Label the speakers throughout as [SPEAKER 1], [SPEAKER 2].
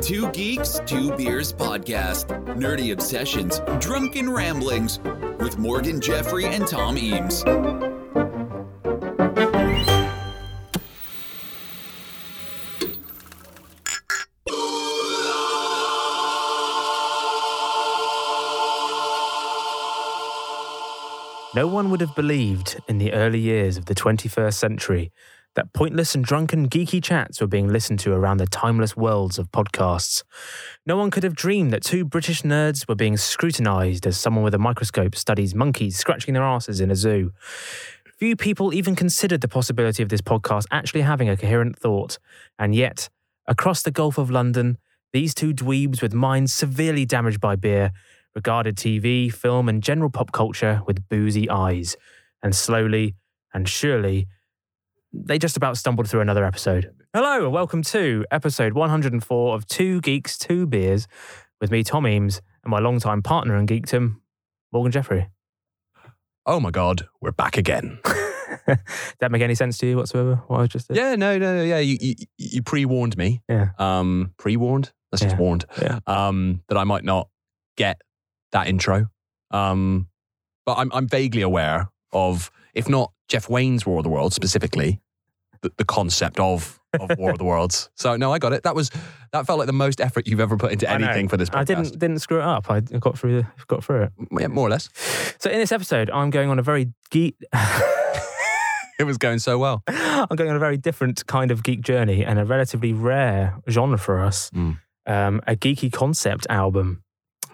[SPEAKER 1] Two Geeks, Two Beers podcast. Nerdy obsessions, drunken ramblings with Morgan Jeffrey and Tom Eames.
[SPEAKER 2] No one would have believed in the early years of the 21st century that pointless and drunken geeky chats were being listened to around the timeless worlds of podcasts. No one could have dreamed that two British nerds were being scrutinized as someone with a microscope studies monkeys scratching their asses in a zoo. Few people even considered the possibility of this podcast actually having a coherent thought, and yet, across the Gulf of London, these two dweebs with minds severely damaged by beer regarded TV, film, and general pop culture with boozy eyes. And slowly and surely, they just about stumbled through another episode. Hello, and welcome to episode 104 of Two Geeks, Two Beers, with me, Tom Eames, and my longtime partner in geekdom, Morgan Jeffrey.
[SPEAKER 3] Oh my God, we're back again.
[SPEAKER 2] Did that make any sense to you whatsoever? What I just did?
[SPEAKER 3] yeah, no, no, no. Yeah, you, you, you pre warned me.
[SPEAKER 2] Yeah.
[SPEAKER 3] Um, pre warned? That's just
[SPEAKER 2] Yeah.
[SPEAKER 3] warned.
[SPEAKER 2] Yeah.
[SPEAKER 3] Um, that I might not get that intro. Um, but I'm, I'm vaguely aware of, if not Jeff Wayne's War of the Worlds specifically, the, the concept of, of War of the Worlds. So no, I got it. That was, that felt like the most effort you've ever put into
[SPEAKER 2] I know.
[SPEAKER 3] anything for this podcast.
[SPEAKER 2] I didn't didn't screw it up. I got through the, got through it.
[SPEAKER 3] Yeah, more or less.
[SPEAKER 2] So in this episode, I'm going on a very geek.
[SPEAKER 3] It was going so well.
[SPEAKER 2] I'm going on a very different kind of geek journey and a relatively rare genre for us
[SPEAKER 3] Mm.
[SPEAKER 2] um, a geeky concept album.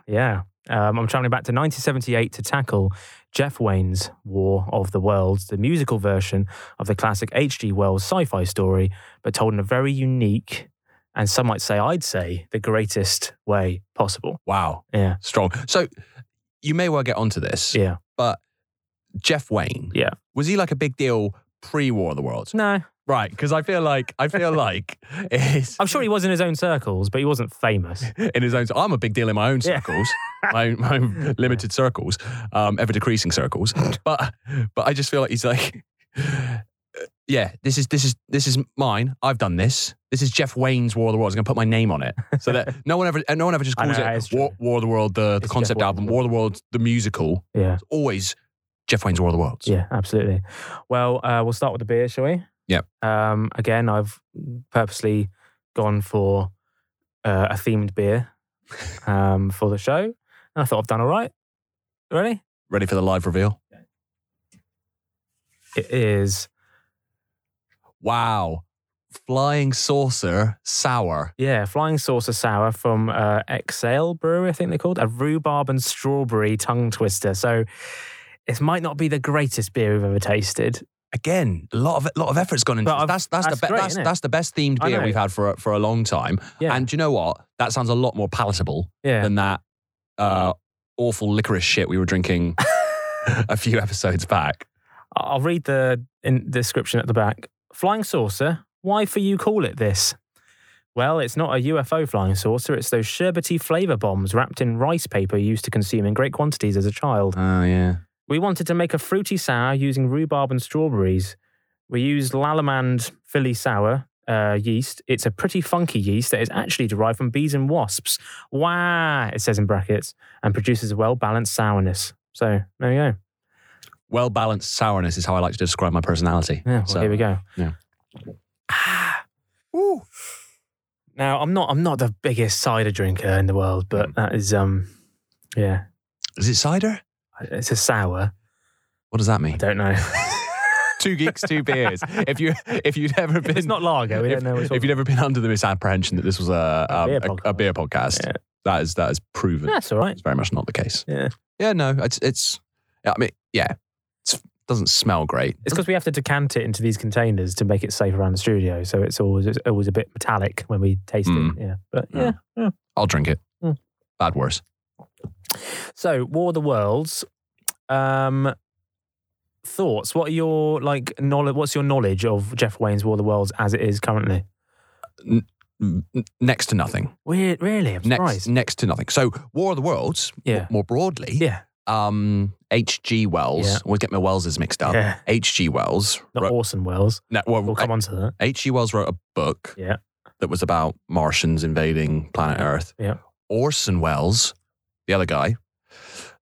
[SPEAKER 2] Yeah. Um, I'm traveling back to 1978 to tackle Jeff Wayne's War of the Worlds, the musical version of the classic H.G. Wells sci fi story, but told in a very unique and some might say, I'd say, the greatest way possible.
[SPEAKER 3] Wow.
[SPEAKER 2] Yeah.
[SPEAKER 3] Strong. So you may well get onto this.
[SPEAKER 2] Yeah.
[SPEAKER 3] Jeff Wayne.
[SPEAKER 2] Yeah.
[SPEAKER 3] Was he like a big deal pre War of the Worlds?
[SPEAKER 2] No,
[SPEAKER 3] Right, because I feel like I feel like it's
[SPEAKER 2] I'm sure he was in his own circles, but he wasn't famous.
[SPEAKER 3] in his own. I'm a big deal in my own
[SPEAKER 2] Yeah.
[SPEAKER 3] circles, my, own, my own limited circles, um, ever decreasing circles. But but I just feel like he's like, uh, yeah, this is this is this is mine. I've done this. This is Jeff Wayne's War of the Worlds. I'm gonna put my name on it so that no one ever and no one ever just
[SPEAKER 2] I
[SPEAKER 3] calls
[SPEAKER 2] know, it's
[SPEAKER 3] it
[SPEAKER 2] true.
[SPEAKER 3] War, War of the World, the, the
[SPEAKER 2] It's Jeff
[SPEAKER 3] concept
[SPEAKER 2] Wayne's
[SPEAKER 3] album,
[SPEAKER 2] World.
[SPEAKER 3] War of the World, the musical.
[SPEAKER 2] Yeah.
[SPEAKER 3] It's always Jeff Wayne's War of the Worlds.
[SPEAKER 2] Yeah, absolutely. Well, uh, we'll start with the beer, shall we?
[SPEAKER 3] Yep.
[SPEAKER 2] Um, again, I've purposely gone for uh, a themed beer um, for the show, and I thought I've done all right. Ready?
[SPEAKER 3] Ready for the live reveal?
[SPEAKER 2] It is.
[SPEAKER 3] Wow. Flying saucer sour.
[SPEAKER 2] Yeah, Flying Saucer Sour from uh, Exhale Brewery, I think they're called. A rhubarb and strawberry tongue twister. So it might not be the greatest beer we've ever tasted.
[SPEAKER 3] again, a lot of a lot of effort's gone into
[SPEAKER 2] But I've-
[SPEAKER 3] this. That's that's,
[SPEAKER 2] that's
[SPEAKER 3] the
[SPEAKER 2] great,
[SPEAKER 3] be- that's
[SPEAKER 2] innit?
[SPEAKER 3] that's the best themed
[SPEAKER 2] I
[SPEAKER 3] beer
[SPEAKER 2] know.
[SPEAKER 3] we've had for a, for a long time.
[SPEAKER 2] Yeah.
[SPEAKER 3] And do you know what? That sounds a lot more palatable
[SPEAKER 2] yeah.
[SPEAKER 3] than that uh, awful licorice shit we were drinking a few episodes back.
[SPEAKER 2] I'll read the in description at the back. Flying saucer, why for you call it this? Well, it's not a UFO flying saucer, it's those sherbety flavour bombs wrapped in rice paper you used to consume in great quantities as a child.
[SPEAKER 3] Oh yeah.
[SPEAKER 2] We wanted to make a fruity sour using rhubarb and strawberries. We used Lalamand Philly sour uh, yeast. It's a pretty funky yeast that is actually derived from bees and wasps. Wow, it says in brackets, and produces a well balanced sourness. So there you go.
[SPEAKER 3] Well balanced sourness is how I like to describe my personality.
[SPEAKER 2] Yeah, well,
[SPEAKER 3] So-
[SPEAKER 2] here we go.
[SPEAKER 3] yeah.
[SPEAKER 2] Ah. Now I'm not I'm not the biggest cider drinker in the world,
[SPEAKER 3] Mm.
[SPEAKER 2] but that is um yeah.
[SPEAKER 3] Is it cider?
[SPEAKER 2] It's a sour.
[SPEAKER 3] What does that
[SPEAKER 2] I
[SPEAKER 3] mean?
[SPEAKER 2] don't know.
[SPEAKER 3] two geeks, two beers. if you if you'd ever been
[SPEAKER 2] it's not lager. We
[SPEAKER 3] if,
[SPEAKER 2] don't know. Which
[SPEAKER 3] if you'd ever been under the misapprehension that this was a
[SPEAKER 2] A
[SPEAKER 3] um,
[SPEAKER 2] beer
[SPEAKER 3] a, a,
[SPEAKER 2] podcast.
[SPEAKER 3] beer podcast,
[SPEAKER 2] Yeah.
[SPEAKER 3] that is that is proven.
[SPEAKER 2] that's all right.
[SPEAKER 3] It's very much not the case.
[SPEAKER 2] Yeah.
[SPEAKER 3] Yeah, no, it's it's. I mean, yeah, it doesn't smell great.
[SPEAKER 2] It's because we have to decant it into these containers to make it safe around the studio, so it's always it's always a bit metallic when we taste
[SPEAKER 3] Mm.
[SPEAKER 2] it. Yeah, but
[SPEAKER 3] Yeah.
[SPEAKER 2] yeah.
[SPEAKER 3] I'll drink it.
[SPEAKER 2] Mm.
[SPEAKER 3] Bad worse.
[SPEAKER 2] So War of the Worlds. Um, thoughts? What are your like knowledge? What's your knowledge of Jeff Wayne's War of the Worlds as it is currently?
[SPEAKER 3] N- n- Next to nothing.
[SPEAKER 2] Weird, really. I'm
[SPEAKER 3] Next,
[SPEAKER 2] surprised.
[SPEAKER 3] next to nothing. So, War of the Worlds, m-
[SPEAKER 2] Yeah.
[SPEAKER 3] more broadly,
[SPEAKER 2] Yeah.
[SPEAKER 3] um, H.G. Wells.
[SPEAKER 2] Yeah.
[SPEAKER 3] Always get my Wellses mixed up.
[SPEAKER 2] yeah.
[SPEAKER 3] H.G. Wells.
[SPEAKER 2] Not
[SPEAKER 3] wrote,
[SPEAKER 2] Orson Welles.
[SPEAKER 3] no, well,
[SPEAKER 2] We'll come on to that.
[SPEAKER 3] H.G. Wells E. wrote a book
[SPEAKER 2] Yeah.
[SPEAKER 3] that was about Martians invading planet Earth.
[SPEAKER 2] Yeah.
[SPEAKER 3] Orson Welles, the other guy,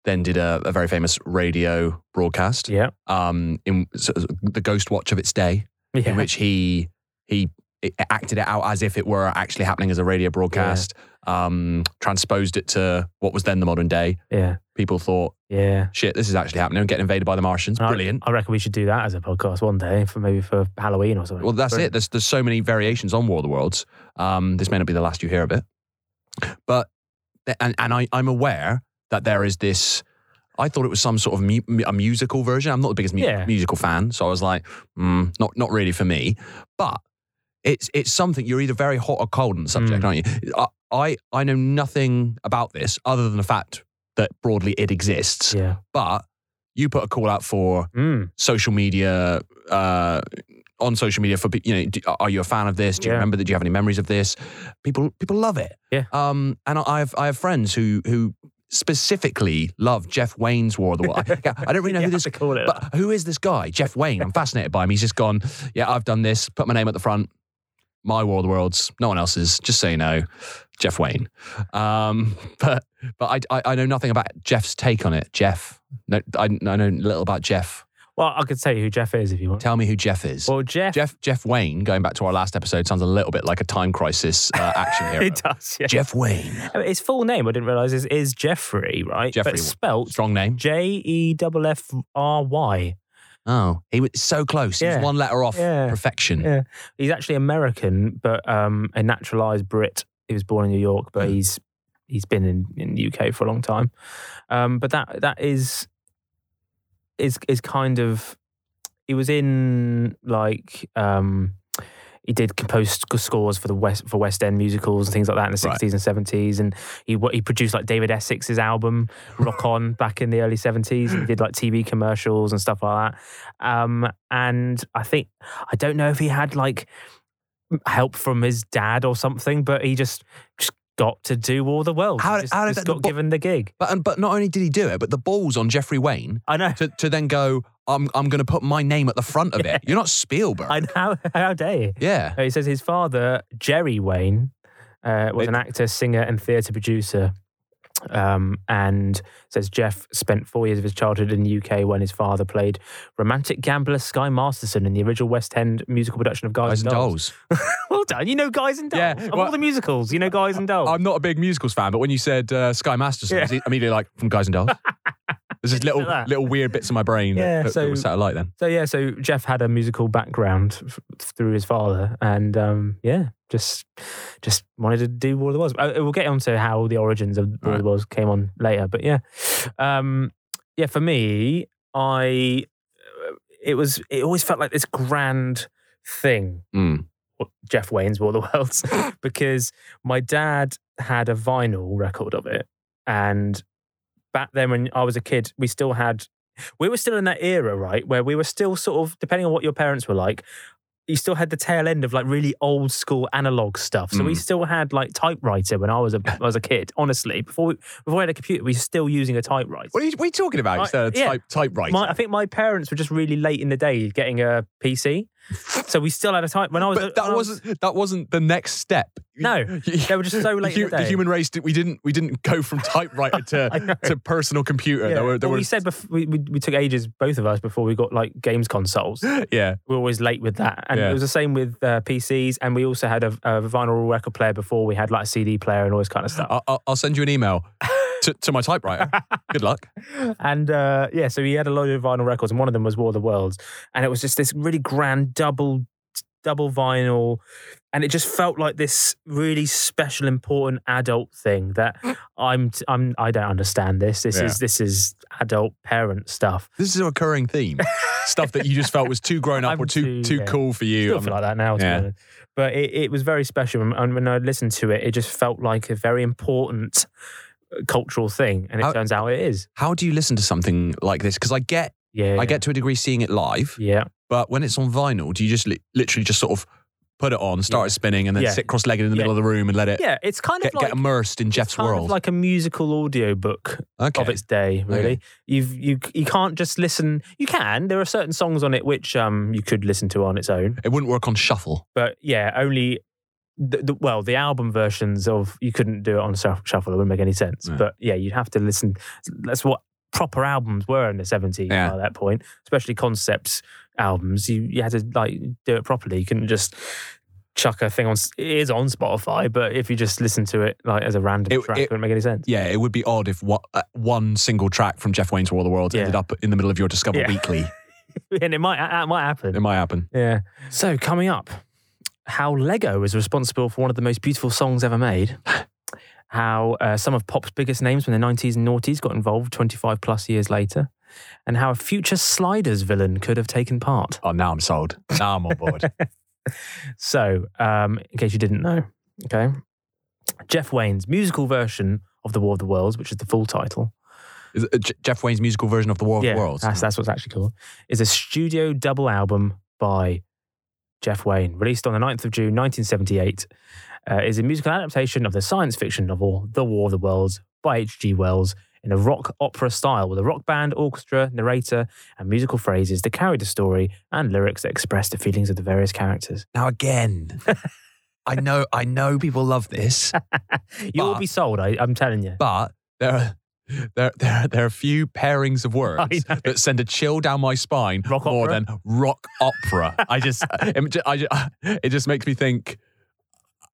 [SPEAKER 3] then did a, a very famous radio broadcast.
[SPEAKER 2] Yeah.
[SPEAKER 3] Um, in so, the Ghost Watch of its day,
[SPEAKER 2] Yeah.
[SPEAKER 3] in which he he i- acted it out as if it were actually happening as a radio broadcast. Um, transposed it to what was then the modern day.
[SPEAKER 2] yeah.
[SPEAKER 3] People thought,
[SPEAKER 2] Yeah.
[SPEAKER 3] shit, this is actually happening. Getting invaded by the Martians.
[SPEAKER 2] And I-
[SPEAKER 3] Brilliant.
[SPEAKER 2] I, reckon we should do that as a podcast one day for maybe for Halloween or something.
[SPEAKER 3] Well, that's it. There's, there's so many variations on War of the Worlds. Um, this may not be the last you hear of it, but and, and I, I'm aware that there is this. I thought it was some sort of mu- mu- a musical version. I'm not the biggest mu-
[SPEAKER 2] Yeah.
[SPEAKER 3] musical fan, so I was like, mm, not not really for me. But it's it's something you're either very hot or cold on the subject,
[SPEAKER 2] Hmm.
[SPEAKER 3] aren't you? I, I I know nothing about this other than the fact that broadly it exists.
[SPEAKER 2] Yeah.
[SPEAKER 3] But you put a call out for
[SPEAKER 2] Mm.
[SPEAKER 3] social media uh, on social media for pe- you know do, are you a fan of this do you
[SPEAKER 2] Yeah.
[SPEAKER 3] remember that do you have any memories of this people people love it
[SPEAKER 2] Yeah.
[SPEAKER 3] um and I- I have I have friends who who specifically love Jeff Wayne's War of the World I, I don't really know
[SPEAKER 2] Yeah,
[SPEAKER 3] who this
[SPEAKER 2] to call it.
[SPEAKER 3] but who is this guy Jeff Wayne I'm fascinated by him he's just gone yeah I've done this put my name at the front my War of the Worlds no one else's just say no Jeff Wayne um but but I, I I know nothing about Jeff's take on it Jeff no I, I know little about Jeff
[SPEAKER 2] well, I could tell you who Jeff is if you want.
[SPEAKER 3] Tell me who Jeff is.
[SPEAKER 2] well, Jeff.
[SPEAKER 3] Jeff Jeff Wayne, going back to our last episode, sounds a little bit like a time crisis uh, action hero.
[SPEAKER 2] it does. Yeah.
[SPEAKER 3] Jeff Wayne,
[SPEAKER 2] I mean, His full name I didn't realize is is Jeffrey, right?
[SPEAKER 3] Jeffrey.
[SPEAKER 2] But spelt
[SPEAKER 3] strong name.
[SPEAKER 2] J E F F R Y.
[SPEAKER 3] Oh, he was so close. He
[SPEAKER 2] Yeah.
[SPEAKER 3] was one letter off
[SPEAKER 2] Yeah.
[SPEAKER 3] perfection.
[SPEAKER 2] Yeah. He's actually American, but um, a naturalized Brit. He was born in New York, but
[SPEAKER 3] Hmm.
[SPEAKER 2] he's he's been in, in the UK for a long time. Um, but that that is is is kind of he was in like um, he did compose sc- scores for the West for West End musicals and things like that in the
[SPEAKER 3] Right.
[SPEAKER 2] sixties and seventies, and he wo- he produced like David Essex's album Rock On back in the early seventies. He did like TV commercials and stuff like that. Um, and I think I don't know if he had like help from his dad or something, but he just just got to do all the world.
[SPEAKER 3] How-
[SPEAKER 2] he just,
[SPEAKER 3] how did
[SPEAKER 2] just
[SPEAKER 3] that- the
[SPEAKER 2] got
[SPEAKER 3] bo-
[SPEAKER 2] given the gig.
[SPEAKER 3] But and, but not only did he do it, but the balls on Jeffrey Wayne
[SPEAKER 2] I know.
[SPEAKER 3] to, to then go, I'm I'm going to put my name at the front of it. You're not Spielberg.
[SPEAKER 2] I know. How, how dare you?
[SPEAKER 3] yeah.
[SPEAKER 2] Uh, He says his father, Jerry Wayne, uh, was
[SPEAKER 3] It-
[SPEAKER 2] an actor, singer, and theatre producer. Um, and says Jeff spent four years of his childhood in the UK when his father played romantic gambler Sky Masterson in the original West End musical production of Guys,
[SPEAKER 3] Guys and dolls.
[SPEAKER 2] Well done. You know Guys and Dolls.
[SPEAKER 3] Yeah,
[SPEAKER 2] of all
[SPEAKER 3] well-
[SPEAKER 2] the musicals, you know Guys and Dolls.
[SPEAKER 3] I'm not a big musicals fan, but when you said uh, Sky Masterson,
[SPEAKER 2] Oh. Yeah.
[SPEAKER 3] I was immediately like from Guys and Dolls. There's just little
[SPEAKER 2] that.
[SPEAKER 3] little weird bits in my brain
[SPEAKER 2] Yeah,
[SPEAKER 3] that, that,
[SPEAKER 2] so-
[SPEAKER 3] were set alight then.
[SPEAKER 2] So yeah, so Jeff had a musical background f- through his father, and um, yeah, just just wanted to do War of the Worlds. Uh, we'll get on to how the origins of War of
[SPEAKER 3] Right.
[SPEAKER 2] the Worlds came on later, but yeah, um, yeah, for me, I it was it always felt like this grand thing
[SPEAKER 3] Mm.
[SPEAKER 2] Jeff Wayne's War of the Worlds because my dad had a vinyl record of it. And back then, when I was a kid, we still had, we were still in that era, right? Where we were still sort of, depending on what your parents were like, you still had the tail end of like really old school analog stuff. So we
[SPEAKER 3] Mm.
[SPEAKER 2] still had like typewriter when I was a I was a kid. Honestly, before we before I had a computer, we were still using a typewriter.
[SPEAKER 3] What are, you, what are you talking about?
[SPEAKER 2] I-
[SPEAKER 3] Instead of
[SPEAKER 2] yeah.
[SPEAKER 3] type, typewriter.
[SPEAKER 2] My, I think my parents were just really late in the day getting a PC, so we still had a type when I was.
[SPEAKER 3] but that
[SPEAKER 2] when I was-
[SPEAKER 3] wasn't that wasn't the next step.
[SPEAKER 2] um, No, they were just so
[SPEAKER 3] The,
[SPEAKER 2] late in
[SPEAKER 3] hu-
[SPEAKER 2] the
[SPEAKER 3] the
[SPEAKER 2] day.
[SPEAKER 3] human race did, we didn't we didn't go from typewriter
[SPEAKER 2] I know.
[SPEAKER 3] to to personal computer.
[SPEAKER 2] Yeah.
[SPEAKER 3] There were there
[SPEAKER 2] Well,
[SPEAKER 3] were
[SPEAKER 2] we said before, we, we, we took ages, both of us, before we got like games consoles. we
[SPEAKER 3] yeah
[SPEAKER 2] were always late with that, and
[SPEAKER 3] Yeah.
[SPEAKER 2] it was the same with uh, PCs. And we also had a, a vinyl record player before we had like a CD player and all this kind of stuff.
[SPEAKER 3] I'll, I'll- I'll send you an email to, to my typewriter. Good luck.
[SPEAKER 2] And uh, yeah, so he had a load of vinyl records, and one of them was War of the Worlds, and it was just this really grand double double vinyl, and it just felt like this really special, important adult thing that I'm t- I'm I don't understand this. This
[SPEAKER 3] Yeah.
[SPEAKER 2] is this is adult parent stuff.
[SPEAKER 3] This is a recurring theme. Stuff that you just felt was too grown up
[SPEAKER 2] I'm
[SPEAKER 3] or
[SPEAKER 2] too-
[SPEAKER 3] too too
[SPEAKER 2] yeah.
[SPEAKER 3] cool for you.
[SPEAKER 2] still feel like that now, to be
[SPEAKER 3] yeah.
[SPEAKER 2] honest. But it, it was very special, and- and when I listened to it, it just felt like a very important uh, cultural thing, and it
[SPEAKER 3] How-
[SPEAKER 2] turns out it is.
[SPEAKER 3] How do you listen to something like this? Because I get
[SPEAKER 2] Yeah,
[SPEAKER 3] I get to a degree seeing it live,
[SPEAKER 2] yeah,
[SPEAKER 3] but when it's on vinyl, do you just li- literally just sort of put it on, start
[SPEAKER 2] Yeah.
[SPEAKER 3] it spinning, and then
[SPEAKER 2] Yeah.
[SPEAKER 3] sit cross-legged in the
[SPEAKER 2] Yeah.
[SPEAKER 3] middle of the room and let it
[SPEAKER 2] yeah. It's kind
[SPEAKER 3] get,
[SPEAKER 2] of like
[SPEAKER 3] get immersed in
[SPEAKER 2] it's
[SPEAKER 3] Jeff's
[SPEAKER 2] kind of
[SPEAKER 3] world?
[SPEAKER 2] like a musical audio book
[SPEAKER 3] okay.
[SPEAKER 2] of its day. Really,
[SPEAKER 3] Okay.
[SPEAKER 2] you've you you can't just listen. You can. There are certain songs on it which um you could listen to on its own,
[SPEAKER 3] It wouldn't work on shuffle.
[SPEAKER 2] but yeah, only the, the, well, the album versions of you couldn't do it on shuff- shuffle; it wouldn't make any sense.
[SPEAKER 3] No.
[SPEAKER 2] But yeah, you'd have to listen. That's what proper albums were in the seventies
[SPEAKER 3] Yeah.
[SPEAKER 2] by that point, especially concept albums. You you had to like do it properly. You couldn't just chuck a thing on. s- It is on Spotify, but if you just listen to it like as a random
[SPEAKER 3] It-
[SPEAKER 2] track,
[SPEAKER 3] it-
[SPEAKER 2] it, wouldn't make any sense.
[SPEAKER 3] Yeah, it would be odd if what, uh, one single track from Jeff Wayne's War of the Worlds
[SPEAKER 2] Yeah.
[SPEAKER 3] ended up in the middle of your Discover
[SPEAKER 2] Yeah.
[SPEAKER 3] Weekly.
[SPEAKER 2] and it might that might happen.
[SPEAKER 3] It might happen.
[SPEAKER 2] Yeah. So coming up, how Lego is responsible for one of the most beautiful songs ever made. How uh, some of pop's biggest names from the 90s and noughties got involved 25 plus years later. And how a future Sliders villain could have taken part.
[SPEAKER 3] Oh, now I'm sold. Now I'm on board.
[SPEAKER 2] So, um, in case you didn't know, okay, Jeff Wayne's musical version of The War of the Worlds, which is the full title,
[SPEAKER 3] Is it, uh, J- Jeff Wayne's musical version of The War of the Worlds.
[SPEAKER 2] That's, that's what's actually called. Is a studio double album by Jeff Wayne, released on the 9th of June 1978. Uh, is a musical adaptation of the science fiction novel The War of the Worlds by H.G. Wells in a rock opera style with a rock band, orchestra, narrator, and musical phrases to carry the story and lyrics that express the feelings of the various characters.
[SPEAKER 3] Now again, I know I know people love this,
[SPEAKER 2] You'll
[SPEAKER 3] But-
[SPEAKER 2] be sold, I, I'm telling you.
[SPEAKER 3] but there are there there are, there are a few pairings of words
[SPEAKER 2] know.
[SPEAKER 3] that send a chill down my spine
[SPEAKER 2] Rock
[SPEAKER 3] more
[SPEAKER 2] opera?
[SPEAKER 3] than rock opera. I just it, ju- I ju- it just makes me think.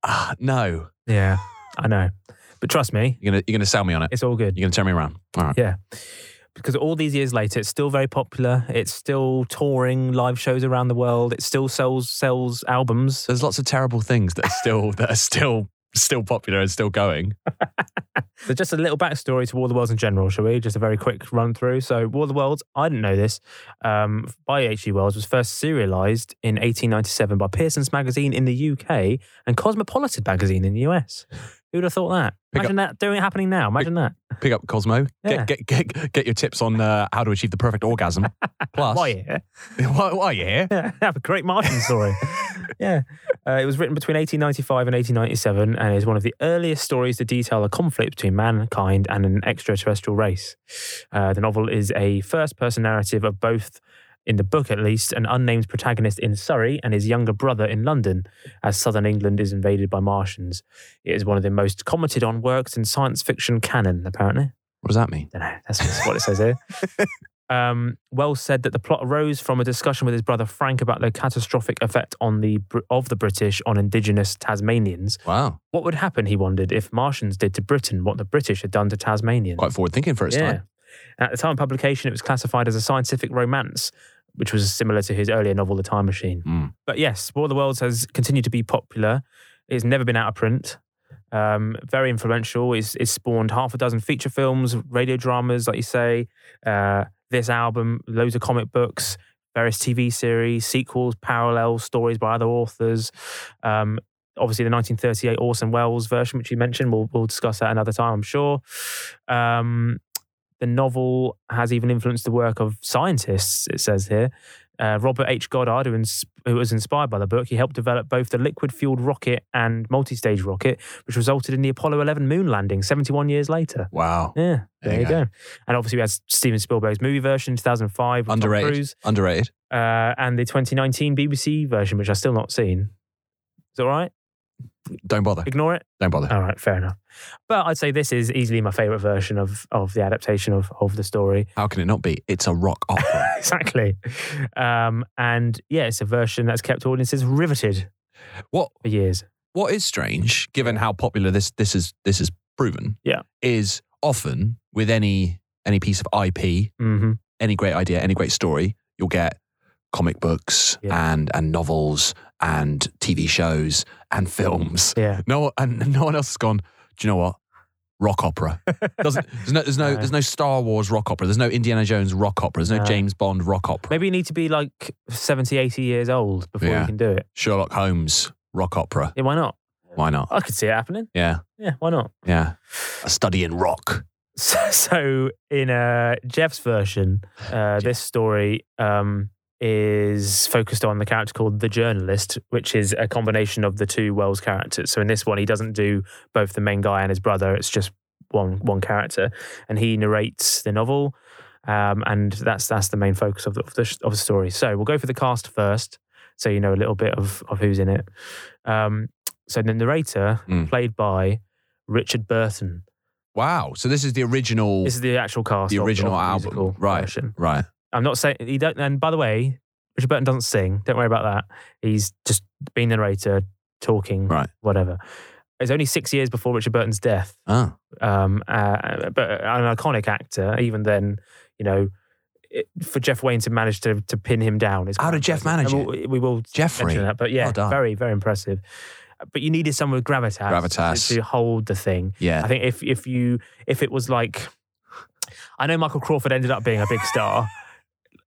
[SPEAKER 3] ah, no,
[SPEAKER 2] yeah, I know. But trust me,
[SPEAKER 3] you're gonna you're gonna sell me on it.
[SPEAKER 2] it's all good.
[SPEAKER 3] You're gonna turn me around. All right.
[SPEAKER 2] because all these years later, it's still very popular. It's still touring live shows around the world. It still sells sells albums.
[SPEAKER 3] There's lots of terrible things that are still that are still still popular and still going.
[SPEAKER 2] So, just a little backstory to War of the Worlds in general, shall we? Just a very quick run through. So, War of the Worlds, I didn't know this, um, by H.G. Wells, was first serialized in 1897 by Pearson's Magazine in the UK and Cosmopolitan Magazine in the US. Who'd have thought that?
[SPEAKER 3] Pick up-
[SPEAKER 2] Imagine that doing happening now. Imagine that.
[SPEAKER 3] Pick up Cosmo.
[SPEAKER 2] Yeah.
[SPEAKER 3] Get, get get get your tips on uh, how to achieve the perfect orgasm. Plus,
[SPEAKER 2] Why? yeah?
[SPEAKER 3] why, why are you here?
[SPEAKER 2] Yeah, have a great Martian story. yeah. Uh, it was written between 1895 and 1897 and is one of the earliest stories to detail a conflict between mankind and an extraterrestrial race. Uh, the novel is a first person narrative of both, in the book at least, an unnamed protagonist in Surrey and his younger brother in London as southern England is invaded by Martians. It is one of the most commented on works in science fiction canon, apparently
[SPEAKER 3] What does that mean?
[SPEAKER 2] don't know. That's just what it says here. Um, Wells said that the plot arose from a discussion with his brother Frank about the catastrophic effect on the Br- of the British on indigenous Tasmanians.
[SPEAKER 3] Wow,
[SPEAKER 2] What would happen, he wondered, if Martians did to Britain what the British had done to Tasmanians?
[SPEAKER 3] quite forward thinking for its time.
[SPEAKER 2] At the time of publication, it was classified as a scientific romance, which was similar to his earlier novel, The Time Machine.
[SPEAKER 3] Mm.
[SPEAKER 2] But yes, War of the Worlds has continued to be popular. It's never been out of print. Um, very influential. It's, it's spawned half a dozen feature films, radio dramas, like you say, uh, this album, loads of comic books, various TV series, sequels, parallel stories by other authors. Um, obviously, the 1938 Orson Welles version, which you mentioned, we'll, we'll discuss that another time, I'm sure. Um, the novel has even influenced the work of scientists, it says here. Uh, Robert H. Goddard, who, ins- who was inspired by the book, he helped develop both the liquid fueled rocket and multi stage rocket, which resulted in the Apollo 11 moon landing 71 years later.
[SPEAKER 3] Wow,
[SPEAKER 2] Yeah, there,
[SPEAKER 3] There you
[SPEAKER 2] you go. And obviously, we had Steven Spielberg's movie version, 2005, with Tom
[SPEAKER 3] Underrated.
[SPEAKER 2] Cruise,
[SPEAKER 3] underrated.
[SPEAKER 2] uh, and the 2019 BBC version, which I've still not seen. Is it all right?
[SPEAKER 3] Don't bother.
[SPEAKER 2] Ignore it.
[SPEAKER 3] Don't bother.
[SPEAKER 2] All right, fair enough. But I'd say this is easily my favorite version of of the adaptation of of the story.
[SPEAKER 3] How can it not be? It's a rock opera.
[SPEAKER 2] exactly. Um, and yeah, it's a version that's kept audiences riveted
[SPEAKER 3] what
[SPEAKER 2] for years.
[SPEAKER 3] What is strange, given how popular this this is this is proven,
[SPEAKER 2] Yeah.
[SPEAKER 3] is often with any any piece of IP,
[SPEAKER 2] hmm
[SPEAKER 3] any great idea, any great story, you'll get comic books
[SPEAKER 2] Yeah.
[SPEAKER 3] and and novels and TV shows and films.
[SPEAKER 2] Yeah.
[SPEAKER 3] No, and no one else has gone. Do you know what? Rock opera. Doesn't there's no there's no
[SPEAKER 2] No.
[SPEAKER 3] there's no Star Wars rock opera. There's no Indiana Jones rock opera. There's no
[SPEAKER 2] No.
[SPEAKER 3] James Bond rock opera.
[SPEAKER 2] Maybe you need to be like 70, 80 years old before
[SPEAKER 3] Yeah.
[SPEAKER 2] you can do it.
[SPEAKER 3] Sherlock Holmes rock opera.
[SPEAKER 2] Yeah, why not?
[SPEAKER 3] Why not?
[SPEAKER 2] I could see it happening.
[SPEAKER 3] Yeah,
[SPEAKER 2] Yeah, why not?
[SPEAKER 3] yeah. A study in rock.
[SPEAKER 2] So, so in uh, Jeff's version, uh, this story um, is focused on the character called the journalist, which is a combination of the two Wells characters. So in this one, he doesn't do both the main guy and his brother. It's just one one character, and he narrates the novel, um, and that's that's the main focus of the, of the sh- of the story. So we'll go for the cast first, so you know a little bit of of who's in it. Um, So the narrator,
[SPEAKER 3] Mm.
[SPEAKER 2] played by Richard Burton,
[SPEAKER 3] Wow. So this is the original.
[SPEAKER 2] this is the actual cast.
[SPEAKER 3] The
[SPEAKER 2] of- of
[SPEAKER 3] original album,
[SPEAKER 2] musical
[SPEAKER 3] right.
[SPEAKER 2] version.
[SPEAKER 3] right.
[SPEAKER 2] I'm not saying he don't. And by the way, Richard Burton doesn't sing. Don't worry about that. He's just being the narrator, talking,
[SPEAKER 3] Right.
[SPEAKER 2] whatever. It's only six years before Richard Burton's death.
[SPEAKER 3] Oh.
[SPEAKER 2] um, uh, but an iconic actor. Even then, you know, it, for Jeff Wayne to manage to to pin him down is
[SPEAKER 3] How did Jeff manage
[SPEAKER 2] And we'll, we will
[SPEAKER 3] Jeffrey.
[SPEAKER 2] mention that, but yeah,
[SPEAKER 3] Well done.
[SPEAKER 2] very very impressive. But you needed someone with gravitas,
[SPEAKER 3] Gravitas.
[SPEAKER 2] to, to hold the thing.
[SPEAKER 3] Yeah.
[SPEAKER 2] I think if if you if it was like, I know Michael Crawford ended up being a big star.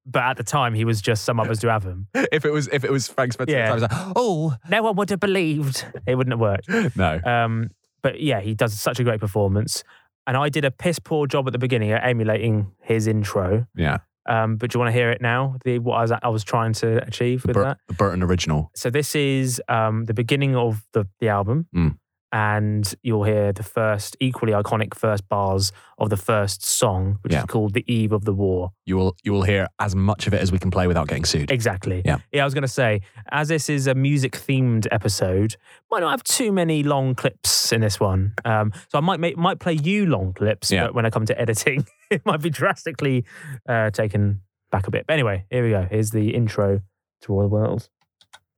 [SPEAKER 2] But at the time, he was just some others to have him.
[SPEAKER 3] If it was if it was Frank Spencer,
[SPEAKER 2] Yeah.
[SPEAKER 3] I was like, oh
[SPEAKER 2] No one would have believed it wouldn't have worked.
[SPEAKER 3] no.
[SPEAKER 2] Um, but yeah, he does such a great performance. And I did a piss poor job at the beginning at emulating his intro.
[SPEAKER 3] Yeah.
[SPEAKER 2] Um, but do you want to hear it now? The what I was, I was trying to achieve
[SPEAKER 3] The,
[SPEAKER 2] with
[SPEAKER 3] Bur-
[SPEAKER 2] that.
[SPEAKER 3] the Burton original.
[SPEAKER 2] So this is um, the beginning of the the album,
[SPEAKER 3] Mm.
[SPEAKER 2] and you'll hear the first equally iconic first bars of the first song, which
[SPEAKER 3] Yeah.
[SPEAKER 2] is called "The Eve of the War."
[SPEAKER 3] You will you will hear as much of it as we can play without getting sued.
[SPEAKER 2] Exactly.
[SPEAKER 3] Yeah.
[SPEAKER 2] I was going to say, as this is a music themed episode, might not have too many long clips in this one. Um, so I might make, might play you long clips,
[SPEAKER 3] Yeah.
[SPEAKER 2] but when I come to editing, it might be drastically uh, taken back a bit. But anyway, here we go. Here's the intro to All the World.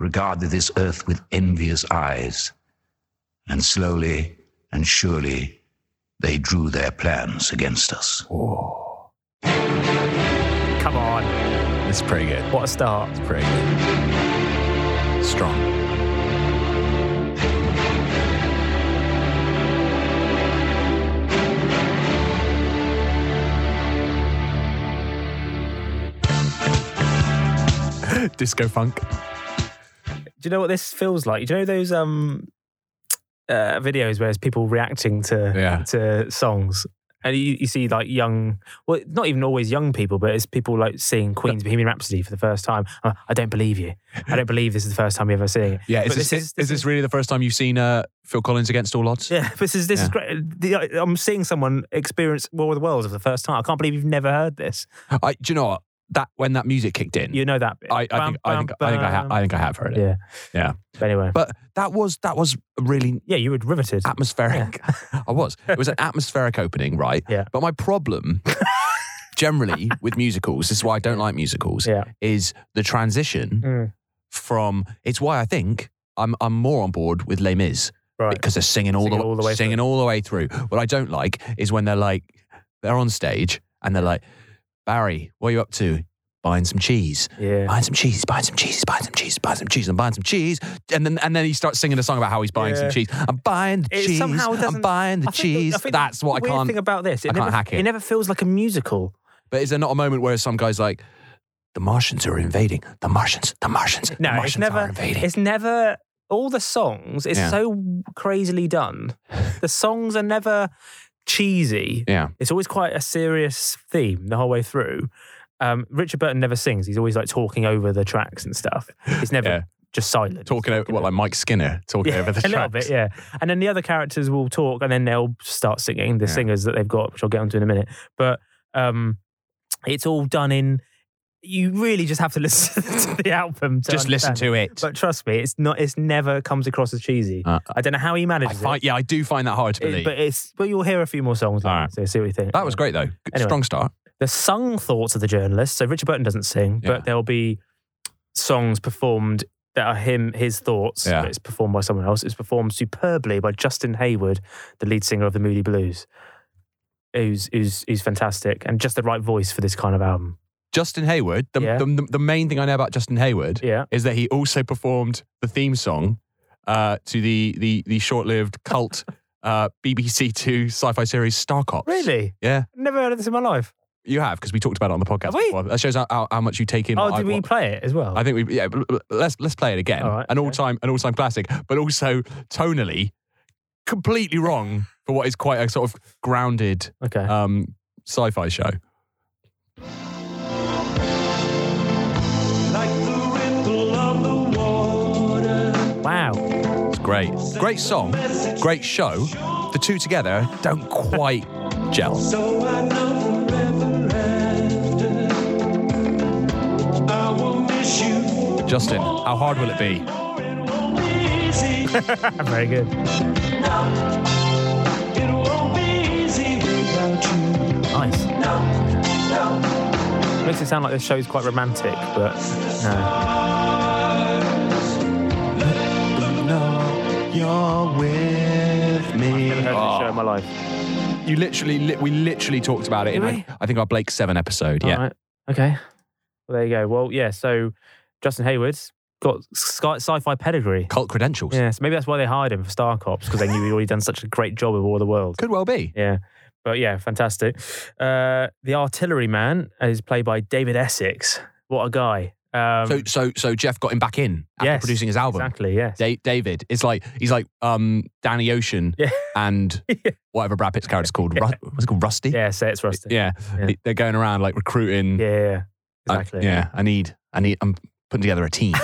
[SPEAKER 4] regarded this earth with envious eyes. And slowly and surely, they drew their plans against us.
[SPEAKER 2] Come on,
[SPEAKER 3] It's pretty good.
[SPEAKER 2] what a start!
[SPEAKER 3] It's pretty good. Strong. Disco funk.
[SPEAKER 2] Do you know what this feels like? Do you know those um uh, videos where it's people reacting to
[SPEAKER 3] Yeah.
[SPEAKER 2] to songs? And you, you see like young, well, not even always young people, but it's people like seeing Queen's Bohemian Rhapsody for the first time. Uh, I don't believe you. I don't believe this is the first time you've ever seen it.
[SPEAKER 3] Yeah,
[SPEAKER 2] But
[SPEAKER 3] is this,
[SPEAKER 2] this is-
[SPEAKER 3] is, this really the first time you've seen uh, Phil Collins against all odds?
[SPEAKER 2] Yeah, this is this is
[SPEAKER 3] Yeah.
[SPEAKER 2] great. The, I'm seeing someone experience War of the Worlds for the first time. I can't believe you've never heard this.
[SPEAKER 3] I, do you know what? That when that music kicked in,
[SPEAKER 2] You know that bit.
[SPEAKER 3] I, I,
[SPEAKER 2] Bam,
[SPEAKER 3] think, I think
[SPEAKER 2] bam,
[SPEAKER 3] I think I ha-
[SPEAKER 2] bam.
[SPEAKER 3] I think I have heard it.
[SPEAKER 2] Yeah.
[SPEAKER 3] Yeah.
[SPEAKER 2] But anyway,
[SPEAKER 3] But that was that was a really
[SPEAKER 2] yeah, you were riveted.
[SPEAKER 3] atmospheric. I was. It was an atmospheric opening, right?
[SPEAKER 2] Yeah.
[SPEAKER 3] But my problem generally with musicals, this is why I don't like musicals,
[SPEAKER 2] Yeah.
[SPEAKER 3] is the transition
[SPEAKER 2] Mm.
[SPEAKER 3] from it's why I think I'm I'm more on board with Les Mis
[SPEAKER 2] Right.
[SPEAKER 3] because they're singing all,
[SPEAKER 2] Singing
[SPEAKER 3] the,
[SPEAKER 2] all the way
[SPEAKER 3] singing all the way through. What I don't like is when they're like they're on stage and they're like, Barry, what are you up to? Buying some cheese.
[SPEAKER 2] yeah.
[SPEAKER 3] Buying some cheese, buying some cheese, buying some cheese, buying some cheese, and buying some cheese, and then and then he starts singing a song about how he's buying
[SPEAKER 2] Yeah.
[SPEAKER 3] some cheese. I'm buying the
[SPEAKER 2] It
[SPEAKER 3] cheese.
[SPEAKER 2] somehow
[SPEAKER 3] I'm
[SPEAKER 2] doesn't-
[SPEAKER 3] buying the
[SPEAKER 2] I think
[SPEAKER 3] cheese.
[SPEAKER 2] I think
[SPEAKER 3] That's what I
[SPEAKER 2] weird
[SPEAKER 3] can't.
[SPEAKER 2] thing about this. It
[SPEAKER 3] I
[SPEAKER 2] never,
[SPEAKER 3] can't hack it.
[SPEAKER 2] It never feels like a musical.
[SPEAKER 3] But is there not a moment where some guy's like, "The Martians are invading. The Martians. The Martians. the
[SPEAKER 2] No,
[SPEAKER 3] Martians
[SPEAKER 2] it's
[SPEAKER 3] are
[SPEAKER 2] never.
[SPEAKER 3] invading."
[SPEAKER 2] It's never. All the songs. It's
[SPEAKER 3] Yeah.
[SPEAKER 2] so crazily done. The songs are never cheesy.
[SPEAKER 3] yeah,
[SPEAKER 2] It's always quite a serious theme the whole way through. Um, Richard Burton never sings. He's always like talking over the tracks and stuff. It's never
[SPEAKER 3] Yeah.
[SPEAKER 2] just silent.
[SPEAKER 3] talking over what like Mike Skinner talking
[SPEAKER 2] Yeah,
[SPEAKER 3] over the
[SPEAKER 2] a little bit,
[SPEAKER 3] tracks.
[SPEAKER 2] yeah. And then the other characters will talk, and then they'll start singing the
[SPEAKER 3] Yeah.
[SPEAKER 2] singers that they've got, which I'll get onto in a minute. But um, it's all done in. You really just have to listen to the album. To
[SPEAKER 3] Just listen
[SPEAKER 2] understand.
[SPEAKER 3] to it.
[SPEAKER 2] But trust me, it's not. It's never comes across as cheesy.
[SPEAKER 3] Uh,
[SPEAKER 2] I don't know how he
[SPEAKER 3] I
[SPEAKER 2] manages
[SPEAKER 3] find,
[SPEAKER 2] it.
[SPEAKER 3] yeah, I do find that hard to
[SPEAKER 2] It-
[SPEAKER 3] believe.
[SPEAKER 2] but it's. But you'll hear a few more songs.
[SPEAKER 3] All
[SPEAKER 2] later,
[SPEAKER 3] right.
[SPEAKER 2] So see what you think.
[SPEAKER 3] that was great though. Good-
[SPEAKER 2] Anyway.
[SPEAKER 3] Strong start.
[SPEAKER 2] The sung thoughts of the journalist. So Richard Burton doesn't sing,
[SPEAKER 3] Yeah.
[SPEAKER 2] but there'll be songs performed that are him his thoughts.
[SPEAKER 3] Yeah.
[SPEAKER 2] But it's performed by someone else. It's performed superbly by Justin Hayward, the lead singer of the Moody Blues, who's who's who's fantastic and just the right voice for this kind of album.
[SPEAKER 3] Justin Hayward. The,
[SPEAKER 2] Yeah.
[SPEAKER 3] the, the, the main thing I know about Justin Hayward
[SPEAKER 2] Yeah.
[SPEAKER 3] is that he also performed the theme song uh, to the the the short-lived cult uh, BBC Two sci-fi series Star Cops.
[SPEAKER 2] Really?
[SPEAKER 3] Yeah,
[SPEAKER 2] Never heard of this in my life.
[SPEAKER 3] you have because we talked about it on the podcast
[SPEAKER 2] Have we?
[SPEAKER 3] before. That shows how, how, how much you take in.
[SPEAKER 2] Oh,
[SPEAKER 3] what I-
[SPEAKER 2] did we
[SPEAKER 3] what-
[SPEAKER 2] play it as well?
[SPEAKER 3] I think we yeah. but- but Let's let's play it again.
[SPEAKER 2] All right,
[SPEAKER 3] an
[SPEAKER 2] okay.
[SPEAKER 3] all-time an all-time classic, but also tonally completely wrong for what is quite a sort of grounded
[SPEAKER 2] Okay.
[SPEAKER 3] um, sci-fi show.
[SPEAKER 5] Like the ripple of the water.
[SPEAKER 2] wow.
[SPEAKER 3] It's great, great song, great show. The two together don't quite gel.
[SPEAKER 5] So I know forever after. I will miss you.
[SPEAKER 3] Justin, how hard will it be?
[SPEAKER 5] It won't be easy.
[SPEAKER 2] Very good.
[SPEAKER 5] It won't be easy without you.
[SPEAKER 2] Nice.
[SPEAKER 5] No, no.
[SPEAKER 2] Makes it sound like this show's quite romantic, but no.
[SPEAKER 3] No, you're with me.
[SPEAKER 2] Never heard of this show in my life.
[SPEAKER 3] Oh. You literally, li- we literally talked about it in,
[SPEAKER 2] Did we?
[SPEAKER 3] I, I think, our Blake Seven episode. Oh. yeah,
[SPEAKER 2] All right. Okay. Well, there you go. Well, yeah. So Justin Hayward's got sci- sci-fi pedigree.
[SPEAKER 3] cult credentials.
[SPEAKER 2] Yeah. So maybe that's why they hired him for Star Cops because they knew he'd already done such a great job of War of the Worlds.
[SPEAKER 3] Could well be.
[SPEAKER 2] Yeah. But yeah, fantastic. Uh, the artillery man is played by David Essex. What a guy. Um,
[SPEAKER 3] So, so, so Jeff got him back in after
[SPEAKER 2] Yes,
[SPEAKER 3] producing his album.
[SPEAKER 2] exactly, yes.
[SPEAKER 3] Da- David, it's like he's like um, Danny Ocean
[SPEAKER 2] Yeah.
[SPEAKER 3] and
[SPEAKER 2] Yeah.
[SPEAKER 3] whatever Brad Pitt's character's called. Ru- what's it called? Rusty.
[SPEAKER 2] yeah, say it's Rusty.
[SPEAKER 3] Yeah.
[SPEAKER 2] Yeah.
[SPEAKER 3] they're going around like recruiting.
[SPEAKER 2] Yeah,
[SPEAKER 3] Uh,
[SPEAKER 2] exactly.
[SPEAKER 3] yeah, I need, I need, I'm putting together a team.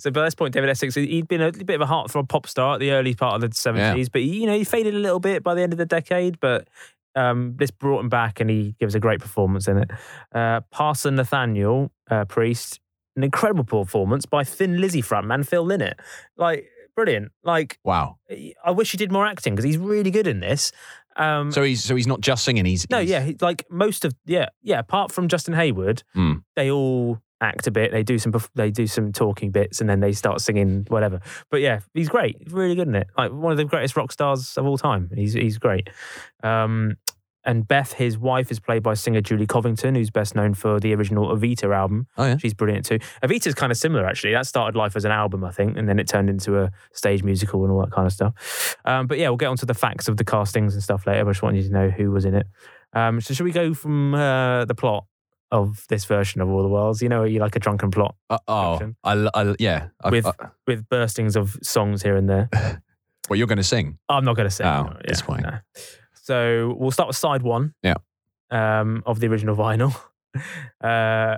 [SPEAKER 2] so by this point, David Essex, he'd been a little bit of a heartthrob pop star at the early part of the 70s, but he, you know, he faded a little bit by the end of the decade, but um, this brought him back and he gives a great performance in it. Uh, Parson Nathaniel uh, Priest, an incredible performance by Thin Lizzy frontman Phil Lynott. Like, brilliant. Like,
[SPEAKER 3] wow.
[SPEAKER 2] I wish he did more acting because he's really good in this. Um,
[SPEAKER 3] So he's, so he's not just singing. He's
[SPEAKER 2] no,
[SPEAKER 3] he's-
[SPEAKER 2] yeah, he- like most of yeah, yeah. Apart from Justin Hayward,
[SPEAKER 3] Hmm.
[SPEAKER 2] they all act a bit. They do some perf- they do some talking bits, and then they start singing whatever. But yeah, he's great. He's really good in it. Like one of the greatest rock stars of all time. He's he's great. Um, and Beth, his wife, is played by singer Julie Covington, who's best known for the original Evita album.
[SPEAKER 3] Oh, yeah.
[SPEAKER 2] She's brilliant too. Evita's kind of similar, actually. That started life as an album, I think, and then it turned into a stage musical and all that kind of stuff. Um, but yeah, we'll get onto the facts of the castings and stuff later. But I just wanted you to know who was in it. Um, so, should we go from uh, the plot of this version of All the Worlds? You know, you like a drunken plot
[SPEAKER 3] Uh, oh,
[SPEAKER 2] Action.
[SPEAKER 3] I, l- I l- yeah. I-
[SPEAKER 2] With-
[SPEAKER 3] I-
[SPEAKER 2] with burstings of songs here and there.
[SPEAKER 3] well, you're going to sing.
[SPEAKER 2] I'm not going to say.
[SPEAKER 3] Oh,
[SPEAKER 2] no,
[SPEAKER 3] disappointing.
[SPEAKER 2] no. So we'll start with side one.
[SPEAKER 3] Yeah.
[SPEAKER 2] Um, of the original vinyl. Uh,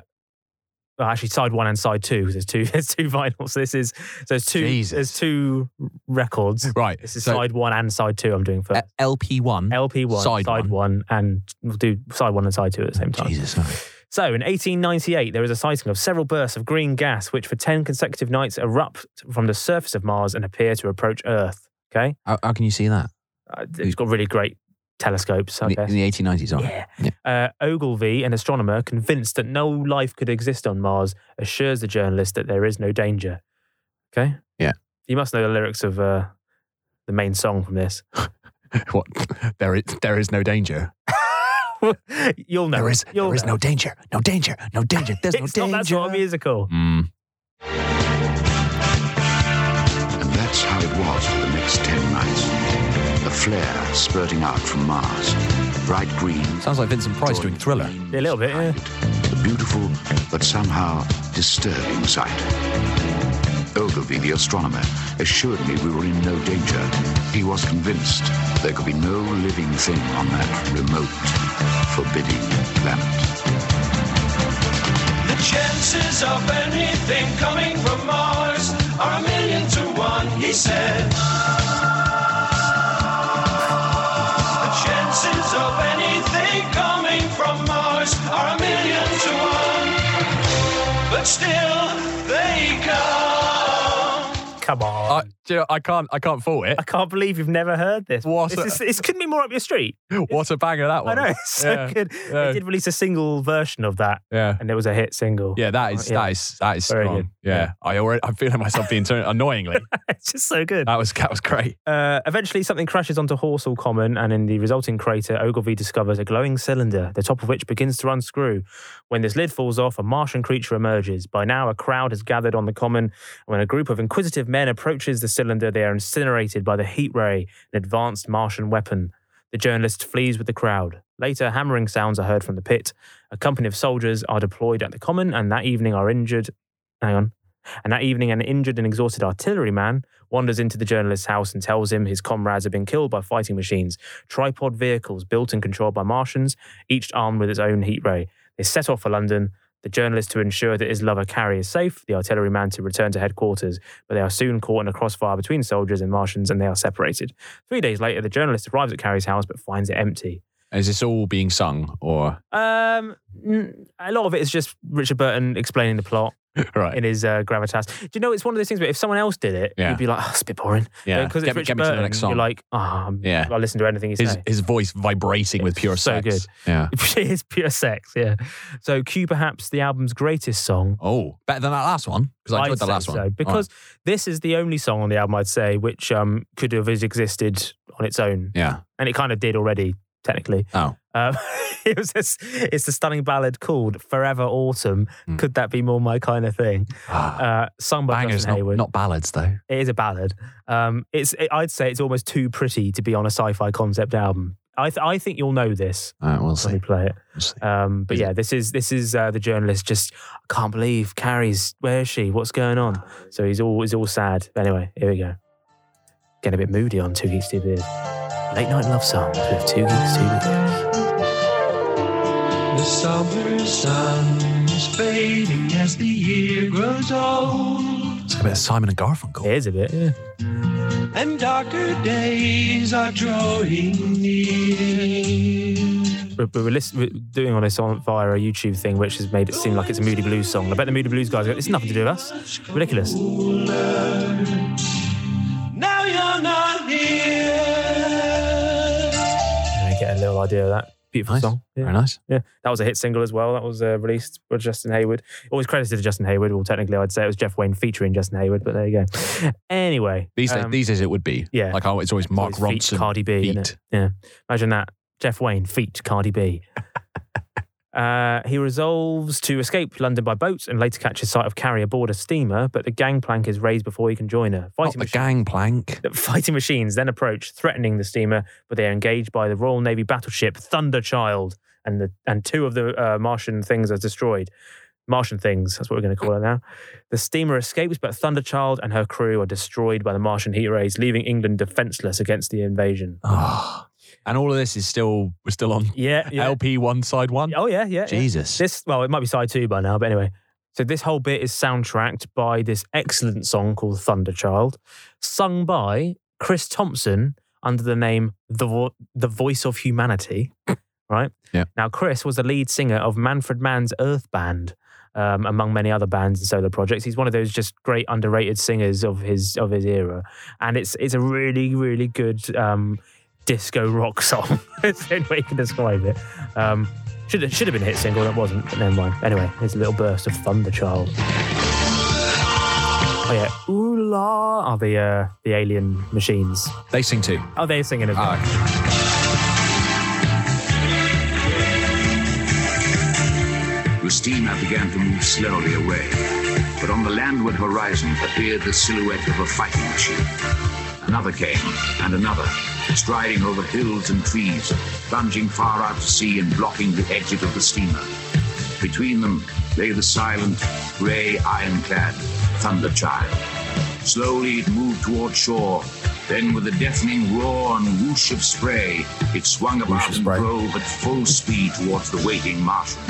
[SPEAKER 2] well, actually, side one and side two. 'cause There's two. There's two vinyls. So this is so there's two.
[SPEAKER 3] Jesus.
[SPEAKER 2] There's two records.
[SPEAKER 3] Right.
[SPEAKER 2] This is
[SPEAKER 3] so,
[SPEAKER 2] side one and side two. I'm doing first.
[SPEAKER 3] LP one.
[SPEAKER 2] LP one,
[SPEAKER 3] side
[SPEAKER 2] side, one. and we'll do side one and side two at the same time.
[SPEAKER 3] Jesus. okay.
[SPEAKER 2] So, in 1898, there is a sighting of several bursts of green gas, which for 10 consecutive nights erupt from the surface of Mars and appear to approach Earth. Okay?
[SPEAKER 3] How, how can you see that?
[SPEAKER 2] Uh, it's got really great telescopes, I
[SPEAKER 3] In the,
[SPEAKER 2] guess.
[SPEAKER 3] in the 1890s, aren't
[SPEAKER 2] Yeah. Uh, Ogilvy, an astronomer convinced that no life could exist on Mars, assures the journalist that there is no danger. Okay?
[SPEAKER 3] Yeah.
[SPEAKER 2] You must know the lyrics of uh, the main song from this.
[SPEAKER 3] What? There is, there is no danger.
[SPEAKER 2] You'll know.
[SPEAKER 3] There is,
[SPEAKER 2] You'll
[SPEAKER 3] there is
[SPEAKER 2] know.
[SPEAKER 3] no danger. No danger. No danger. There's no
[SPEAKER 2] It's
[SPEAKER 3] danger.
[SPEAKER 2] not that sort of musical.
[SPEAKER 3] Mm.
[SPEAKER 4] And that's how it was for the next ten nights. A flare spurting out from Mars. Bright green.
[SPEAKER 3] Sounds like Vincent Price doing Thriller.
[SPEAKER 2] Yeah, a little bit, yeah.
[SPEAKER 4] A beautiful, but somehow disturbing sight. Ogilvy, the astronomer, assured me we were in no danger. He was convinced there could be no living thing on that remote, forbidding planet.
[SPEAKER 5] The chances of anything coming from Mars are a million to one, he said. The chances of anything coming from Mars are a million to one. But still, they come.
[SPEAKER 2] Come on.
[SPEAKER 3] I, do you know, I can't, I can't fault it.
[SPEAKER 2] I can't believe you've never heard this.
[SPEAKER 3] What
[SPEAKER 2] This,
[SPEAKER 3] a-
[SPEAKER 2] is, this couldn't be more up your street.
[SPEAKER 3] What a banger that
[SPEAKER 2] I
[SPEAKER 3] was.
[SPEAKER 2] know. It's so
[SPEAKER 3] Yeah,
[SPEAKER 2] good.
[SPEAKER 3] yeah.
[SPEAKER 2] They did release a single version of that,
[SPEAKER 3] Yeah.
[SPEAKER 2] and it was a hit single.
[SPEAKER 3] Yeah, that is
[SPEAKER 2] Yeah.
[SPEAKER 3] that is that is
[SPEAKER 2] Very
[SPEAKER 3] strong.
[SPEAKER 2] good.
[SPEAKER 3] Yeah.
[SPEAKER 2] Yeah.
[SPEAKER 3] I already I'm feeling myself being turned annoyingly.
[SPEAKER 2] it's just so good.
[SPEAKER 3] That was that was great.
[SPEAKER 2] Uh, eventually, something crashes onto Horsell Common, and in the resulting crater, Ogilvy discovers a glowing cylinder, the top of which begins to unscrew. When this lid falls off, a Martian creature emerges. By now, a crowd has gathered on the common. and When a group of inquisitive men approaches the cylinder, they are incinerated by the heat ray, an advanced Martian weapon. The journalist flees with the crowd. Later, hammering sounds are heard from the pit. A company of soldiers are deployed at the common, and that evening are injured. Hang on. And that evening, an injured and exhausted artilleryman wanders into the journalist's house and tells him his comrades have been killed by fighting machines, tripod vehicles built and controlled by Martians, each armed with its own heat ray. They set off for London. The journalist to ensure that his lover Carrie is safe, the artilleryman to return to headquarters, but they are soon caught in a crossfire between soldiers and Martians and they are separated. Three days later, the journalist arrives at Carrie's house but finds it empty.
[SPEAKER 3] Is this all being sung or
[SPEAKER 2] Um, n- a lot of it is just Richard Burton explaining the plot
[SPEAKER 3] right?
[SPEAKER 2] in his uh, gravitas. Do you know it's one of those things where if someone else did it,
[SPEAKER 3] Yeah.
[SPEAKER 2] you'd be like, oh, it's a bit boring.
[SPEAKER 3] Yeah,
[SPEAKER 2] because
[SPEAKER 3] get,
[SPEAKER 2] it's
[SPEAKER 3] me-
[SPEAKER 2] Richard
[SPEAKER 3] get me to
[SPEAKER 2] Burton,
[SPEAKER 3] the next song.
[SPEAKER 2] you're like, ah, oh,
[SPEAKER 3] Yeah.
[SPEAKER 2] I listen to anything he
[SPEAKER 3] his
[SPEAKER 2] says.
[SPEAKER 3] his voice vibrating with pure
[SPEAKER 2] so
[SPEAKER 3] sex.
[SPEAKER 2] good.
[SPEAKER 3] Yeah.
[SPEAKER 2] it is pure sex, yeah. So Q, perhaps the album's greatest song.
[SPEAKER 3] Oh, better than that last one because
[SPEAKER 2] I'd
[SPEAKER 3] I enjoyed the
[SPEAKER 2] say
[SPEAKER 3] last
[SPEAKER 2] so,
[SPEAKER 3] one. All right.
[SPEAKER 2] because this is the only song on the album I'd say which um, could have existed on its own,
[SPEAKER 3] yeah,
[SPEAKER 2] and it kind of did already technically.
[SPEAKER 3] Oh.
[SPEAKER 2] Um, it was this, it's the stunning ballad called "Forever Autumn."
[SPEAKER 3] Mm.
[SPEAKER 2] Could that be more my kind of thing? Uh, sung by
[SPEAKER 3] Ah, bangers,
[SPEAKER 2] Justin
[SPEAKER 3] not,
[SPEAKER 2] Hayward.
[SPEAKER 3] not ballads though.
[SPEAKER 2] It is a ballad. Um, it's it, I'd say it's almost too pretty to be on a sci-fi concept album. I th- I think you'll know this
[SPEAKER 3] All right, we'll
[SPEAKER 2] when we
[SPEAKER 3] see.
[SPEAKER 2] play it.
[SPEAKER 3] We'll see.
[SPEAKER 2] Um, but
[SPEAKER 3] Is it-
[SPEAKER 2] yeah, this is this is uh, the journalist. Just I can't believe Carrie's. Where is she? What's going on? So he's all he's all sad. Anyway, here we go. Getting a bit moody on Two Geeks Two Beers. Late night love songs with Two Geeks Two Beers.
[SPEAKER 5] The summer sun is fading as the year grows old,
[SPEAKER 3] It's like a bit of Simon and Garfunkel.
[SPEAKER 2] It is a bit. Yeah.
[SPEAKER 5] and darker days are drawing near.
[SPEAKER 2] But we were, listen, we're doing all this on via a YouTube thing, which has made it seem like it's a Moody Blues song. I bet the Moody Blues guys go, it's nothing to do with us. Ridiculous.
[SPEAKER 5] Now you're not here.
[SPEAKER 2] You know, get a little idea of that. Beautiful
[SPEAKER 3] Nice.
[SPEAKER 2] song. Yeah.
[SPEAKER 3] Very nice.
[SPEAKER 2] Yeah. That was a hit single as well. That was uh, released by Justin Hayward. Always credited to Justin Hayward. Well, technically, I'd say it was Jeff Wayne featuring Justin Hayward, but there you go. Anyway.
[SPEAKER 3] These days,
[SPEAKER 2] um,
[SPEAKER 3] these days it would be.
[SPEAKER 2] yeah.
[SPEAKER 3] Like oh, it's always Mark
[SPEAKER 2] it's always feat
[SPEAKER 3] Ronson.
[SPEAKER 2] Cardi B. innit?
[SPEAKER 3] feat.
[SPEAKER 2] Yeah. Imagine that. Jeff Wayne, feat Cardi B. Uh, he resolves to escape London by boat and later catches sight of Carrie aboard a steamer, but the gangplank is raised before he can join her.
[SPEAKER 3] Not
[SPEAKER 2] Fighting
[SPEAKER 3] the
[SPEAKER 2] machine-
[SPEAKER 3] gangplank.
[SPEAKER 2] that Fighting machines then approach, threatening the steamer, but they are engaged by the Royal Navy battleship Thunderchild, and the and two of the uh, Martian things are destroyed. Martian things, that's what we're going to call it now. The steamer escapes, but Thunderchild and her crew are destroyed by the Martian heat rays, leaving England defenseless against the invasion.
[SPEAKER 3] Ah. And all of this is still we're still on
[SPEAKER 2] Yeah, yeah.
[SPEAKER 3] LP one side one.
[SPEAKER 2] Oh yeah, yeah. yeah.
[SPEAKER 3] Jesus.
[SPEAKER 2] This well, it might be side two by now, but anyway. So this whole bit is soundtracked by this excellent song called Thunderchild, sung by Chris Thompson under the name the Vo- the Voice of Humanity. Right.
[SPEAKER 3] Yeah.
[SPEAKER 2] Now Chris was the lead singer of Manfred Mann's Earth Band. Um, among many other bands and solo projects, he's one of those just great underrated singers of his of his era, and it's it's a really really good um, disco rock song. That's the only way you can describe it. Um, should have, should have been a hit single, and it wasn't, but never mind. Anyway, here's a little burst of Thunder Child. Oh yeah, ooh la, are the uh, the alien machines?
[SPEAKER 3] They sing too.
[SPEAKER 2] Oh, they're singing it.
[SPEAKER 3] Ah, okay.
[SPEAKER 4] The steamer began to move slowly away, but on the landward horizon appeared the silhouette of a fighting machine. Another came, and another, striding over hills and trees, plunging far out to sea and blocking the exit of the steamer. Between them lay the silent, grey, ironclad Thunderchild. Slowly it moved toward shore, then with a deafening roar and whoosh of spray, it swung about and
[SPEAKER 3] spray.
[SPEAKER 4] drove at full speed towards the waiting Martian.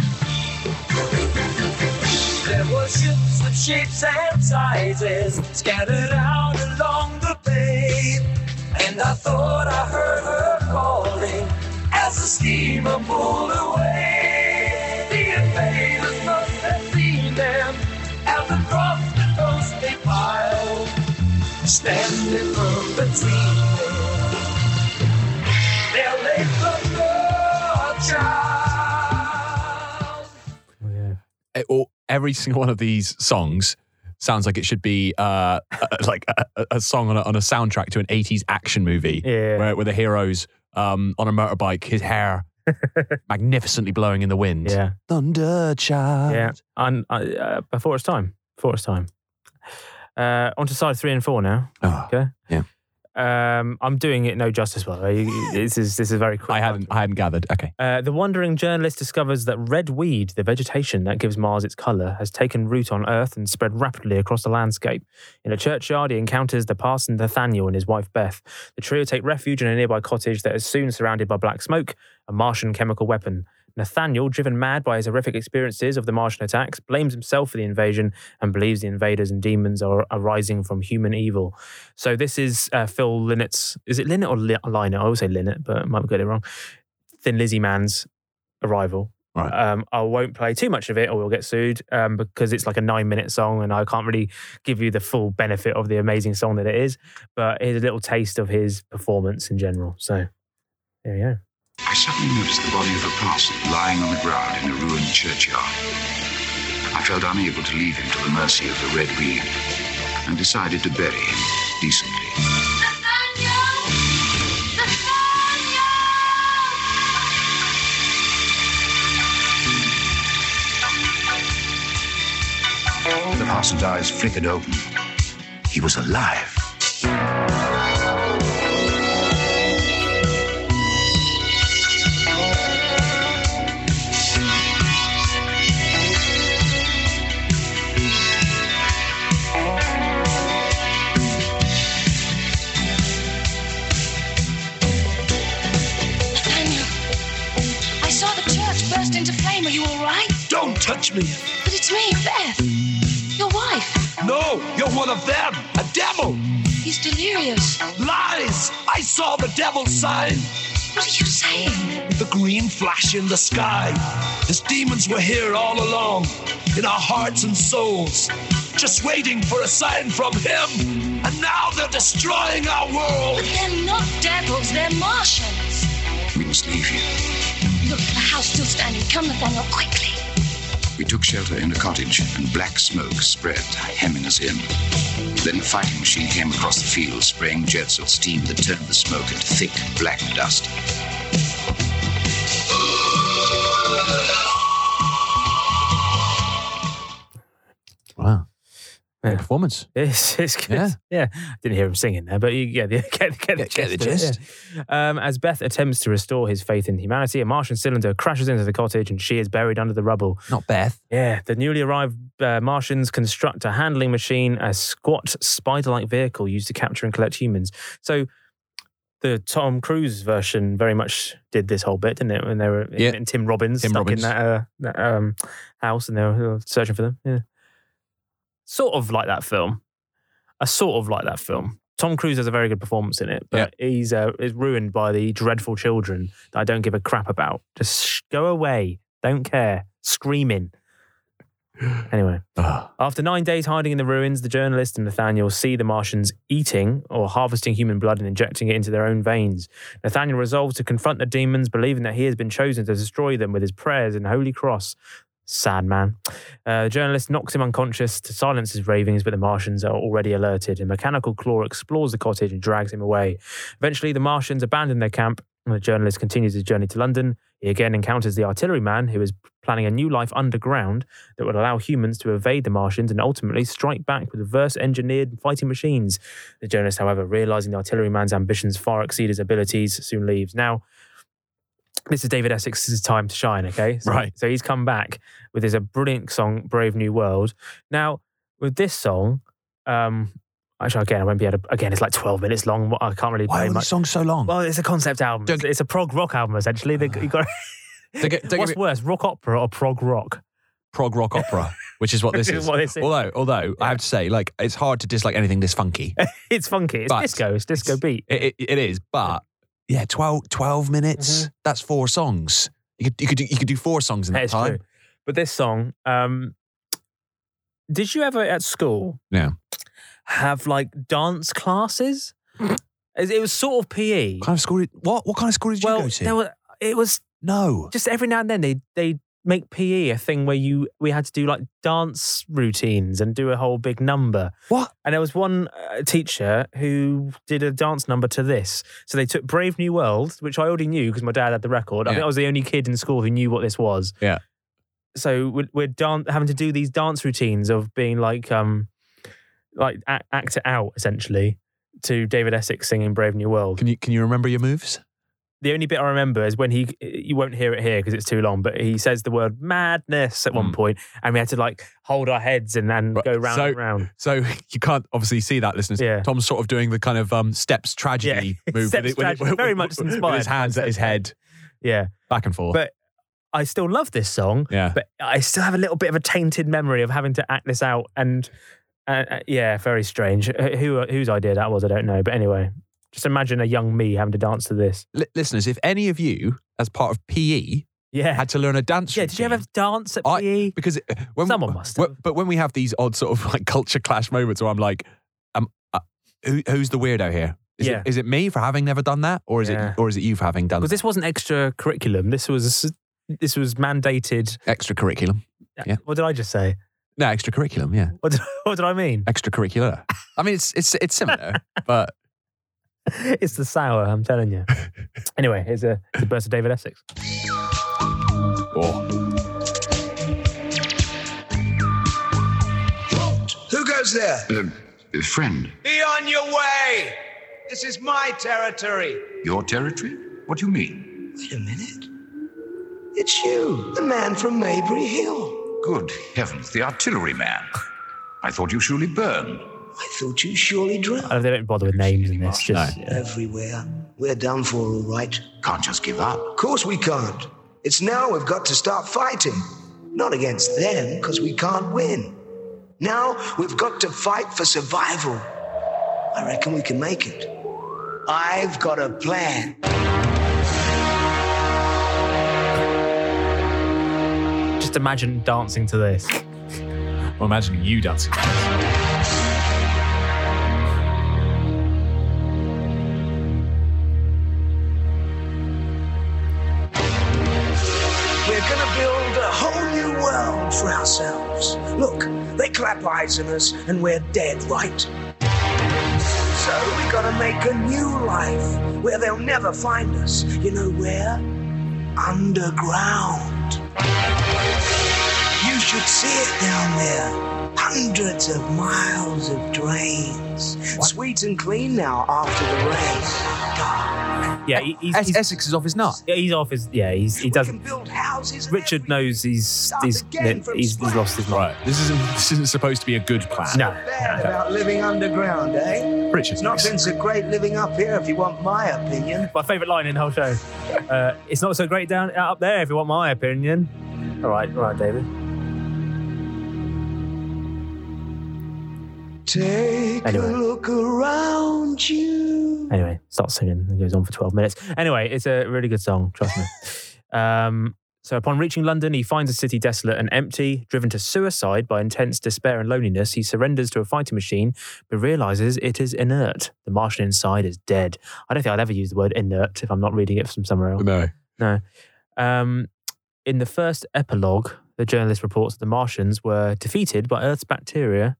[SPEAKER 5] There were ships of shapes and sizes scattered out along the bay. And I thought I heard her calling as the steamer pulled away. The invaders must have seen them as across the coast they piled, standing firm between them. There lay the child.
[SPEAKER 2] Oh, yeah.
[SPEAKER 3] It- all- every single one of these songs sounds like it should be uh, like a, a- a song on a, on a soundtrack to an 80s action movie
[SPEAKER 2] Yeah.
[SPEAKER 3] where, where the hero's um, on a motorbike, his hair magnificently blowing in the wind.
[SPEAKER 2] Yeah,
[SPEAKER 3] Thunder child.
[SPEAKER 2] yeah. And uh, uh, before it's time, before it's time. Uh, on to side three and four now.
[SPEAKER 3] Oh,
[SPEAKER 2] Okay.
[SPEAKER 3] Yeah.
[SPEAKER 2] Um, I'm doing it no justice, by the way. You- This is this is very quick.
[SPEAKER 3] I hadn't, I hadn't gathered. Okay.
[SPEAKER 2] Uh, the wandering journalist discovers that red weed, the vegetation that gives Mars its colour, has taken root on Earth and spread rapidly across the landscape. In a churchyard, he encounters the parson Nathaniel and his wife Beth. The trio take refuge in a nearby cottage that is soon surrounded by black smoke, a Martian chemical weapon. Nathaniel, driven mad by his horrific experiences of the Martian attacks, blames himself for the invasion and believes the invaders and demons are arising from human evil. So this is uh, Phil Linnet's. Is it Linnet or Li- Linnet? I always say Linnet, but I might get it wrong. Thin Lizzy Man's arrival.
[SPEAKER 3] Right.
[SPEAKER 2] Um, I won't play too much of it, or we'll get sued um, because it's like a nine-minute song, and I can't really give you the full benefit of the amazing song that it is. But here's a little taste of his performance in general. So there you go.
[SPEAKER 4] I suddenly noticed the body of a parson lying on the ground in a ruined churchyard. I felt unable to leave him to the mercy of the red weed and decided to bury him decently. The parson's eyes flickered open. He was alive.
[SPEAKER 6] Nathaniel, I saw the church burst into flame. Are you all right?
[SPEAKER 5] Don't touch me.
[SPEAKER 6] But it's me, Beth, your wife.
[SPEAKER 5] No, you're one of them. A devil.
[SPEAKER 6] He's delirious.
[SPEAKER 5] Lies. I saw the devil's sign.
[SPEAKER 6] What are you saying?
[SPEAKER 5] The green flash in the sky. His demons were here all along, in our hearts and souls, just waiting for a sign from him. And now they're destroying our
[SPEAKER 6] But
[SPEAKER 5] world.
[SPEAKER 6] they're not devils. They're Martians.
[SPEAKER 4] We must leave here.
[SPEAKER 6] Look, the house still standing. Come, Nathaniel, quickly.
[SPEAKER 4] We took shelter in a cottage, and black smoke spread, hemming us in. Then the fighting machine came across the field, spraying jets of steam that turned the smoke into thick black dust.
[SPEAKER 3] Wow.
[SPEAKER 2] Yeah.
[SPEAKER 3] Good performance.
[SPEAKER 2] It's, it's good. Yeah.
[SPEAKER 3] Yeah.
[SPEAKER 2] I didn't hear him singing there, but you get the, get, get the
[SPEAKER 3] Get- get the
[SPEAKER 2] gist. of it, yeah. Um, as Beth attempts to restore his faith in humanity, a Martian cylinder crashes into the cottage and she is buried under the rubble.
[SPEAKER 3] Not Beth.
[SPEAKER 2] Yeah, the newly arrived uh, Martians construct a handling machine, a squat spider like vehicle used to capture and collect humans. So the Tom Cruise version very much did this whole bit, didn't it? When they were
[SPEAKER 3] Yeah.
[SPEAKER 2] and Tim Robbins
[SPEAKER 3] Tim
[SPEAKER 2] stuck
[SPEAKER 3] Robbins.
[SPEAKER 2] in that, uh, that um, house and they were uh, searching for them. Yeah. Sort of like that film. A sort of like that film. Tom Cruise has a very good performance in it, but he's uh, is ruined by the dreadful children that I don't give a crap about. Just sh- go away. Don't care. Screaming. Anyway,
[SPEAKER 3] Ugh.
[SPEAKER 2] after nine days hiding in the ruins, the journalist and Nathaniel see the Martians eating or harvesting human blood and injecting it into their own veins. Nathaniel resolves to confront the demons, believing that he has been chosen to destroy them with his prayers and holy cross. Sad man. Uh, the journalist knocks him unconscious to silence his ravings, but the Martians are already alerted. A mechanical claw explores the cottage and drags him away. Eventually, the Martians abandon their camp, and the journalist continues his journey to London. He again encounters the artilleryman, who is planning a new life underground that would allow humans to evade the Martians and ultimately strike back with reverse engineered fighting machines. The journalist, however, realizing the artilleryman's ambitions far exceed his abilities, soon leaves. Now, this is David Essex's time to shine, okay? So,
[SPEAKER 3] Right.
[SPEAKER 2] So he's come back with his a brilliant song, Brave New World. Now, with this song, um, actually, again, I won't be able to, again, it's like 12 minutes long. I can't really
[SPEAKER 3] Why
[SPEAKER 2] play
[SPEAKER 3] are these
[SPEAKER 2] much.
[SPEAKER 3] songs so long?
[SPEAKER 2] Well, it's a concept album.
[SPEAKER 3] Don't-
[SPEAKER 2] It's a prog rock album, essentially. They, you got,
[SPEAKER 3] Don't get- don't get
[SPEAKER 2] what's
[SPEAKER 3] me-
[SPEAKER 2] worse, rock opera or prog rock?
[SPEAKER 3] prog rock opera, which is what this is.
[SPEAKER 2] What this is.
[SPEAKER 3] Although, although I have to say, like, it's hard to dislike anything this funky. It,
[SPEAKER 2] It's funky. It's
[SPEAKER 3] But
[SPEAKER 2] disco. It's disco
[SPEAKER 3] it's-
[SPEAKER 2] beat.
[SPEAKER 3] it, it is, but yeah, 12, 12 minutes. That's four songs. You could, you could, do, you could do four songs in
[SPEAKER 2] Mm-hmm. That
[SPEAKER 3] that
[SPEAKER 2] is
[SPEAKER 3] time.
[SPEAKER 2] true. But this song, um, did you ever at school?
[SPEAKER 3] Yeah.
[SPEAKER 2] Have like dance classes? It it was sort of PE.
[SPEAKER 3] Mm. What kind of school? Did, what, what kind of school did you
[SPEAKER 2] well,
[SPEAKER 3] go to?
[SPEAKER 2] there were, it was
[SPEAKER 3] no,
[SPEAKER 2] just every now and then they they make PE a thing where you we had to do like dance routines and do a whole big number.
[SPEAKER 3] What?
[SPEAKER 2] And there was one uh, teacher who did a dance number to this. So they took Brave New World, which I already knew because my dad had the record. I think
[SPEAKER 3] Yeah.
[SPEAKER 2] I was the only kid in school who knew what this was.
[SPEAKER 3] Yeah.
[SPEAKER 2] So we're, we're dan- having to do these dance routines of being like um like act, act it out essentially. to David Essex singing Brave New World.
[SPEAKER 3] Can you can you remember your moves?
[SPEAKER 2] The only bit I remember is when he, you won't hear it here because it's too long, but he says the word madness at one
[SPEAKER 3] Mm.
[SPEAKER 2] point, and we had to like hold our heads and then
[SPEAKER 3] Right,
[SPEAKER 2] go round
[SPEAKER 3] so-
[SPEAKER 2] and round.
[SPEAKER 3] So you can't obviously see that, listeners.
[SPEAKER 2] Yeah.
[SPEAKER 3] Tom's sort of doing the kind of um, steps tragedy
[SPEAKER 2] Yeah.
[SPEAKER 3] move,
[SPEAKER 2] Steps tragedy, very much
[SPEAKER 3] with
[SPEAKER 2] inspired
[SPEAKER 3] his
[SPEAKER 2] by
[SPEAKER 3] hands at his
[SPEAKER 2] steps
[SPEAKER 3] head,
[SPEAKER 2] Yeah.
[SPEAKER 3] back and forth.
[SPEAKER 2] But- I still love this song,
[SPEAKER 3] yeah,
[SPEAKER 2] but I still have a little bit of a tainted memory of having to act this out. And uh, uh, yeah, very strange. Uh, Who whose idea that was, I don't know. But anyway, just imagine a young me having to dance to this.
[SPEAKER 3] Li- listeners, if any of you, as part of E, PE,
[SPEAKER 2] Yeah,
[SPEAKER 3] had to learn a dance.
[SPEAKER 2] yeah. Did you
[SPEAKER 3] routine-
[SPEAKER 2] ever dance at E?
[SPEAKER 3] I-
[SPEAKER 2] PE?
[SPEAKER 3] Because when
[SPEAKER 2] Someone must
[SPEAKER 3] w- but when we have these odd sort of like culture clash moments, where I'm like, um, uh, who, who's the weirdo here? Is,
[SPEAKER 2] Yeah.
[SPEAKER 3] it, is it me for having never done that, or is
[SPEAKER 2] Yeah.
[SPEAKER 3] it or is it you for having done
[SPEAKER 2] Because this wasn't extra curriculum. This was this was mandated.
[SPEAKER 3] extracurriculum? Yeah.
[SPEAKER 2] What did I just say?
[SPEAKER 3] No, extracurriculum. Yeah,
[SPEAKER 2] What did, what did I mean?
[SPEAKER 3] extracurricular. I mean, it's it's it's similar, but
[SPEAKER 2] It's the sour. I'm telling you. anyway, here's a, here's a burst of David Essex.
[SPEAKER 3] oh,
[SPEAKER 7] Who goes there?
[SPEAKER 4] Uh, friend,
[SPEAKER 7] Be on your way! This is my territory.
[SPEAKER 4] your territory? What do you mean?
[SPEAKER 7] Wait a minute. It's you, the man from Maybury Hill.
[SPEAKER 4] Good heavens, the artilleryman. I thought you surely burned.
[SPEAKER 7] I thought you surely drowned.
[SPEAKER 2] Oh, they don't bother with names in this. Just
[SPEAKER 7] Everywhere. We're done for, all right.
[SPEAKER 4] Can't just give up.
[SPEAKER 7] Of course we can't. It's now we've got to start fighting. Not against them, because we can't win. Now we've got to fight for survival. I reckon we can make it. I've got a plan.
[SPEAKER 2] just imagine dancing to this.
[SPEAKER 3] well, imagine you dancing.
[SPEAKER 2] Ah,
[SPEAKER 7] We're gonna build a whole new world for ourselves. Look, they clap eyes on us and we're dead, right? So we gotta make a new life where they'll never find us. You know where? Underground. You should see it down there. Hundreds of miles of drains. Sweet and clean now after the rain. God,
[SPEAKER 2] Yeah, he- he's,
[SPEAKER 3] Es-
[SPEAKER 2] he's,
[SPEAKER 3] Essex is off his nut.
[SPEAKER 2] yeah, he's off his. Yeah, he's, he
[SPEAKER 7] we
[SPEAKER 2] doesn't.
[SPEAKER 7] can build houses and
[SPEAKER 2] Richard
[SPEAKER 7] everything.
[SPEAKER 2] knows he's he's he's, he's lost his mind.
[SPEAKER 3] Right, this isn't this isn't supposed to be a good plan.
[SPEAKER 2] No,
[SPEAKER 7] bad about living underground, eh?
[SPEAKER 3] Richard's
[SPEAKER 7] It's not
[SPEAKER 3] next.
[SPEAKER 7] been so great living up here, if you want my opinion.
[SPEAKER 2] my favourite line in the whole show. Uh, it's not so great down up there, if you want my opinion. All right, all right, David.
[SPEAKER 7] Take
[SPEAKER 2] Anyway.
[SPEAKER 7] a look around you.
[SPEAKER 2] Anyway, starts singing and goes on for 12 minutes. Anyway, it's a really good song, trust me. um, so, upon reaching London, he finds a city desolate and empty. Driven to suicide by intense despair and loneliness, he surrenders to a fighting machine but realizes it is inert. The Martian inside is dead. I don't think I'd ever use the word inert if I'm not reading it from somewhere else.
[SPEAKER 3] No.
[SPEAKER 2] Um, in the first epilogue, the journalist reports that the Martians were defeated by Earth's bacteria,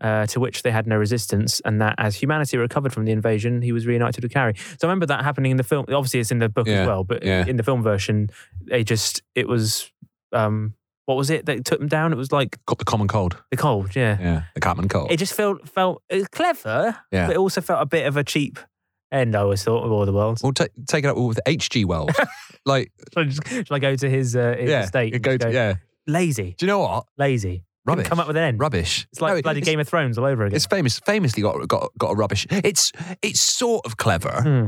[SPEAKER 2] uh, to which they had no resistance, and that as humanity recovered from the invasion, he was reunited with Carrie. So I remember that happening in the film. Obviously, it's in the book
[SPEAKER 3] Yeah,
[SPEAKER 2] as well, but
[SPEAKER 3] yeah.
[SPEAKER 2] in the film version, they just it was um, what was it that took them down? It was like
[SPEAKER 3] Got the common cold.
[SPEAKER 2] the cold, yeah.
[SPEAKER 3] Yeah, the Catman cold.
[SPEAKER 2] It just felt felt it was clever,
[SPEAKER 3] Yeah.
[SPEAKER 2] but it also felt a bit of a cheap end. I always thought of all the world.
[SPEAKER 3] We'll ta- take it up with H.G. Wells. like,
[SPEAKER 2] Shall I, just, shall I go to his, uh, his
[SPEAKER 3] yeah,
[SPEAKER 2] estate?
[SPEAKER 3] you
[SPEAKER 2] and
[SPEAKER 3] go
[SPEAKER 2] just
[SPEAKER 3] to, yeah.
[SPEAKER 2] Lazy,
[SPEAKER 3] Do you know what?
[SPEAKER 2] lazy. Couldn't
[SPEAKER 3] Rubbish.
[SPEAKER 2] Come up with an end.
[SPEAKER 3] Rubbish.
[SPEAKER 2] It's like
[SPEAKER 3] No, it-
[SPEAKER 2] bloody
[SPEAKER 3] it's,
[SPEAKER 2] Game of Thrones all over again.
[SPEAKER 3] It's famous. Famously got got got a rubbish. It's it's sort of clever.
[SPEAKER 2] Hmm.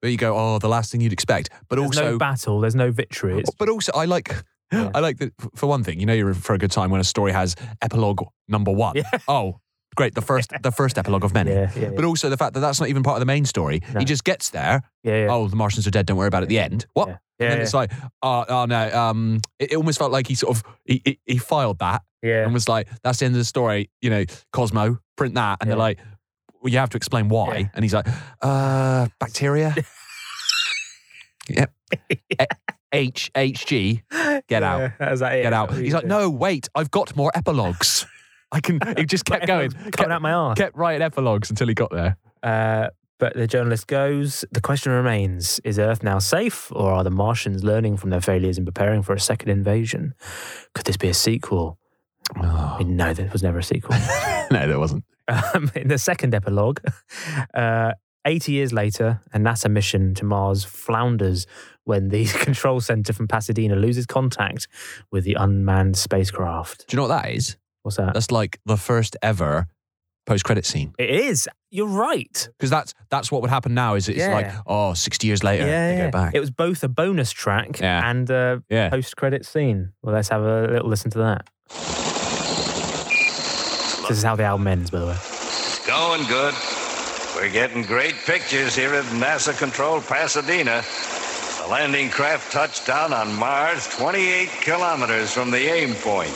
[SPEAKER 3] Where you go, oh, the last thing you'd expect, but
[SPEAKER 2] There's
[SPEAKER 3] also,
[SPEAKER 2] no battle. There's no victory. It's,
[SPEAKER 3] but also, I like.
[SPEAKER 2] Yeah.
[SPEAKER 3] I like that for one thing, you know, you're in for a good time when a story has epilogue number one.
[SPEAKER 2] Yeah.
[SPEAKER 3] Oh, great, the first, the first epilogue of many.
[SPEAKER 2] yeah, yeah,
[SPEAKER 3] But also the fact that that's not even part of the main story.
[SPEAKER 2] No.
[SPEAKER 3] He just gets there.
[SPEAKER 2] yeah, yeah.
[SPEAKER 3] Oh, the Martians are dead. Don't worry about it. The end. What?
[SPEAKER 2] yeah,
[SPEAKER 3] And
[SPEAKER 2] yeah,
[SPEAKER 3] then it's like, oh, oh no. Um, it, it almost felt like he sort of he, he, he filed that
[SPEAKER 2] yeah.
[SPEAKER 3] and was like, that's the end of the story. You know, Cosmo, print that. And
[SPEAKER 2] Yeah.
[SPEAKER 3] they're like, well, you have to explain why.
[SPEAKER 2] Yeah.
[SPEAKER 3] And he's like, uh, bacteria. yep. Eh, H H G. Get out.
[SPEAKER 2] Yeah, that was that, yeah,
[SPEAKER 3] Get out.
[SPEAKER 2] that's what
[SPEAKER 3] He's
[SPEAKER 2] you
[SPEAKER 3] like,
[SPEAKER 2] do.
[SPEAKER 3] no, wait. I've got more epilogues. I can. He just kept going.
[SPEAKER 2] coming
[SPEAKER 3] Kept,
[SPEAKER 2] out my arse.
[SPEAKER 3] kept writing epilogues until he got there.
[SPEAKER 2] Uh, but the journalist goes. The question remains: Is Earth now safe, or are the Martians learning from their failures and preparing for a second invasion? Could this be a sequel?
[SPEAKER 3] Oh.
[SPEAKER 2] I mean, no, there was never a sequel.
[SPEAKER 3] no, there wasn't.
[SPEAKER 2] Um, in the second epilogue, uh, 80 years later, a NASA mission to Mars flounders when the control center from Pasadena loses contact with the unmanned spacecraft.
[SPEAKER 3] Do you know what that is?
[SPEAKER 2] What's that?
[SPEAKER 3] That's like the first ever post-credit scene.
[SPEAKER 2] it is. You're right.
[SPEAKER 3] because that's that's what would happen now. Is it's
[SPEAKER 2] Yeah.
[SPEAKER 3] like oh, 60 years later, they go back.
[SPEAKER 2] It was both a bonus track
[SPEAKER 3] Yeah.
[SPEAKER 2] and a
[SPEAKER 3] yeah,
[SPEAKER 2] post-credit scene. Well, let's have a little listen to that. This is how the album ends, by the way.
[SPEAKER 4] Going good. We're getting great pictures here at NASA controlled Pasadena. The landing craft touched down on Mars 28 kilometers from the aim point.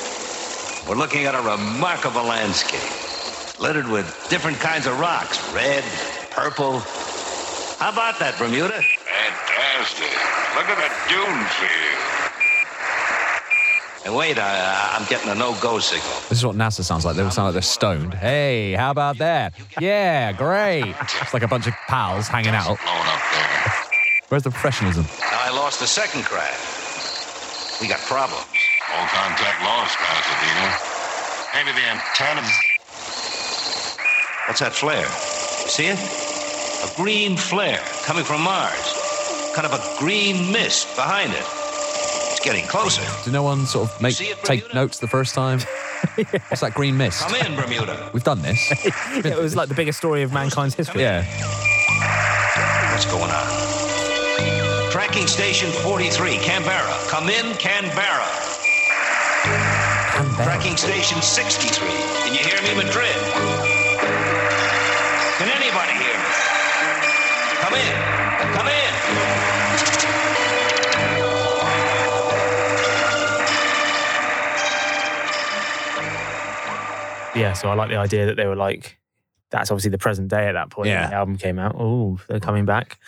[SPEAKER 4] We're looking at a remarkable landscape, littered with different kinds of rocks red, purple. How about that, Bermuda?
[SPEAKER 8] Fantastic. Look at that dune field.
[SPEAKER 4] Hey, wait, I, I'm getting a no go signal.
[SPEAKER 3] this is what NASA sounds like. They would sound like they're stoned. Hey, how about that? Yeah, great. It's like a bunch of pals hanging out.
[SPEAKER 8] Blown up there.
[SPEAKER 3] Where's the professionalism?
[SPEAKER 4] Now I lost the second craft. We got problems.
[SPEAKER 8] All contact lost, Pasadena. Maybe the antennas.
[SPEAKER 4] What's that flare? See it? A green flare coming from Mars. Kind of a green mist behind it. It's getting closer.
[SPEAKER 3] Did no one sort of make
[SPEAKER 4] See it,
[SPEAKER 3] take
[SPEAKER 4] Bermuda?
[SPEAKER 3] notes the first time? What's that green mist?
[SPEAKER 4] Come in, Bermuda.
[SPEAKER 3] We've done this.
[SPEAKER 2] it was like the biggest story of mankind's history.
[SPEAKER 3] Yeah,
[SPEAKER 4] What's going on? Tracking station 43, Canberra. Come in, Canberra. Tracking station 63. Can you hear me, Madrid? Can anybody hear me? Come in. Come in.
[SPEAKER 2] Yeah, so I like the idea that they were like, that's obviously the present day at that point.
[SPEAKER 3] Yeah.
[SPEAKER 2] when The album came out. Oh, they're coming back.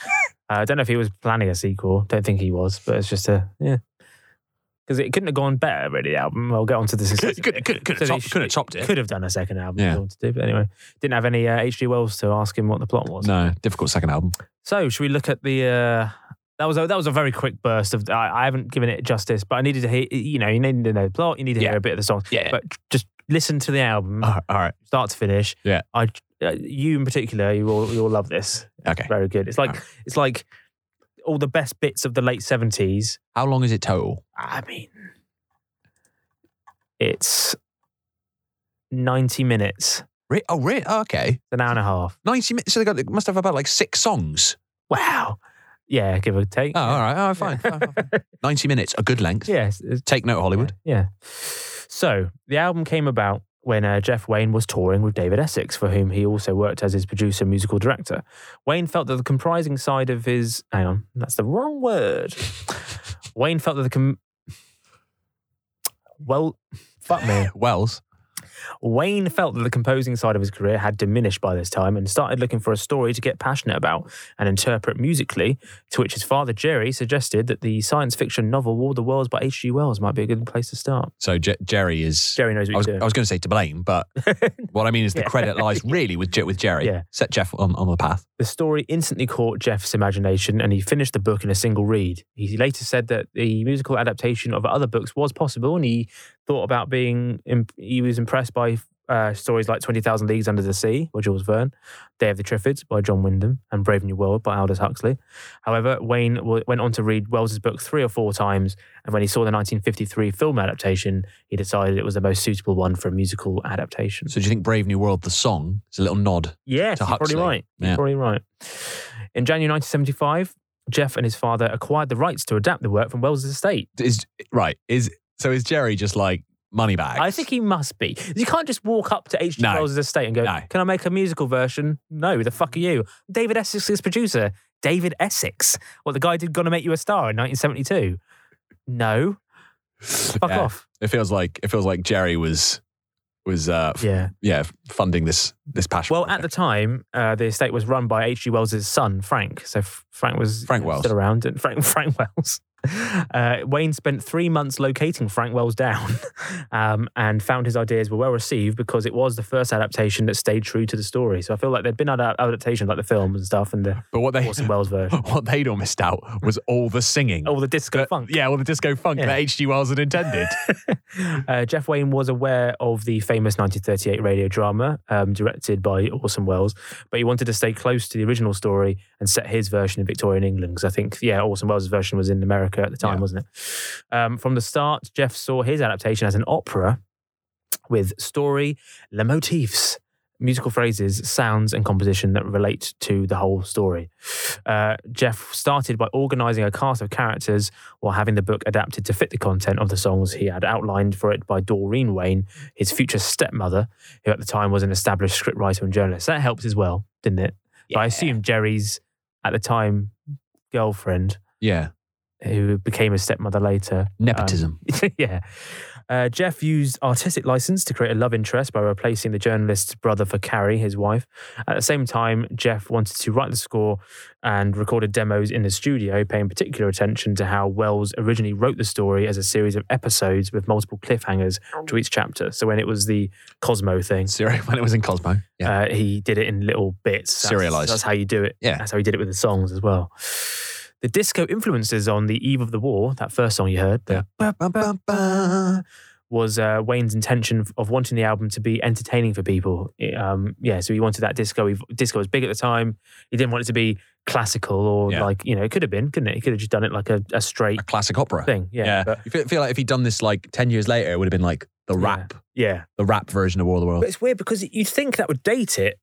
[SPEAKER 2] Uh, I don't know if he was planning a sequel. Don't think he was, but it's just a, yeah. Because it couldn't have gone better, really, the album. I'll get onto the success. of
[SPEAKER 3] could-
[SPEAKER 2] it.
[SPEAKER 3] could- could have
[SPEAKER 2] they
[SPEAKER 3] topped-
[SPEAKER 2] sh-
[SPEAKER 3] could have topped it.
[SPEAKER 2] Could have done a second album. if
[SPEAKER 3] Yeah.
[SPEAKER 2] they wanted to do, but anyway, didn't have any uh, H.G. Wells to ask him what the plot was.
[SPEAKER 3] no, difficult second album.
[SPEAKER 2] So, should we look at the? Uh, that was a, that was a very quick burst of. I, I haven't given it justice, but I needed to hear. You know, you needed to know the plot. You need to
[SPEAKER 3] Yeah.
[SPEAKER 2] hear a bit of the songs.
[SPEAKER 3] Yeah.
[SPEAKER 2] But just listen to the album,
[SPEAKER 3] All right, all right.
[SPEAKER 2] start to finish.
[SPEAKER 3] Yeah.
[SPEAKER 2] I, uh, you in particular, you all you all love this.
[SPEAKER 3] okay.
[SPEAKER 2] Very good. It's like it's like all the best bits of the late seventies.
[SPEAKER 3] How long is it total?
[SPEAKER 2] I mean, it's ninety minutes,
[SPEAKER 3] Re- oh, re- oh, okay.
[SPEAKER 2] an hour and a half.
[SPEAKER 3] Ninety minutes. So they got they must have about like six songs.
[SPEAKER 2] Wow. Yeah, give or take.
[SPEAKER 3] Oh, all right. Oh, fine. fine, fine, fine. Ninety minutes, a good length.
[SPEAKER 2] Yes, it's-
[SPEAKER 3] Take note, Hollywood.
[SPEAKER 2] Yeah. So the album came about when uh, Jeff Wayne was touring with David Essex, for whom he also worked as his producer and musical director. Wayne felt that the comprising side of his. Hang on, that's the wrong word. Wayne felt that the. Com- well, fuck me.
[SPEAKER 3] Wells.
[SPEAKER 2] Wayne felt that the composing side of his career had diminished by this time and started looking for a story to get passionate about and interpret musically, to which his father Jerry suggested that the science fiction novel War of the Worlds by H.G. Wells might be a good place to start.
[SPEAKER 3] So J- Jerry is.
[SPEAKER 2] Jerry knows what
[SPEAKER 3] I was,
[SPEAKER 2] you're doing.
[SPEAKER 3] I was going to say to blame, but what I mean is the
[SPEAKER 2] Yeah.
[SPEAKER 3] credit lies really with Je- with Jerry.
[SPEAKER 2] Yeah.
[SPEAKER 3] Set Jeff on, on the path.
[SPEAKER 2] The story instantly caught Jeff's imagination and he finished the book in a single read. He later said that the musical adaptation of other books was possible and he thought about being, imp- he was impressed by uh, stories like 20,000 Leagues Under the Sea by Jules Verne, Day of the Triffids by John Wyndham, and Brave New World by Aldous Huxley. However, Wayne w- went on to read Wells's book three or four times and when he saw the 1953 film adaptation, he decided it was the most suitable one for a musical adaptation.
[SPEAKER 3] So do you think Brave New World, the song, is a little nod?
[SPEAKER 2] Yes,
[SPEAKER 3] to
[SPEAKER 2] you're probably
[SPEAKER 3] Huxley.
[SPEAKER 2] right.
[SPEAKER 3] Yeah.
[SPEAKER 2] You're probably right. In January 1975, Jeff and his father acquired the rights to adapt the work from Wells' estate.
[SPEAKER 3] Is right? Is so is Jerry just like money bag?
[SPEAKER 2] I think he must be. You can't just walk up to H.G.
[SPEAKER 3] No.
[SPEAKER 2] Wells' estate and go,
[SPEAKER 3] No.
[SPEAKER 2] "Can I make a musical version?" No, who the fuck are you? David Essex's producer, David Essex. What the guy did "Gonna Make You a Star" in 1972? No, fuck
[SPEAKER 3] Yeah.
[SPEAKER 2] off.
[SPEAKER 3] It feels like it feels like Jerry was was uh f-
[SPEAKER 2] Yeah.
[SPEAKER 3] yeah funding this this passion.
[SPEAKER 2] Well, at the time, uh, the estate was run by H.G. Wells' son, Frank. So F- Frank was
[SPEAKER 3] Frank Wells.
[SPEAKER 2] still around, and Frank Frank Wells. Uh, Wayne spent three months locating Frank Wells Down um, and found his ideas were well received because it was the first adaptation that stayed true to the story. So I feel like there'd been other adaptations like the films and stuff and the
[SPEAKER 3] But what they
[SPEAKER 2] Orson Welles version.
[SPEAKER 3] what they'd all missed out was all the singing.
[SPEAKER 2] Oh, the disco
[SPEAKER 3] That-
[SPEAKER 2] funk.
[SPEAKER 3] Yeah, all the disco funk
[SPEAKER 2] Yeah.
[SPEAKER 3] that H.G. Wells had intended.
[SPEAKER 2] Uh, Jeff Wayne was aware of the famous 1938 radio drama um, directed by Orson Welles, but he wanted to stay close to the original story and set his version in Victorian England. 'Cause I think, yeah, Orson Welles' version was in America at the time,
[SPEAKER 3] Yeah.
[SPEAKER 2] wasn't it? Um, from the start, Jeff saw his adaptation as an opera with story, le motifs, musical phrases, sounds, and composition that relate to the whole story. Uh, Jeff started by organizing a cast of characters while having the book adapted to fit the content of the songs he had outlined for it by Doreen Wayne, his future stepmother, who at the time was an established scriptwriter and journalist. That helps as well, didn't it? But I assume Jerry's, at the time, girlfriend,
[SPEAKER 3] yeah,
[SPEAKER 2] who became his stepmother later, um,
[SPEAKER 3] nepotism.
[SPEAKER 2] yeah. Uh, Jeff used artistic license to create a love interest by replacing the journalist's brother for Carrie, his wife. At the same time, Jeff wanted to write the score and recorded demos in the studio, paying particular attention to how Wells originally wrote the story as a series of episodes with multiple cliffhangers to each chapter. So when it was the Cosmo thing,
[SPEAKER 3] Syria when it was in Cosmo. Yeah.
[SPEAKER 2] uh, he did it in little bits. That's-
[SPEAKER 3] Serialized.
[SPEAKER 2] That's how you do it.
[SPEAKER 3] Yeah.
[SPEAKER 2] That's how he did it with the songs as well. The disco influences on The Eve of the War, that first song you heard, the was uh, Wayne's intention of- of wanting the album to be entertaining for people. It, um, yeah, so he wanted that disco. ev- Disco was big at the time. He didn't want it to be classical or
[SPEAKER 3] Yeah.
[SPEAKER 2] like you know it could have been, couldn't it? He could have just done it like a, a straight
[SPEAKER 3] a classic opera.
[SPEAKER 2] thing. Yeah,
[SPEAKER 3] yeah.
[SPEAKER 2] but-
[SPEAKER 3] You feel, feel like if he'd done this like 10 years later, it would have been like the
[SPEAKER 2] Yeah.
[SPEAKER 3] rap,
[SPEAKER 2] yeah.
[SPEAKER 3] the rap version of War of the
[SPEAKER 2] But
[SPEAKER 3] Worlds.
[SPEAKER 2] it's weird because you'd think that would date it,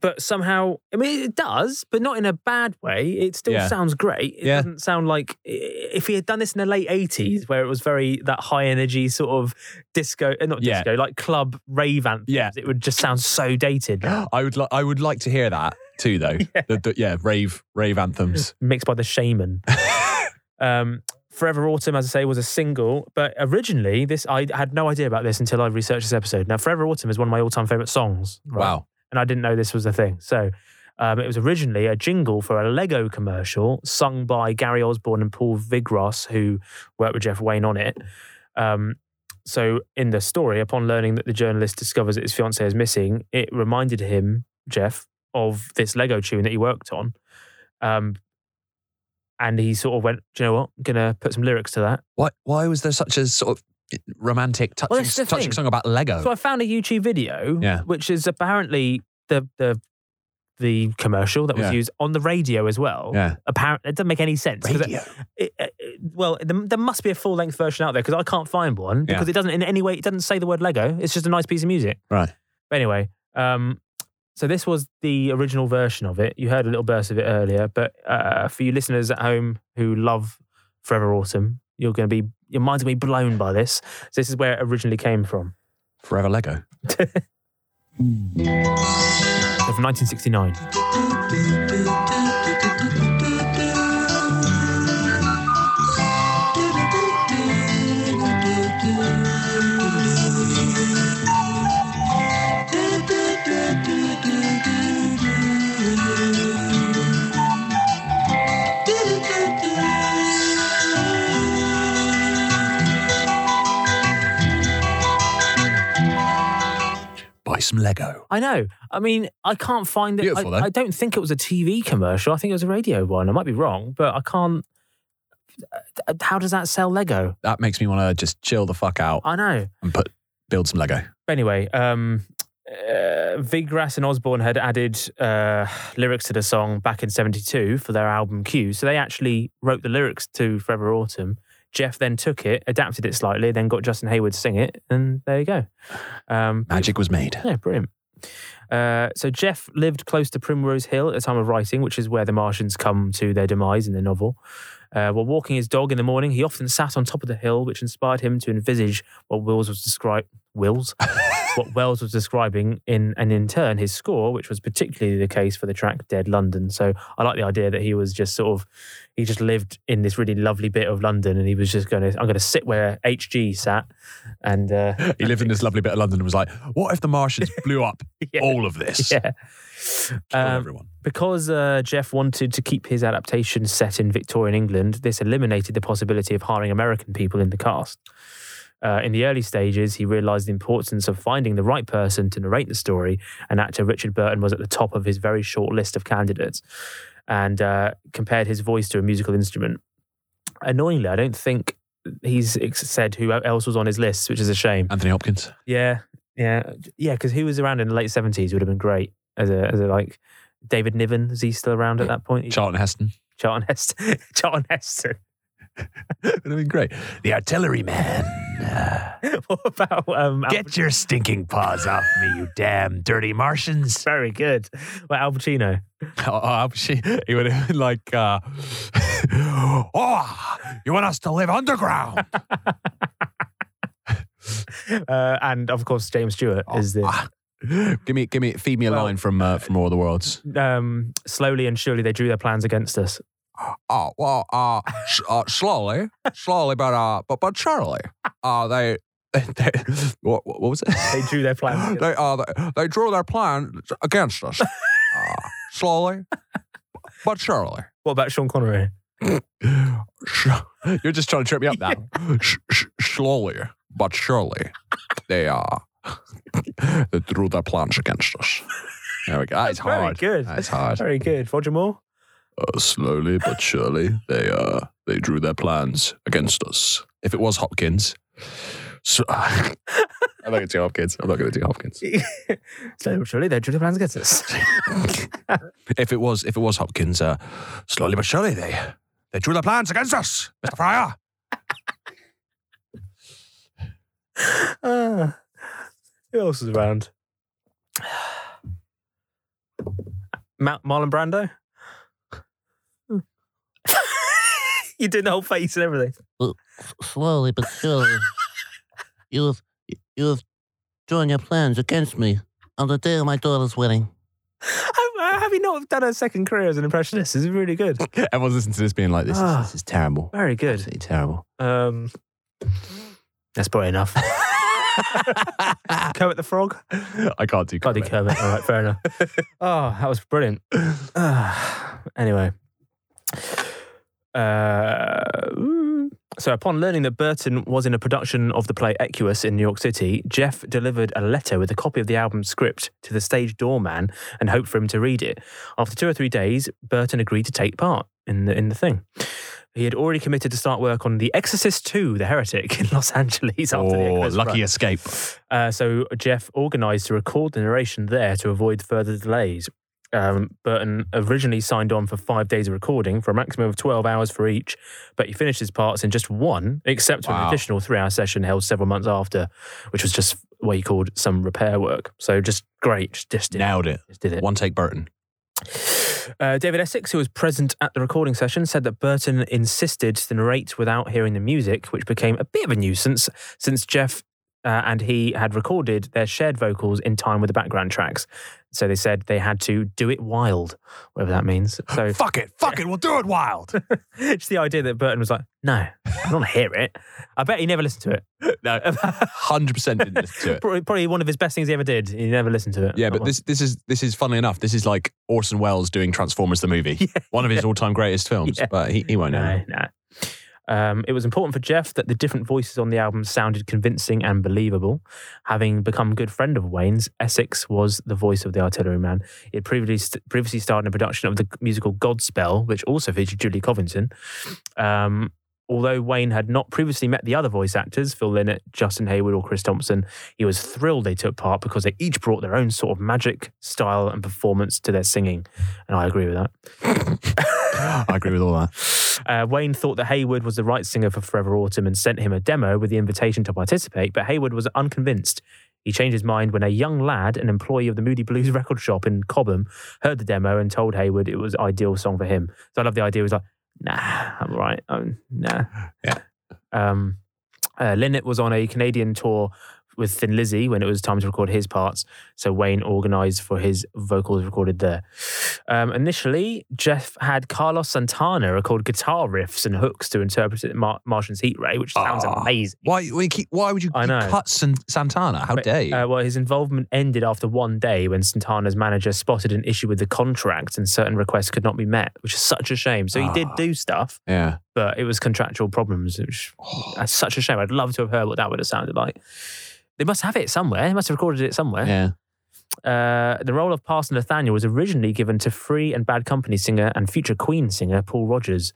[SPEAKER 2] but somehow, I mean, it does, but not in a bad way. It still
[SPEAKER 3] Yeah.
[SPEAKER 2] sounds great. It
[SPEAKER 3] Yeah.
[SPEAKER 2] doesn't sound like if he had done this in the late 80s, where it was very that high energy sort of disco, eh, not
[SPEAKER 3] Yeah.
[SPEAKER 2] disco, like club rave anthems,
[SPEAKER 3] Yeah.
[SPEAKER 2] it would just sound so dated.
[SPEAKER 3] I would, li- I would like to hear that too, though. yeah. The, the- yeah, rave, rave anthems.
[SPEAKER 2] mixed by the shaman. um, Forever Autumn, as I say, was a single, but originally this I had no idea about this until I researched this episode. Now, Forever Autumn is one of my all-time favorite songs. right?
[SPEAKER 3] Wow.
[SPEAKER 2] and I didn't know this was a thing. So um, it was originally a jingle for a Lego commercial sung by Gary Osborne and Paul Vigros, who worked with Jeff Wayne on it. Um, so in the story, upon learning that the journalist discovers that his fiancee is missing, it reminded him, Jeff, of this Lego tune that he worked on. Um, and he sort of went, Do you know what? I'm going to put some lyrics to that.
[SPEAKER 3] Why, why was there such a sort of eh, romantic, touching,
[SPEAKER 2] Well, that's the
[SPEAKER 3] touching
[SPEAKER 2] thing.
[SPEAKER 3] song about Lego?
[SPEAKER 2] So I found a YouTube video,
[SPEAKER 3] Oh. Yeah.
[SPEAKER 2] which is apparently the the the commercial that was
[SPEAKER 3] Yeah.
[SPEAKER 2] used on the radio as well.
[SPEAKER 3] yeah.
[SPEAKER 2] Apparently, it doesn't make any sense. 'cause
[SPEAKER 3] Radio.
[SPEAKER 2] It, it, it- well, there, there must be a full length version out there because I can't find one
[SPEAKER 3] Yeah.
[SPEAKER 2] because it doesn't in any way. It doesn't say the word Lego. It's just a nice piece of music.
[SPEAKER 3] Right.
[SPEAKER 2] But anyway, um, so this was the original version of it. You heard a little burst of it earlier, but uh, for you listeners at home who love Forever Autumn, you're going to be your mind's going to be blown by this. This is where it originally came from.
[SPEAKER 3] Forever Lego.
[SPEAKER 2] So from 1969.
[SPEAKER 3] Buy some Lego.
[SPEAKER 2] I know. I mean, I can't find it.
[SPEAKER 3] Beautiful,
[SPEAKER 2] I,
[SPEAKER 3] though.
[SPEAKER 2] I don't think it was a TV commercial. I think it was a radio one. I might be wrong, but I can't. uh, How does that sell Lego?
[SPEAKER 3] That makes me want to just chill the fuck out
[SPEAKER 2] I know.
[SPEAKER 3] and put build some Lego.
[SPEAKER 2] But anyway, um, uh, Vigras and Osborne had added uh, lyrics to the song back in 72 for their album Q. So they actually wrote the lyrics to Forever Autumn. Jeff then took it, adapted it slightly, then got Justin Hayward to sing it, and there you go. Um,
[SPEAKER 3] Magic was made.
[SPEAKER 2] Yeah, brilliant. Uh, so Jeff lived close to Primrose Hill at the time of writing, which is where the Martians come to their demise in the novel. Uh, while walking his dog in the morning, he often sat on top of the hill, which inspired him to envisage what Wills was describing. Wills, what Wells was describing in, and in turn his score, which was particularly the case for the track "Dead London." So I like the idea that he was just sort of, he just lived in this really lovely bit of London, and he was just going to, I'm going to sit where HG sat, and uh,
[SPEAKER 3] He lived in this lovely bit of London and was like, what if the Martians blew up
[SPEAKER 2] yeah.
[SPEAKER 3] whole of this.
[SPEAKER 2] Yeah.
[SPEAKER 3] Kill
[SPEAKER 2] Um,
[SPEAKER 3] everyone.
[SPEAKER 2] because uh, Jeff wanted to keep his adaptation set in Victorian England, this eliminated the possibility of hiring American people in the cast. Uh, in the early stages, he realized the importance of finding the right person to narrate the story, and actor Richard Burton was at the top of his very short list of candidates and uh, compared his voice to a musical instrument. Annoyingly, I don't think he's ex- said who else was on his list, which is a shame.
[SPEAKER 3] Anthony Hopkins.
[SPEAKER 2] Yeah, yeah, yeah. Because who was around in the late seventies would have been great as a as a like David Niven. Is he still around at that point?
[SPEAKER 3] Charlton Heston.
[SPEAKER 2] Charlton Heston. Charlton Heston.
[SPEAKER 3] Would have been great. The artillery man.
[SPEAKER 2] what about um? Al-
[SPEAKER 3] Get your stinking paws off me, you damn dirty Martians.
[SPEAKER 2] very good. Well, Al Pacino.
[SPEAKER 3] Oh, oh, she, he would have been like, uh, oh, you want us to live underground?
[SPEAKER 2] Uh, and of course James Stewart is the
[SPEAKER 3] Ah. give me, give me, feed me a
[SPEAKER 2] Well,
[SPEAKER 3] line from uh, from War of the Worlds.
[SPEAKER 2] um. Slowly and surely they drew their plans against us.
[SPEAKER 3] Oh well, uh, s- uh slowly, slowly, but uh, but but surely, uh, they, they what, what was it?
[SPEAKER 2] They drew their plans. against-
[SPEAKER 3] they uh, they, they drew their plan against us. Uh, slowly, but surely.
[SPEAKER 2] what about Sean Connery?
[SPEAKER 3] Sh- You're just trying to trip me up now. Sh- sh- slowly, but surely, they are. they drew their plans against us. There we go. That's
[SPEAKER 2] Very
[SPEAKER 3] hard.
[SPEAKER 2] good.
[SPEAKER 3] That's hard.
[SPEAKER 2] Very good. Roger Moore.
[SPEAKER 3] Uh, slowly but surely, they uh, they drew their plans against us. If it was Hopkins, so, I'm not going to do Hopkins. I'm not going to do Hopkins.
[SPEAKER 2] Slowly and surely they drew their plans against us.
[SPEAKER 3] If it was, if it was Hopkins, uh, slowly but surely they they drew their plans against us, Mister Fryer.
[SPEAKER 2] Ah, who else is around? Ma- Marlon Brando. you did the whole face and everything.
[SPEAKER 9] slowly but surely. you have you have drawn your plans against me on the day of my daughter's wedding.
[SPEAKER 2] How, how have you not done a second career as an impressionist? This is really good.
[SPEAKER 3] Everyone's listening to this, being like, "This
[SPEAKER 2] Ah.
[SPEAKER 3] is this is terrible,
[SPEAKER 2] Very good.
[SPEAKER 3] absolutely terrible."
[SPEAKER 2] Um, that's probably enough. Kermit the Frog.
[SPEAKER 3] I can't do.
[SPEAKER 2] Bloody
[SPEAKER 3] Kermit.
[SPEAKER 2] Kermit. All right, fair enough. Oh, that was brilliant. Ah, anyway. Uh, so, upon learning that Burton was in a production of the play Equus in New York City, Jeff delivered a letter with a copy of the album's script to the stage doorman and hoped for him to read it. After two or three days, Burton agreed to take part in the, in the thing. He had already committed to start work on The Exorcist 2, The Heretic, in Los Angeles after the
[SPEAKER 3] Oh,
[SPEAKER 2] Equus
[SPEAKER 3] lucky
[SPEAKER 2] run.
[SPEAKER 3] escape!
[SPEAKER 2] Uh, so Jeff organised to record the narration there to avoid further delays. Um, Burton originally signed on for five days of recording for a maximum of 12 hours for each, but he finished his parts in just one, except for an
[SPEAKER 3] Wow.
[SPEAKER 2] additional three hour session held several months after, which was just what he called some repair work. So just great. Just, just did it.
[SPEAKER 3] Nailed it.
[SPEAKER 2] Just did it.
[SPEAKER 3] One take, Burton.
[SPEAKER 2] Uh, David Essex, who was present at the recording session, said that Burton insisted to narrate without hearing the music, which became a bit of a nuisance since Jeff uh, and he had recorded their shared vocals in time with the background tracks. So they said they had to do it wild, whatever that means. So
[SPEAKER 3] Fuck it, fuck it, we'll do it wild.
[SPEAKER 2] just the idea that Burton was like, no, I don't want to hear it. I bet he never listened to it.
[SPEAKER 3] no, hundred percent didn't listen to it.
[SPEAKER 2] Probably, probably one of his best things he ever did. He never listened to it.
[SPEAKER 3] Yeah,
[SPEAKER 2] Not
[SPEAKER 3] but
[SPEAKER 2] once.
[SPEAKER 3] this this is this is funnily enough, this is like Orson Welles doing Transformers the movie, one of his all time greatest films.
[SPEAKER 2] Yeah.
[SPEAKER 3] But he, he won't know.
[SPEAKER 2] No, no. Um, it was important for Jeff that the different voices on the album sounded convincing and believable. Having become good friend of Wayne's, Essex was the voice of the artilleryman. He had previously, previously starred in a production of the musical Godspell, which also featured Julie Covington. Um, although Wayne had not previously met the other voice actors, Phil Lynott, Justin Hayward, or Chris Thompson, he was thrilled they took part because they each brought their own sort of magic, style, and performance to their singing. And I agree with that.
[SPEAKER 3] I agree with all that.
[SPEAKER 2] Uh, Wayne thought that Hayward was the right singer for Forever Autumn and sent him a demo with the invitation to participate, but Hayward was unconvinced. He changed his mind when a young lad, an employee of the Moody Blues record shop in Cobham, heard the demo and told Hayward it was ideal song for him. So I love the idea. He was like, nah, I'm all right. I'm, nah.
[SPEAKER 3] Yeah.
[SPEAKER 2] Um, uh, Linnet was on a Canadian tour with Thin Lizzy when it was time to record his parts. So Wayne organized for his vocals recorded there. Um, initially, Jeff had Carlos Santana record guitar riffs and hooks to interpret it Mar- Martian's Heat Ray, which sounds
[SPEAKER 3] Ah.
[SPEAKER 2] amazing.
[SPEAKER 3] Why, why, keep, why would you
[SPEAKER 2] I
[SPEAKER 3] keep
[SPEAKER 2] know.
[SPEAKER 3] cut San, Santana? How
[SPEAKER 2] But,
[SPEAKER 3] dare you?
[SPEAKER 2] Uh, well, his involvement ended after one day when Santana's manager spotted an issue with the contract and certain requests could not be met, which is such a shame. So he did
[SPEAKER 3] Ah.
[SPEAKER 2] do stuff,
[SPEAKER 3] yeah.
[SPEAKER 2] but it was contractual problems, which that's such a shame. I'd love to have heard what that would have sounded like. They must have it somewhere. They must have recorded it somewhere.
[SPEAKER 3] Yeah.
[SPEAKER 2] Uh, the role of Pastor Nathaniel was originally given to Free and Bad Company singer and future Queen singer Paul Rogers.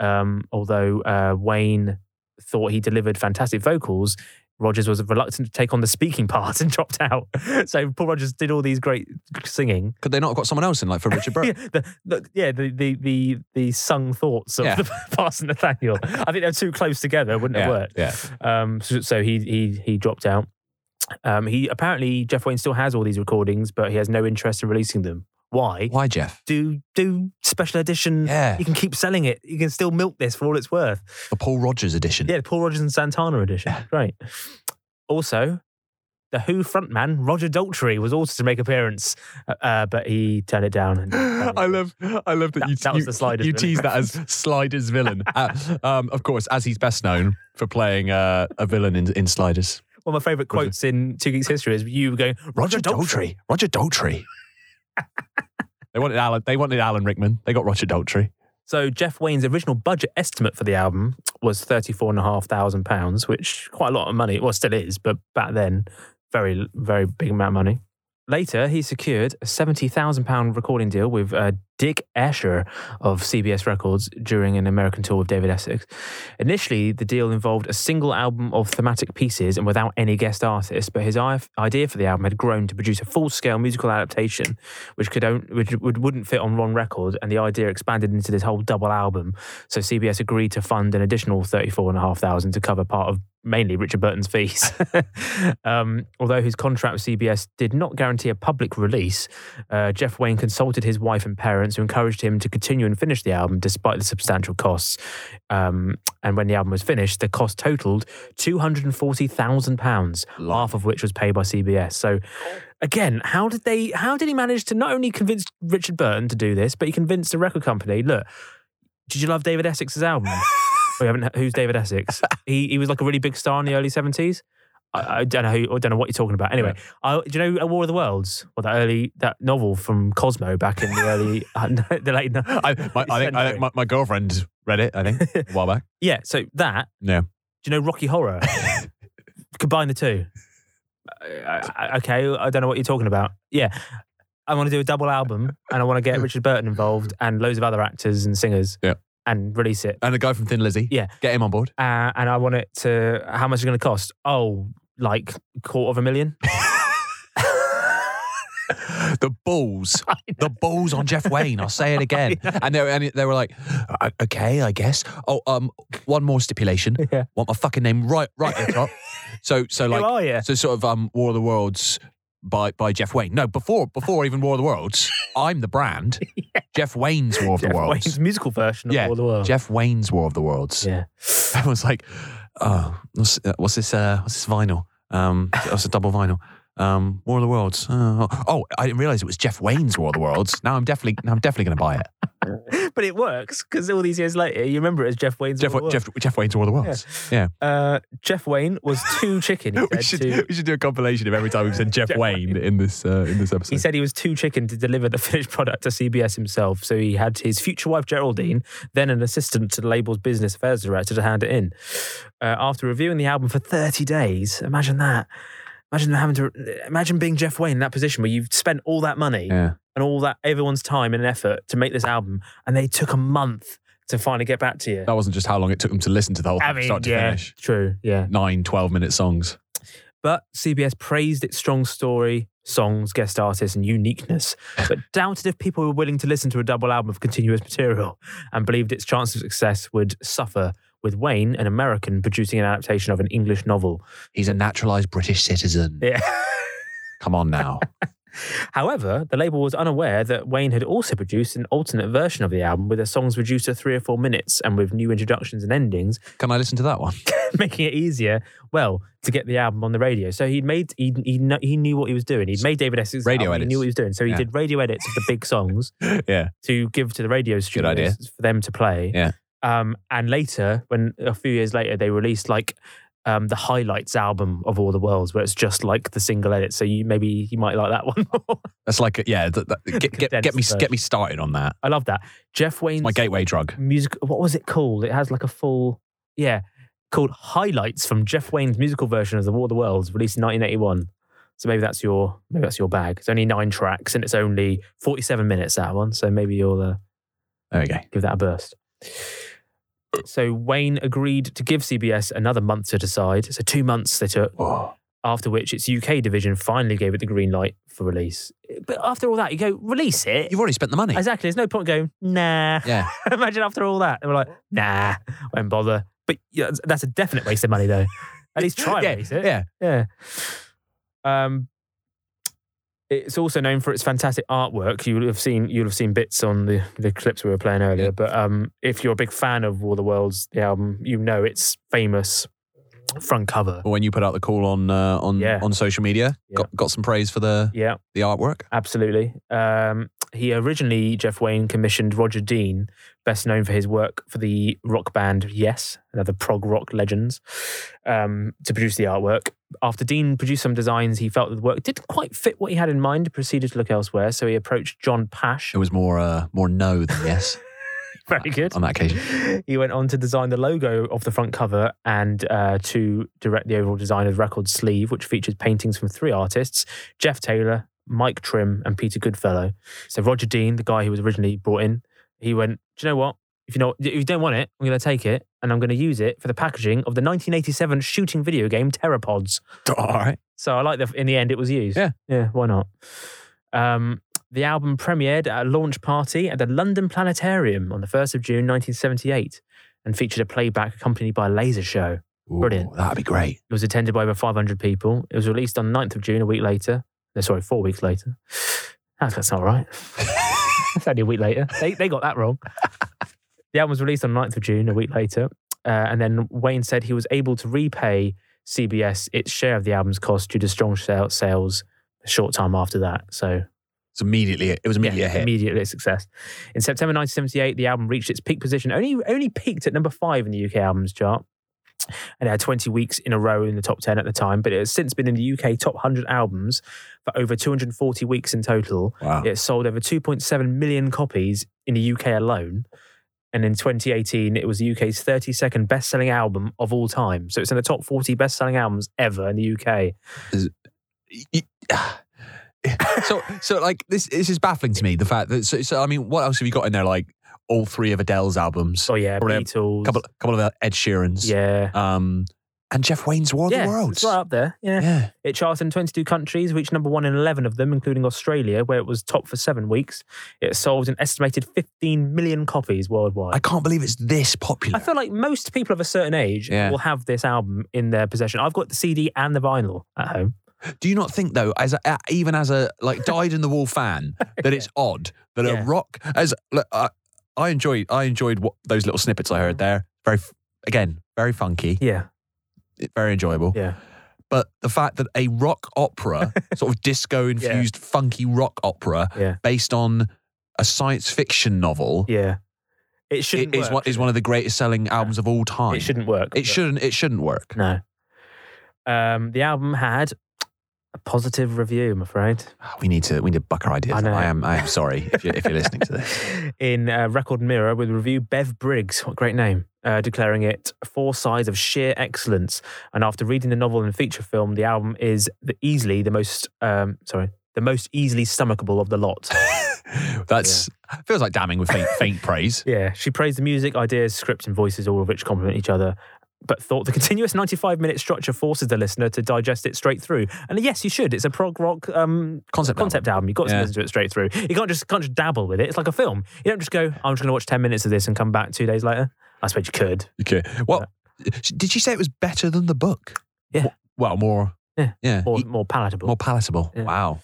[SPEAKER 2] Um, although uh, Wayne thought he delivered fantastic vocals, Rogers was reluctant to take on the speaking part and dropped out. So Paul Rogers did all these great singing.
[SPEAKER 3] Could they not have got someone else in, like for Richard Burke?
[SPEAKER 2] Yeah, the, the, yeah, the, the the the sung thoughts of
[SPEAKER 3] Yeah.
[SPEAKER 2] the Pastor Nathaniel. I think they're too close together; it wouldn't have worked.
[SPEAKER 3] yeah.
[SPEAKER 2] Um, so, so he he he dropped out. Um, he apparently Jeff Wayne still has all these recordings, but he has no interest in releasing them. Why?
[SPEAKER 3] Why, Jeff?
[SPEAKER 2] Do do special edition?
[SPEAKER 3] Yeah.
[SPEAKER 2] You can keep selling it. You can still milk this for all it's worth.
[SPEAKER 3] The Paul Rogers edition.
[SPEAKER 2] Yeah, the Paul Rogers and Santana edition. Great. Also, the Who frontman Roger Daltrey was also to make appearance, uh, but he turned it down. And
[SPEAKER 3] I love, I love that,
[SPEAKER 2] That-
[SPEAKER 3] you,
[SPEAKER 2] that was
[SPEAKER 3] you-
[SPEAKER 2] the Sliders
[SPEAKER 3] you
[SPEAKER 2] villain
[SPEAKER 3] tease that as Sliders villain. Uh, um, of course, as he's best known for playing uh, a villain in, in Sliders.
[SPEAKER 2] One of my favourite
[SPEAKER 3] Roger-
[SPEAKER 2] quotes in Two Geeks history is you going Roger Daltrey.
[SPEAKER 3] Roger Daltrey. they wanted Alan. They wanted Alan Rickman. They got Roger Daltrey.
[SPEAKER 2] So Jeff Wayne's original budget estimate for the album was thirty-four and a half thousand pounds, which quite a lot of money. Well, still is, but back then, very very big amount of money. Later, he secured a seventy thousand pound recording deal with uh, Dick Escher of CBS Records during an American tour with David Essex. Initially, the deal involved a single album of thematic pieces and without any guest artists. But his i- idea for the album had grown to produce a full-scale musical adaptation which could own, which would, wouldn't fit on one record, and the idea expanded into this whole double album. So CBS agreed to fund an additional thirty-four and a half thousand to cover part of mainly Richard Burton's fees. um, although his contract with CBS did not guarantee a public release, uh, Jeff Wayne consulted his wife and parents, who encouraged him to continue and finish the album despite the substantial costs. Um, and when the album was finished, the cost totaled two hundred and forty thousand pounds, half of which was paid by CBS. So again, how did they? How did he manage to not only convince Richard Burton to do this, but he convinced the record company? Look, did you love David Essex's album? we haven't. Who's David Essex? He he was like a really big star in the early seventies. I, I don't know. Who, I don't know what you're talking about. Anyway, I, do you know A War of the Worlds? Well, that early that novel from Cosmo back in the early the late.
[SPEAKER 3] I, my, I think, I think my, my girlfriend read it. I think a while back.
[SPEAKER 2] Yeah, so that.
[SPEAKER 3] Yeah.
[SPEAKER 2] Do you know Rocky Horror? Combine the two. I- I- okay, I don't know what you're talking about. Yeah. I want to do a double album and I want to get Richard Burton involved and loads of other actors and singers
[SPEAKER 3] Yeah.
[SPEAKER 2] and release it.
[SPEAKER 3] And the guy from Thin Lizzy.
[SPEAKER 2] Yeah.
[SPEAKER 3] Get him on board.
[SPEAKER 2] Uh, and I want it to, how much is it going to cost? Oh, like quarter of a million?
[SPEAKER 3] the balls, the balls on Jeff Wayne. I'll say it again. And they were, and they were like, "Uh, okay, I guess. Oh, um, one more stipulation.
[SPEAKER 2] Yeah.
[SPEAKER 3] Want my fucking name right, right at the top. So, so
[SPEAKER 2] Who
[SPEAKER 3] like,
[SPEAKER 2] are you?
[SPEAKER 3] so sort of um, War of the Worlds by by Jeff Wayne. No, before before even War of the Worlds, I'm the brand. Jeff Wayne's War of
[SPEAKER 2] Jeff
[SPEAKER 3] the Worlds.
[SPEAKER 2] Wayne's musical version of
[SPEAKER 3] Yeah,
[SPEAKER 2] War of the World.
[SPEAKER 3] Jeff Wayne's War of the Worlds.
[SPEAKER 2] yeah.
[SPEAKER 3] I was like, oh, what's, uh, what's this? Uh, what's this vinyl? Um, it's a double vinyl. Um, War of the Worlds. Uh, oh, I didn't realize it was Jeff Wayne's War of the Worlds. Now I'm definitely, now I'm definitely going to buy it.
[SPEAKER 2] But it works because all these years later, you remember it as Jeff Wayne's.
[SPEAKER 3] Jeff,
[SPEAKER 2] War of the
[SPEAKER 3] Jeff, Jeff Wayne's War of the Worlds. Yeah,
[SPEAKER 2] World. Uh, Jeff Wayne was too chicken. He
[SPEAKER 3] we
[SPEAKER 2] said, to-
[SPEAKER 3] should we should do a compilation of every time we've said Jeff,
[SPEAKER 2] Jeff
[SPEAKER 3] Wayne in this uh, in this episode.
[SPEAKER 2] He said he was too chicken to deliver the finished product to CBS himself, so he had his future wife Geraldine, then an assistant to the label's business affairs director, to hand it in. Uh, after reviewing the album for 30 days, imagine that. Imagine having to imagine being Jeff Wayne in that position where you've spent all that money
[SPEAKER 3] yeah.
[SPEAKER 2] and all that everyone's time and effort to make this album, and they took a month to finally get back to you.
[SPEAKER 3] that wasn't just how long it took them to listen to the whole
[SPEAKER 2] I
[SPEAKER 3] thing,
[SPEAKER 2] mean,
[SPEAKER 3] start to
[SPEAKER 2] yeah,
[SPEAKER 3] finish.
[SPEAKER 2] true, yeah.
[SPEAKER 3] Nine, 12 minute songs.
[SPEAKER 2] But CBS praised its strong story, songs, guest artists, and uniqueness, but doubted if people were willing to listen to a double album of continuous material and believed its chance of success would suffer with Wayne, an American, producing an adaptation of an English novel.
[SPEAKER 3] He's a naturalized British citizen.
[SPEAKER 2] Yeah.
[SPEAKER 3] Come on now.
[SPEAKER 2] However, the label was unaware that Wayne had also produced an alternate version of the album with the songs reduced to three or four minutes and with new introductions and endings,
[SPEAKER 3] Can I listen to that one?
[SPEAKER 2] making it easier, well, to get the album on the radio. So he'd made, he, he, kn- he knew what he was doing. He'd made David Essex's
[SPEAKER 3] Radio
[SPEAKER 2] album. He
[SPEAKER 3] edits.
[SPEAKER 2] knew what he was doing. So he
[SPEAKER 3] Yeah.
[SPEAKER 2] did radio edits of the big songs
[SPEAKER 3] yeah.
[SPEAKER 2] to give to the radio studios
[SPEAKER 3] idea.
[SPEAKER 2] for them to play.
[SPEAKER 3] Yeah.
[SPEAKER 2] Um, and later, when a few years later, they released like um, the highlights album of All the Worlds, where it's just like the single edit. So you maybe you might like that one. more.
[SPEAKER 3] That's like, a- yeah, th- th- get, get, get, me,
[SPEAKER 2] Condensed
[SPEAKER 3] get me started on that.
[SPEAKER 2] I love that. Jeff Wayne's
[SPEAKER 3] My gateway drug.
[SPEAKER 2] music. What was it called? It has like a full yeah called highlights from Jeff Wayne's musical version of the War of the Worlds, released in 1981. So maybe that's your maybe that's your bag. It's only nine tracks and it's only 47 minutes that one. So maybe you'll. Uh,
[SPEAKER 3] There we go.
[SPEAKER 2] give that a burst. So Wayne agreed to give CBS another month to decide. So two months they took, after which its UK division finally gave it the green light for release. But after all that, you go release it.
[SPEAKER 3] You've already spent the money.
[SPEAKER 2] Exactly. There's no point going nah.
[SPEAKER 3] Yeah.
[SPEAKER 2] Imagine after all that, they were like nah, won't bother. But yeah, that's- that's a definite waste of money though. At least try and
[SPEAKER 3] yeah,
[SPEAKER 2] release it.
[SPEAKER 3] Yeah.
[SPEAKER 2] Yeah. Um, it's also known for its fantastic artwork. You'll have seen you'll have seen bits on the, the clips we were playing earlier.
[SPEAKER 3] Yeah.
[SPEAKER 2] But um, if you're a big fan of War of the Worlds, the album, you know its famous front cover.
[SPEAKER 3] Or when you put out the call on uh, on
[SPEAKER 2] Yeah.
[SPEAKER 3] on social media,
[SPEAKER 2] Yeah.
[SPEAKER 3] got, got some praise for the
[SPEAKER 2] Yeah,
[SPEAKER 3] the artwork.
[SPEAKER 2] absolutely. Um, he originally Jeff Wayne commissioned Roger Dean, best known for his work for the rock band Yes, another prog rock legends, um, to produce the artwork. After Dean produced some designs, he felt that the work didn't quite fit what he had in mind, proceeded to look elsewhere. So he approached John Pash.
[SPEAKER 3] It was more uh, more no than yes
[SPEAKER 2] Very good.
[SPEAKER 3] on that occasion.
[SPEAKER 2] He went on to design the logo of the front cover and uh, to direct the overall design of the record sleeve, which features paintings from three artists Jeff Taylor, Mike Trim, and Peter Goodfellow. So, Roger Dean, the guy who was originally brought in, he went, Do you know what? If you, know, if you don't want it, I'm going to take it and I'm going to use it for the packaging of the 1987 shooting video game Terrapods.
[SPEAKER 3] All right.
[SPEAKER 2] So I like that. In the end, it was used.
[SPEAKER 3] Yeah.
[SPEAKER 2] yeah. Why not? Um, the album premiered at a launch party at the London Planetarium on the first of June, 1978, and featured a playback accompanied by a laser show.
[SPEAKER 3] Ooh,
[SPEAKER 2] Brilliant.
[SPEAKER 3] That'd be great.
[SPEAKER 2] It was attended by over 500 people. It was released on 9th of June, a week later. No, sorry, four weeks later. That's, that's not right. that's only a week later. They, they got that wrong. the album was released on 9th of June, a week later. Uh, and then Wayne said he was able to repay CBS its share of the album's cost due to strong sale- sales a short time after that. So
[SPEAKER 3] It's immediately it was immediately
[SPEAKER 2] yeah,
[SPEAKER 3] a hit.
[SPEAKER 2] immediately a success. In September 1978, the album reached its peak position, only only peaked at number five in the UK albums chart. And it had 20 weeks in a row in the top 10 at the time, but it has since been in the UK top 100 albums for over 240 weeks in total.
[SPEAKER 3] Wow.
[SPEAKER 2] It sold over 2.7 million copies in the UK alone. And in 2018, it was the UK's 32nd best selling album of all time. So it's in the top 40 best selling albums ever in the UK.
[SPEAKER 3] so so like this this is baffling to me the fact that so, so I mean what else have you got in there like all three of Adele's albums,
[SPEAKER 2] Oh, yeah.
[SPEAKER 3] Brilliant.
[SPEAKER 2] Beatles.
[SPEAKER 3] couple couple of uh, Ed Sheeran's,
[SPEAKER 2] yeah.
[SPEAKER 3] um, and Jeff Wayne's War of
[SPEAKER 2] yeah,
[SPEAKER 3] the
[SPEAKER 2] It's
[SPEAKER 3] Worlds.
[SPEAKER 2] right up there. Yeah.
[SPEAKER 3] Yeah,
[SPEAKER 2] It charted in 22 countries, reached number one in 11 of them, including Australia, where it was top for seven weeks. It sold an estimated 15 million copies worldwide.
[SPEAKER 3] I can't believe it's this popular.
[SPEAKER 2] I feel like most people of a certain age
[SPEAKER 3] Yeah.
[SPEAKER 2] will have this album in their possession. I've got the CD and the vinyl at home.
[SPEAKER 3] Do you not think though, as a, a- even as a like died in the wool fan, that it's odd that
[SPEAKER 2] Yeah.
[SPEAKER 3] a rock as look, I, I enjoyed I enjoyed what those little snippets I heard there. Very f- again, very funky,
[SPEAKER 2] Yeah,
[SPEAKER 3] it- very enjoyable.
[SPEAKER 2] yeah.
[SPEAKER 3] But the fact that a rock opera, sort of disco infused funky rock opera,
[SPEAKER 2] Yeah.
[SPEAKER 3] based on a science fiction novel,
[SPEAKER 2] Yeah. It
[SPEAKER 3] i-
[SPEAKER 2] shouldn't
[SPEAKER 3] is
[SPEAKER 2] work.
[SPEAKER 3] one is one of the greatest selling albums of all time.
[SPEAKER 2] it shouldn't work.
[SPEAKER 3] It shouldn't. It shouldn't work.
[SPEAKER 2] No. Um, the album had a positive review, I'm afraid.
[SPEAKER 3] We need to. We need to buck our ideas.
[SPEAKER 2] I know.
[SPEAKER 3] I am. I am sorry if you're, if you're listening to this.
[SPEAKER 2] in uh, Record Mirror with review Bev Briggs, what a great name, uh, declaring it four sides of sheer excellence. And after reading the novel and feature film, the album is the, easily the most um, sorry the most easily stomachable of the lot.
[SPEAKER 3] That's feels like damning with faint, faint praise.
[SPEAKER 2] yeah, she praised the music, ideas, script, and voices, all of which complement each other. But thought the continuous 95 minute structure forces the listener to digest it straight through. And yes, you should. It's a prog rock um,
[SPEAKER 3] Concept
[SPEAKER 2] concept album. You've got to
[SPEAKER 3] Yeah.
[SPEAKER 2] listen to it straight through. You can't just can't just dabble with it. It's like a film. You don't just go, "Oh, I'm just going to watch 10 minutes of this and come back two days later. I suppose you could.
[SPEAKER 3] Okay. Well, did you say it was better than the book?
[SPEAKER 2] Yeah.
[SPEAKER 3] Well, more.
[SPEAKER 2] Yeah.
[SPEAKER 3] Yeah.
[SPEAKER 2] More,
[SPEAKER 3] e-
[SPEAKER 2] more palatable.
[SPEAKER 3] more palatable.
[SPEAKER 2] Yeah.
[SPEAKER 3] Wow.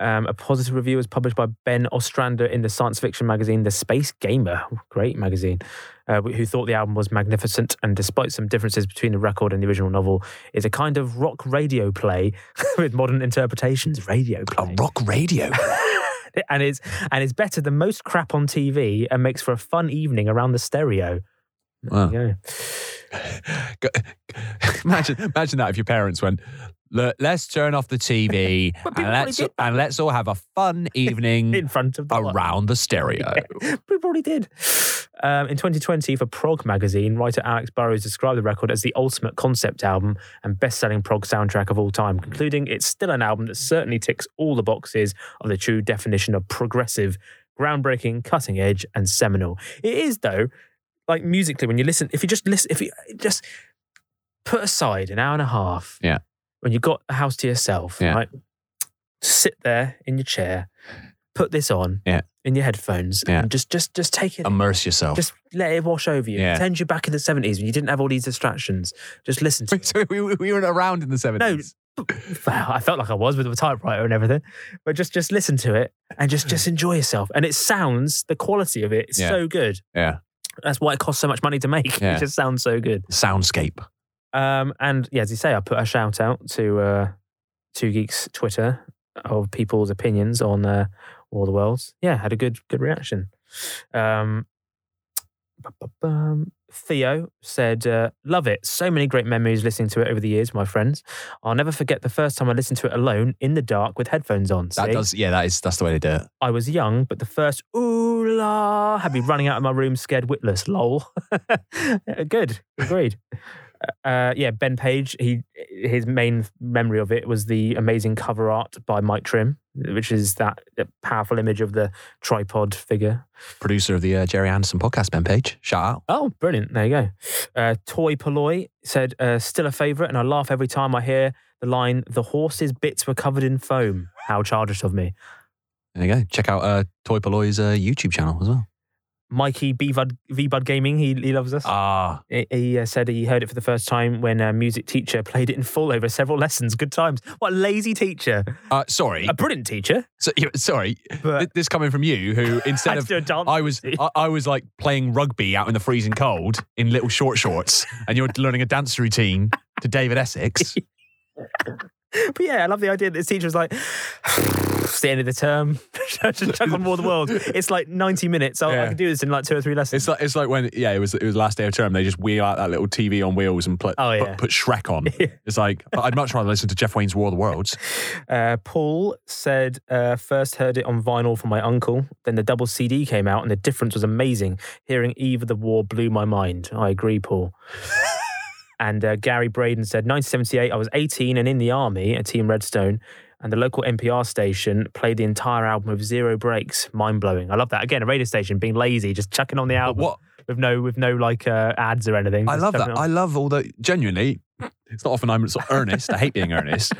[SPEAKER 2] Um, a positive review was published by Ben Ostrander in the science fiction magazine The Space Gamer, great magazine, uh, who thought the album was magnificent and, despite some differences between the record and the original novel, is a kind of rock radio play with modern interpretations. Radio play.
[SPEAKER 3] A rock radio.
[SPEAKER 2] and it's and it's better than most crap on TV and makes for a fun evening around the stereo. There
[SPEAKER 3] Wow.
[SPEAKER 2] you go.
[SPEAKER 3] Go- imagine, imagine that if your parents went, look, let's turn off the TV
[SPEAKER 2] But people
[SPEAKER 3] and
[SPEAKER 2] already
[SPEAKER 3] let's
[SPEAKER 2] did
[SPEAKER 3] and let's all have a fun evening
[SPEAKER 2] In front of the
[SPEAKER 3] around the stereo.
[SPEAKER 2] We probably did. Um, in 2020, for Prog magazine, writer Alex Burrows described the record as the ultimate concept album and best selling prog soundtrack of all time, concluding it's still an album that certainly ticks all the boxes of the true definition of progressive, groundbreaking, cutting edge, and seminal. It is, though, like musically, when you listen, if you just listen, if you just put aside an hour and a half,
[SPEAKER 3] Yeah.
[SPEAKER 2] when you've got the house to yourself,
[SPEAKER 3] Yeah.
[SPEAKER 2] right? Sit there in your chair, put this on
[SPEAKER 3] Yeah.
[SPEAKER 2] in your headphones,
[SPEAKER 3] Yeah.
[SPEAKER 2] and just just just take it.
[SPEAKER 3] Immerse yourself.
[SPEAKER 2] just let it wash over you.
[SPEAKER 3] Yeah.
[SPEAKER 2] Pretend you're back in the 70s when you didn't have all these distractions. Just listen to it.
[SPEAKER 3] so we, we weren't around in the 70s.
[SPEAKER 2] Well, I felt like I was with a typewriter and everything, but just just listen to it and just just enjoy yourself. And it sounds the quality of it is
[SPEAKER 3] Yeah.
[SPEAKER 2] so good.
[SPEAKER 3] Yeah.
[SPEAKER 2] That's why it costs so much money to make.
[SPEAKER 3] Yeah.
[SPEAKER 2] It just sounds so good.
[SPEAKER 3] Soundscape.
[SPEAKER 2] Um, and yeah, as you say, I put a shout out to uh, Two Geeks Twitter of people's opinions on uh, War of the Worlds. Yeah, had a good good reaction. Um, ba-ba-bum. Theo said, uh, "Love it. So many great memories listening to it over the years, my friends. I'll never forget the first time I listened to it alone in the dark with headphones on.
[SPEAKER 3] That
[SPEAKER 2] See?
[SPEAKER 3] does, yeah, that is, that's the way they do it.
[SPEAKER 2] I was young, but the first ooh la had me running out of my room scared witless. Lol. Good. Agreed. Uh, yeah, Ben Page. He his main memory of it was the amazing cover art by Mike Trim, which is that uh, powerful image of the tripod figure.
[SPEAKER 3] Producer of the uh, Jerry Anderson podcast, Ben Page. Shout out.
[SPEAKER 2] Oh, brilliant! There you go. Uh, Toy Polloy said, uh, "Still a favourite, and I laugh every time I hear the line: the horse's bits were covered in foam. How childish of me."
[SPEAKER 3] There you go. Check out uh, Toy Poloy's uh, YouTube channel as well.
[SPEAKER 2] Mikey B Bud V Bud Gaming. He he loves us.
[SPEAKER 3] Ah,
[SPEAKER 2] He- He uh, said he heard it for the first time when a music teacher played it in full over several lessons. Good times. What a lazy teacher.
[SPEAKER 3] uh, sorry.
[SPEAKER 2] A brilliant teacher.
[SPEAKER 3] So, you- sorry.
[SPEAKER 2] Um, But-
[SPEAKER 3] Th- this coming from you, who
[SPEAKER 2] Had
[SPEAKER 3] instead
[SPEAKER 2] to
[SPEAKER 3] of
[SPEAKER 2] do a dance.
[SPEAKER 3] I was I, I was like playing rugby out in the freezing cold in little short shorts, and you're learning a dance routine to David Essex.
[SPEAKER 2] But yeah, I love the idea that this teacher was like, it's the end of the term. Just chuck on War of the World. It's like 90 minutes. I, I
[SPEAKER 3] Yeah.
[SPEAKER 2] can do this in like two or three lessons.
[SPEAKER 3] It's like it's like when yeah, it was it was last day of term. They just wheel out that little TV on wheels and pl-
[SPEAKER 2] Oh, yeah.
[SPEAKER 3] put, put Shrek on. It's like but I'd much rather listen to Jeff Wayne's War of the Worlds.
[SPEAKER 2] Uh, Paul said, uh, first heard it on vinyl from my uncle. Then the double CD came out, and the difference was amazing. Hearing Eve of the War blew my mind. I agree, Paul. and uh, Gary Braden said, 1978, I was 18 and in the army at Team Redstone. And the local NPR station played the entire album with zero breaks. Mind blowing. I love that. Again, a radio station being lazy, just chucking on the album
[SPEAKER 3] What
[SPEAKER 2] with no with no like uh, ads or anything.
[SPEAKER 3] I
[SPEAKER 2] Just
[SPEAKER 3] love
[SPEAKER 2] chucking
[SPEAKER 3] that.
[SPEAKER 2] it on.
[SPEAKER 3] I love all the genuinely. It's not often I'm sort of earnest. I hate being earnest.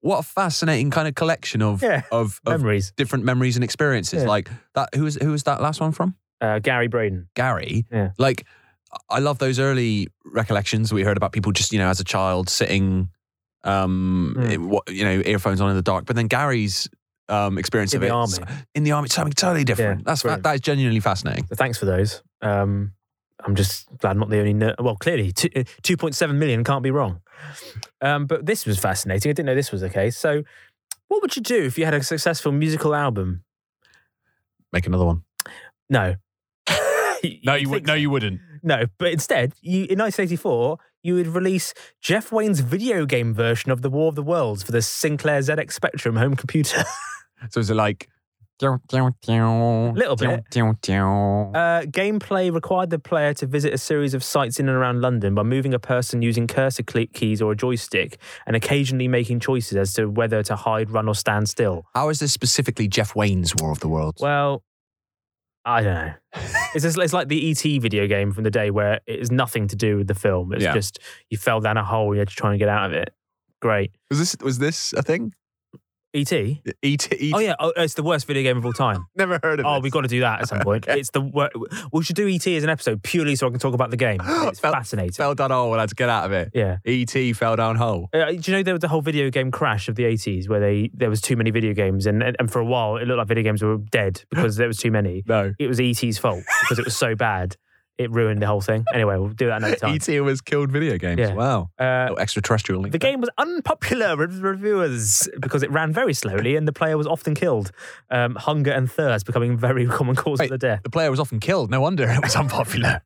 [SPEAKER 3] What a fascinating kind of collection of
[SPEAKER 2] Yeah.
[SPEAKER 3] of, of
[SPEAKER 2] Memories.
[SPEAKER 3] different memories and experiences.
[SPEAKER 2] Yeah.
[SPEAKER 3] Like that. Who was who was that last one from?
[SPEAKER 2] Uh, Gary Braden.
[SPEAKER 3] Gary.
[SPEAKER 2] Yeah.
[SPEAKER 3] Like I love those early recollections we heard about people just you know as a child sitting, um,
[SPEAKER 2] Mm.
[SPEAKER 3] in what you know earphones on in the dark. But then Gary's um experience
[SPEAKER 2] In
[SPEAKER 3] of
[SPEAKER 2] the
[SPEAKER 3] it
[SPEAKER 2] army.
[SPEAKER 3] in the army something totally different.
[SPEAKER 2] Yeah,
[SPEAKER 3] That's fa-
[SPEAKER 2] brilliant.
[SPEAKER 3] that is genuinely fascinating.
[SPEAKER 2] So thanks for those. Um, I'm just glad I'm not the only nerd. Well, clearly, two- uh, 2.7 million can't be wrong. Um, but this was fascinating. I didn't know this was the case. So, what would you do if you had a successful musical album?
[SPEAKER 3] Make another one.
[SPEAKER 2] No.
[SPEAKER 3] No, you would.
[SPEAKER 2] think
[SPEAKER 3] No,
[SPEAKER 2] so.
[SPEAKER 3] you wouldn't.
[SPEAKER 2] No, but instead, you in 1984, you would release Jeff Wayne's video game version of The War of the Worlds for the Sinclair ZX Spectrum home computer.
[SPEAKER 3] So is it like?
[SPEAKER 2] Little bit. Uh, gameplay required the player to visit a series of sites in and around London by moving a person using cursor cle- keys or a joystick and occasionally making choices as to whether to hide, run, or stand still.
[SPEAKER 3] How is this specifically Jeff Wayne's War of the Worlds?
[SPEAKER 2] Well, I don't know. it's, just, it's like the ET video game from the day where it is nothing to do with the film. It's
[SPEAKER 3] Yeah.
[SPEAKER 2] just you fell down a hole, you had to try and get out of it. Great.
[SPEAKER 3] was this was this a thing? E
[SPEAKER 2] E.T.
[SPEAKER 3] E.T.
[SPEAKER 2] Oh yeah, oh, it's the worst video game of all time.
[SPEAKER 3] Never heard of
[SPEAKER 2] Oh,
[SPEAKER 3] it.
[SPEAKER 2] we've got to do that at some point. It's the wor- we should do ET as an episode purely so I can talk about the game. It's
[SPEAKER 3] Fell-
[SPEAKER 2] fascinating.
[SPEAKER 3] Fell down hole and had to get out of it.
[SPEAKER 2] Yeah.
[SPEAKER 3] E.T. fell down hole.
[SPEAKER 2] Uh, do you know there was the whole video game crash of the 80s where they there was too many video games and and for a while it looked like video games were dead because there was too many.
[SPEAKER 3] No.
[SPEAKER 2] It was ET's fault because it was so bad. It ruined the whole thing. Anyway, we'll do that another time.
[SPEAKER 3] E.T. E was killed video games.
[SPEAKER 2] Yeah.
[SPEAKER 3] Wow.
[SPEAKER 2] Uh,
[SPEAKER 3] Little extraterrestrial link.
[SPEAKER 2] the game was unpopular with reviewers because it ran very slowly and the player was often killed. Um, hunger and thirst becoming very common cause
[SPEAKER 3] Wait,
[SPEAKER 2] of the death.
[SPEAKER 3] The player was often killed. No wonder it was unpopular.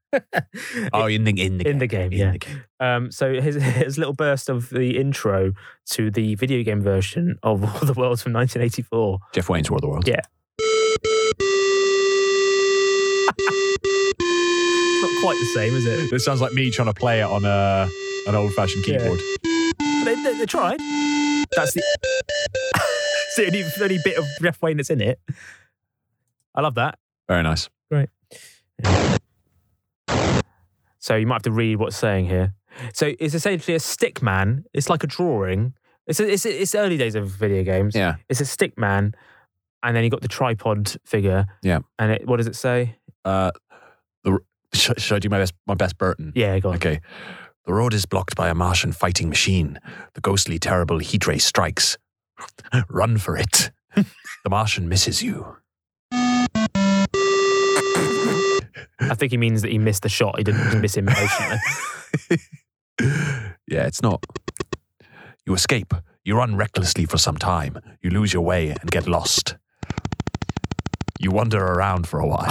[SPEAKER 3] oh, in the, in the
[SPEAKER 2] in the game, yeah.
[SPEAKER 3] game.
[SPEAKER 2] Um, so his, his little burst of the intro to the video game version of All the Worlds from 1984.
[SPEAKER 3] Jeff Wayne's War of the World.
[SPEAKER 2] Yeah. It's not quite the same, is it?
[SPEAKER 3] This sounds like me trying to play it on a, an old fashioned
[SPEAKER 2] Yeah.
[SPEAKER 3] keyboard.
[SPEAKER 2] But They, they, they tried. That's the, it's the only, the only bit of Jeff Wayne that's in it. I love that.
[SPEAKER 3] Very nice.
[SPEAKER 2] So you might have to read what's saying here. So it's essentially a stick man. It's like a drawing. It's it's it's early days of video games.
[SPEAKER 3] Yeah.
[SPEAKER 2] It's a stick man, and then you got the tripod figure.
[SPEAKER 3] Yeah.
[SPEAKER 2] And it, what does it say?
[SPEAKER 3] Uh, the, sh- should I do my best, my best Burton?
[SPEAKER 2] Yeah, go on.
[SPEAKER 3] Okay. The road is blocked by a Martian fighting machine. The ghostly, terrible heat ray strikes. Run for it. the Martian misses you.
[SPEAKER 2] I think he means that he missed the shot. He didn't miss him emotionally.
[SPEAKER 3] yeah, it's not. You escape. You run recklessly for some time. You lose your way and get lost. You wander around for a while.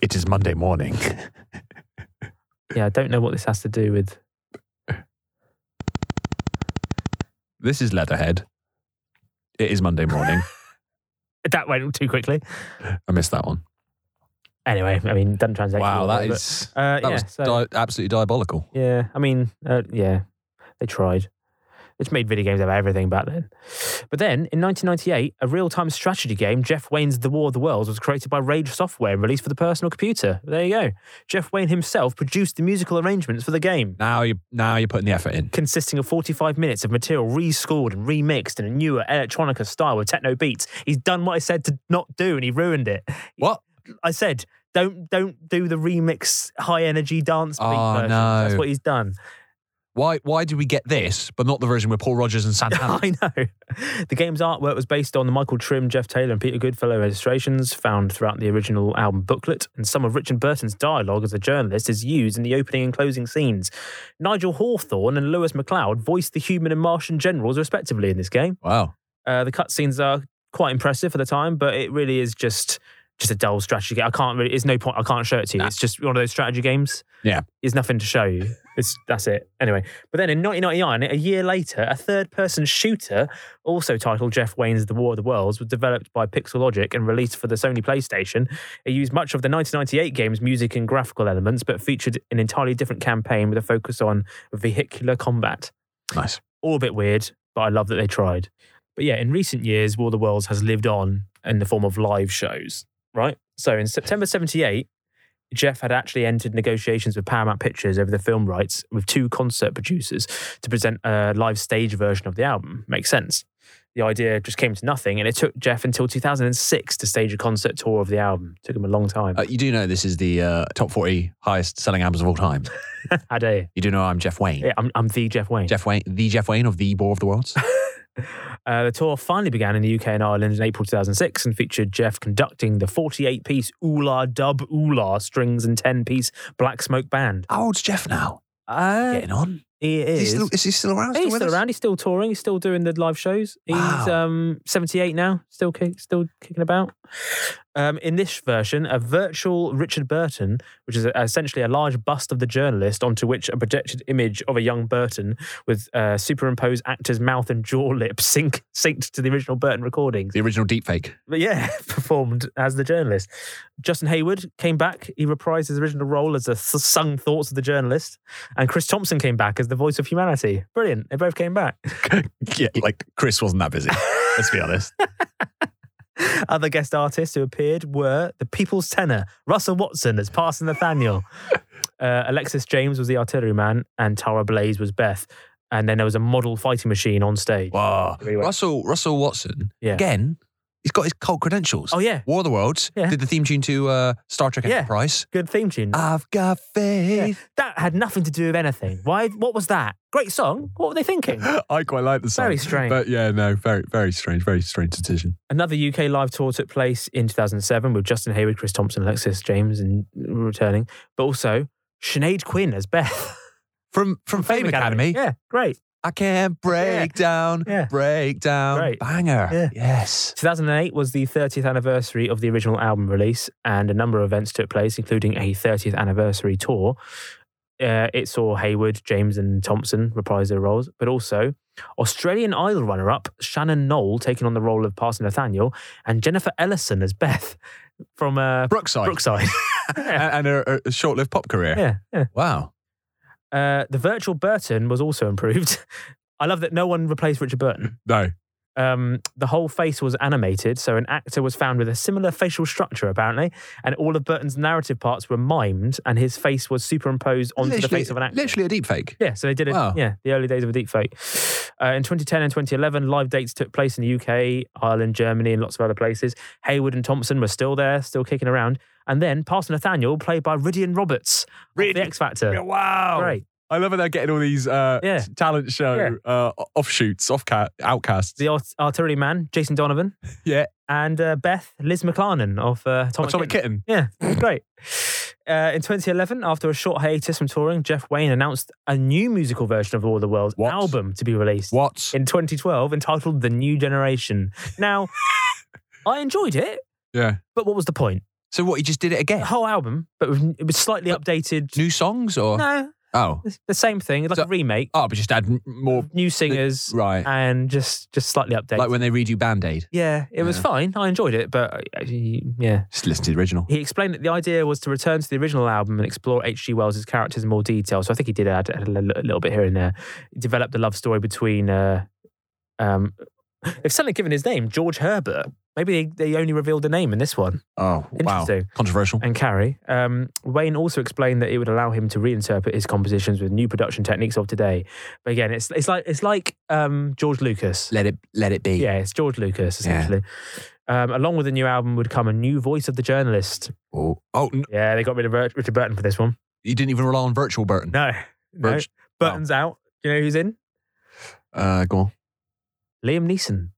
[SPEAKER 3] it is Monday morning.
[SPEAKER 2] yeah, I don't know what this has to do with.
[SPEAKER 3] This is Leatherhead. It is Monday morning.
[SPEAKER 2] That went too quickly.
[SPEAKER 3] I missed that one.
[SPEAKER 2] Anyway, I mean, doesn't translate.
[SPEAKER 3] Wow,
[SPEAKER 2] that
[SPEAKER 3] that
[SPEAKER 2] is.
[SPEAKER 3] is
[SPEAKER 2] Uh,
[SPEAKER 3] that
[SPEAKER 2] yeah,
[SPEAKER 3] was
[SPEAKER 2] so-
[SPEAKER 3] di- absolutely diabolical.
[SPEAKER 2] Yeah, I mean, uh, yeah, they tried. It's made video games about everything back then. But then, in 1998, a real time strategy game, Jeff Wayne's The War of the Worlds, was created by Rage Software and released for the personal computer. There you go. Jeff Wayne himself produced the musical arrangements for the game,
[SPEAKER 3] Now you now you're putting the effort in.
[SPEAKER 2] consisting of 45 minutes of material rescored and remixed in a newer electronica style with techno beats. He's done what I said to not do, and he ruined it.
[SPEAKER 3] What?
[SPEAKER 2] I said, don't don't do the remix high energy dance beat
[SPEAKER 3] Oh,
[SPEAKER 2] version.
[SPEAKER 3] no.
[SPEAKER 2] That's what he's done.
[SPEAKER 3] Why why did we get this but not the version with Paul Rogers and Santana?
[SPEAKER 2] I know. The game's artwork was based on the Michael Trim, Jeff Taylor, and Peter Goodfellow illustrations found throughout the original album booklet, and some of Richard Burton's dialogue as a journalist is used in the opening and closing scenes. Nigel Hawthorne and Lewis MacLeod voiced the human and Martian generals respectively in this game.
[SPEAKER 3] wow.
[SPEAKER 2] Uh, the cutscenes are quite impressive for the time, but it really is just just a dull strategy game. I can't really. It's no point. I can't show it to you.
[SPEAKER 3] Nah.
[SPEAKER 2] It's just one of those strategy games.
[SPEAKER 3] Yeah.
[SPEAKER 2] there's nothing to show you. It's that's it. Anyway, but then in 1999, a year later, a third-person shooter, also titled Jeff Wayne's The War of the Worlds, was developed by Pixelogic and released for the Sony PlayStation. It used much of the 1998 game's music and graphical elements, but featured an entirely different campaign with a focus on vehicular combat
[SPEAKER 3] Nice.
[SPEAKER 2] all a bit weird, but I love that they tried. But yeah, in recent years, War of the Worlds has lived on in the form of live shows, right? So in September 78, Jeff had actually entered negotiations with Paramount Pictures over the film rights with two concert producers to present a live stage version of the album. Makes sense. The idea just came to nothing, and it took Jeff until 2006 to stage a concert tour of the album. Took him a long time.
[SPEAKER 3] Uh, you do know this is the uh, top 40 highest selling albums of all time.
[SPEAKER 2] Had a,
[SPEAKER 3] You do know I'm Jeff Wayne.
[SPEAKER 2] yeah, I'm, I'm the Jeff Wayne.
[SPEAKER 3] Jeff Wayne, the Jeff Wayne of the War of the Worlds.
[SPEAKER 2] Uh, the tour finally began in the UK and Ireland in April 2006 and featured Jeff conducting the 48 piece Oola Dub Oola strings and 10 piece Black Smoke Band.
[SPEAKER 3] How old's Jeff now?
[SPEAKER 2] Uh,
[SPEAKER 3] Getting on.
[SPEAKER 2] he
[SPEAKER 3] Is,
[SPEAKER 2] is.
[SPEAKER 3] he still, is he still around?
[SPEAKER 2] he's
[SPEAKER 3] with
[SPEAKER 2] still
[SPEAKER 3] us?
[SPEAKER 2] around. He's still touring. He's still doing the live shows. He's
[SPEAKER 3] Wow.
[SPEAKER 2] um, 78 now, still kick, still kicking about. Um, in this version, a virtual Richard Burton, which is essentially a large bust of the journalist onto which a projected image of a young Burton with uh, superimposed actor's mouth and jaw lips sync, synced to the original Burton recordings
[SPEAKER 3] The original deepfake.
[SPEAKER 2] but yeah, performed as the journalist. Justin Hayward came back. He reprised his original role as the s- sung thoughts of the journalist. And Chris Thompson came back as the voice of humanity. Brilliant. They both came back.
[SPEAKER 3] yeah, like Chris wasn't that busy. Let's be honest.
[SPEAKER 2] Other guest artists who appeared were the People's Tenor, Russell Watson as Parson Nathaniel. Uh, Alexis James was the artilleryman, and Tara Blaze was Beth. and then there was a model fighting machine on stage.
[SPEAKER 3] Wow.
[SPEAKER 2] Really well.
[SPEAKER 3] Russell Russell Watson
[SPEAKER 2] Yeah.
[SPEAKER 3] again. He's got his cult credentials.
[SPEAKER 2] Oh yeah,
[SPEAKER 3] War of the Worlds
[SPEAKER 2] Yeah.
[SPEAKER 3] did the theme tune to uh, Star Trek
[SPEAKER 2] Yeah.
[SPEAKER 3] Enterprise.
[SPEAKER 2] good theme tune.
[SPEAKER 3] I've got faith.
[SPEAKER 2] that had nothing to do with anything. Why? What was that? Great song. What were they thinking?
[SPEAKER 3] I quite like the song.
[SPEAKER 2] Very strange.
[SPEAKER 3] But yeah, no, very very strange, very strange decision.
[SPEAKER 2] Another UK live tour took place in 2007 with Justin Hayward, Chris Thompson, Alexis James, and returning, but also Sinead Quinn as Beth.
[SPEAKER 3] From from, Fame Academy,
[SPEAKER 2] Yeah, great.
[SPEAKER 3] I can't break down,
[SPEAKER 2] Yeah.
[SPEAKER 3] break down,
[SPEAKER 2] Great.
[SPEAKER 3] banger.
[SPEAKER 2] Yeah.
[SPEAKER 3] Yes.
[SPEAKER 2] 2008 was the 30th anniversary of the original album release, and a number of events took place, including a 30th anniversary tour. Uh, it saw Hayward, James, and Thompson reprise their roles, but also Australian Idol runner up Shannon Knoll taking on the role of Parson Nathaniel, and Jennifer Ellison as Beth from uh,
[SPEAKER 3] Brookside,
[SPEAKER 2] Brookside. yeah,
[SPEAKER 3] and, and her, her short-lived pop career.
[SPEAKER 2] yeah, yeah.
[SPEAKER 3] Wow.
[SPEAKER 2] Uh, the virtual Burton was also improved. I love that no one replaced Richard Burton.
[SPEAKER 3] No.
[SPEAKER 2] Um, the whole face was animated, so an actor was found with a similar facial structure, apparently, and all of Burton's narrative parts were mimed, and his face was superimposed onto the face of an actor.
[SPEAKER 3] Literally a deep fake.
[SPEAKER 2] Yeah, so they did it.
[SPEAKER 3] Wow.
[SPEAKER 2] Yeah, the early days of a deep fake. Uh, in 2010 and 2011, live dates took place in the UK, Ireland, Germany, and lots of other places. Hayward and Thompson were still there, still kicking around. And then Pastor Nathaniel, played by Ridian Roberts, of the X Factor.
[SPEAKER 3] Wow.
[SPEAKER 2] Great.
[SPEAKER 3] I love how they're getting all these uh,
[SPEAKER 2] Yeah.
[SPEAKER 3] t- talent show uh, offshoots, off outcasts.
[SPEAKER 2] the art- artillery man, Jason Donovan.
[SPEAKER 3] Yeah.
[SPEAKER 2] And uh, Beth, Liz McLaren of uh, Atomic,
[SPEAKER 3] Atomic
[SPEAKER 2] Kitten.
[SPEAKER 3] Kitten.
[SPEAKER 2] Yeah, great. Uh, in 2011, after a short hiatus from touring, Jeff Wayne announced a new musical version of All the World's
[SPEAKER 3] What?
[SPEAKER 2] album to be released
[SPEAKER 3] What?
[SPEAKER 2] in 2012 entitled The New Generation. Now, I enjoyed it,
[SPEAKER 3] Yeah.
[SPEAKER 2] but what was the point?
[SPEAKER 3] So what? He just did it
[SPEAKER 2] The
[SPEAKER 3] again.
[SPEAKER 2] whole album, but with- it was slightly updated.
[SPEAKER 3] New songs or
[SPEAKER 2] No,
[SPEAKER 3] oh
[SPEAKER 2] it's the same thing, like
[SPEAKER 3] So-
[SPEAKER 2] a remake,
[SPEAKER 3] oh, but just add m- more.
[SPEAKER 2] new singers,
[SPEAKER 3] Right.
[SPEAKER 2] and just just slightly updated.
[SPEAKER 3] Like when they read you Band Aid.
[SPEAKER 2] yeah, it was
[SPEAKER 3] Yeah.
[SPEAKER 2] fine. I enjoyed it, but uh, yeah.
[SPEAKER 3] Just listen to the original.
[SPEAKER 2] He explained that the idea was to return to the original album and explore H.G. Wells' characters in more detail. So I think he did add, add a li- little bit here and there. He developed the love story between, uh, um, if suddenly given his name, George Herbert. Maybe they, they only revealed the name in this one.
[SPEAKER 3] Oh wow,
[SPEAKER 2] Interesting.
[SPEAKER 3] controversial.
[SPEAKER 2] And Carrie. Um, Wayne also explained that it would allow him to reinterpret his compositions with new production techniques of today. But again, it's it's like it's like um, George Lucas.
[SPEAKER 3] Let it let it be.
[SPEAKER 2] Yeah, it's George Lucas
[SPEAKER 3] Yeah.
[SPEAKER 2] essentially. Um, along with the new album would come a new voice of the journalist.
[SPEAKER 3] Oh, oh n-
[SPEAKER 2] Yeah, they got rid of Vir- Richard Burton for this one.
[SPEAKER 3] you didn't even rely on virtual Burton.
[SPEAKER 2] No, no.
[SPEAKER 3] Virtu-
[SPEAKER 2] Burton's out. Do you know who's in?
[SPEAKER 3] Uh, go on.
[SPEAKER 2] Liam Neeson,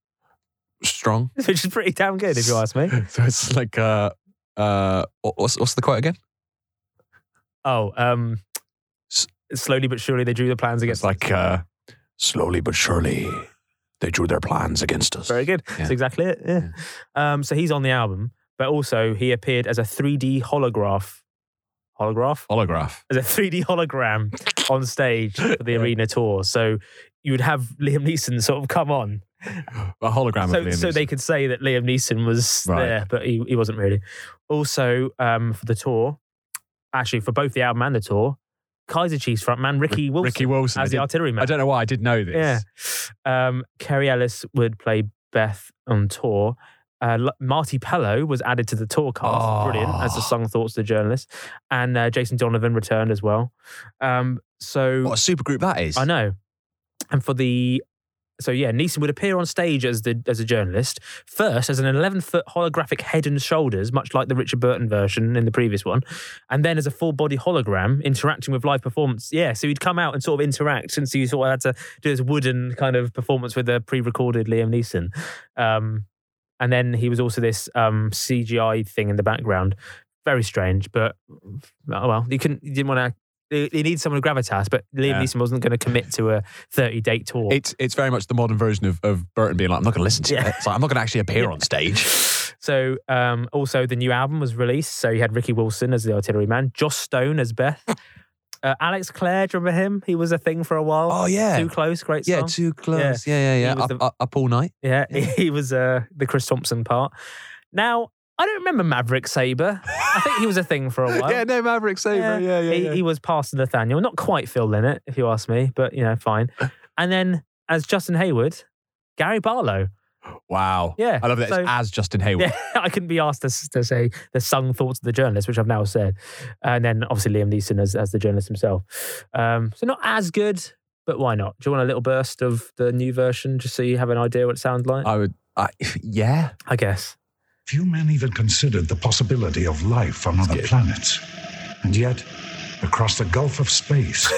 [SPEAKER 3] Strong.
[SPEAKER 2] which is pretty damn good if you ask me.
[SPEAKER 3] So it's like uh uh what- what's what's the quote again?
[SPEAKER 2] Oh, um,
[SPEAKER 3] S-
[SPEAKER 2] slowly but surely they drew the plans against.
[SPEAKER 3] It's like uh slowly but surely they drew their plans against us.
[SPEAKER 2] Very good.
[SPEAKER 3] Yeah.
[SPEAKER 2] That's exactly it. Yeah. Um, so he's on the album, but also he appeared as a 3D holograph. Holograph?
[SPEAKER 3] Holograph.
[SPEAKER 2] as a 3D hologram on stage for the arena tour. So you would have Liam Neeson sort of come on.
[SPEAKER 3] A hologram
[SPEAKER 2] so,
[SPEAKER 3] of Liam
[SPEAKER 2] so
[SPEAKER 3] Neeson.
[SPEAKER 2] they could say that Liam Neeson was
[SPEAKER 3] Right.
[SPEAKER 2] there, but he, he wasn't really. Also, um, for the tour, actually for both the album and the tour, Kaiser Chiefs frontman Ricky Wilson
[SPEAKER 3] Ricky Wilson.
[SPEAKER 2] as
[SPEAKER 3] I
[SPEAKER 2] the
[SPEAKER 3] did-
[SPEAKER 2] artillery man.
[SPEAKER 3] I don't know why I did know this.
[SPEAKER 2] Yeah. Um, Kerry Ellis would play Beth on tour. Uh, L- Marty Pello was added to the tour cast, brilliant, as the
[SPEAKER 3] Oh.
[SPEAKER 2] song Thoughts to the Journalist. And uh, Jason Donovan returned as well. Um, so
[SPEAKER 3] What a super group that is.
[SPEAKER 2] I know. And for the so yeah, Neeson would appear on stage as the as a journalist first as an eleven foot holographic head and shoulders, much like the Richard Burton version in the previous one, and then as a full body hologram interacting with live performance. Yeah, so he'd come out and sort of interact, and so you sort of had to do this wooden kind of performance with the pre recorded Liam Neeson. Um, and then he was also this um, CGI thing in the background. Very strange, but oh well, you couldn't, you didn't want to. They, they need someone with gravitas, but Liam
[SPEAKER 3] Yeah.
[SPEAKER 2] Neeson wasn't going to commit to a 30 date tour.
[SPEAKER 3] It's it's very much the modern version of, of Burton being like, I'm not going to listen to
[SPEAKER 2] Yeah.
[SPEAKER 3] it. It's like, I'm not going to actually appear on stage.
[SPEAKER 2] So, um, also the new album was released. So you had Ricky Wilson as the artillery man, Joss Stone as Beth, uh, Alex Clare. Do you remember him? He was a thing for a while.
[SPEAKER 3] Oh yeah,
[SPEAKER 2] Too close, great song.
[SPEAKER 3] yeah, too close. Yeah, yeah, yeah.
[SPEAKER 2] He was
[SPEAKER 3] Up,
[SPEAKER 2] the-
[SPEAKER 3] up, up all night.
[SPEAKER 2] Yeah, he was uh, the Chris Thompson part. Now, I don't remember Maverick Saber. I think he was a thing for a while.
[SPEAKER 3] yeah, no, Maverick Saber. Yeah, yeah, yeah.
[SPEAKER 2] he, he was past Nathaniel, not quite Phil Lynott, if you ask me, but you know, fine. And then as Justin Hayward, Gary Barlow.
[SPEAKER 3] wow.
[SPEAKER 2] Yeah,
[SPEAKER 3] I love that.
[SPEAKER 2] so-
[SPEAKER 3] it's as Justin Hayward.
[SPEAKER 2] Yeah, I couldn't be asked to, s- to say the sung thoughts of the journalist, which I've now said. And then obviously Liam Neeson as, as the journalist himself. Um, so not as good, But why not? Do you want a little burst of the new version just so you have an idea what it sounds like?
[SPEAKER 3] I would. I, yeah.
[SPEAKER 2] I guess.
[SPEAKER 8] Few men even considered the possibility of life on other planets. And yet, across the gulf of space,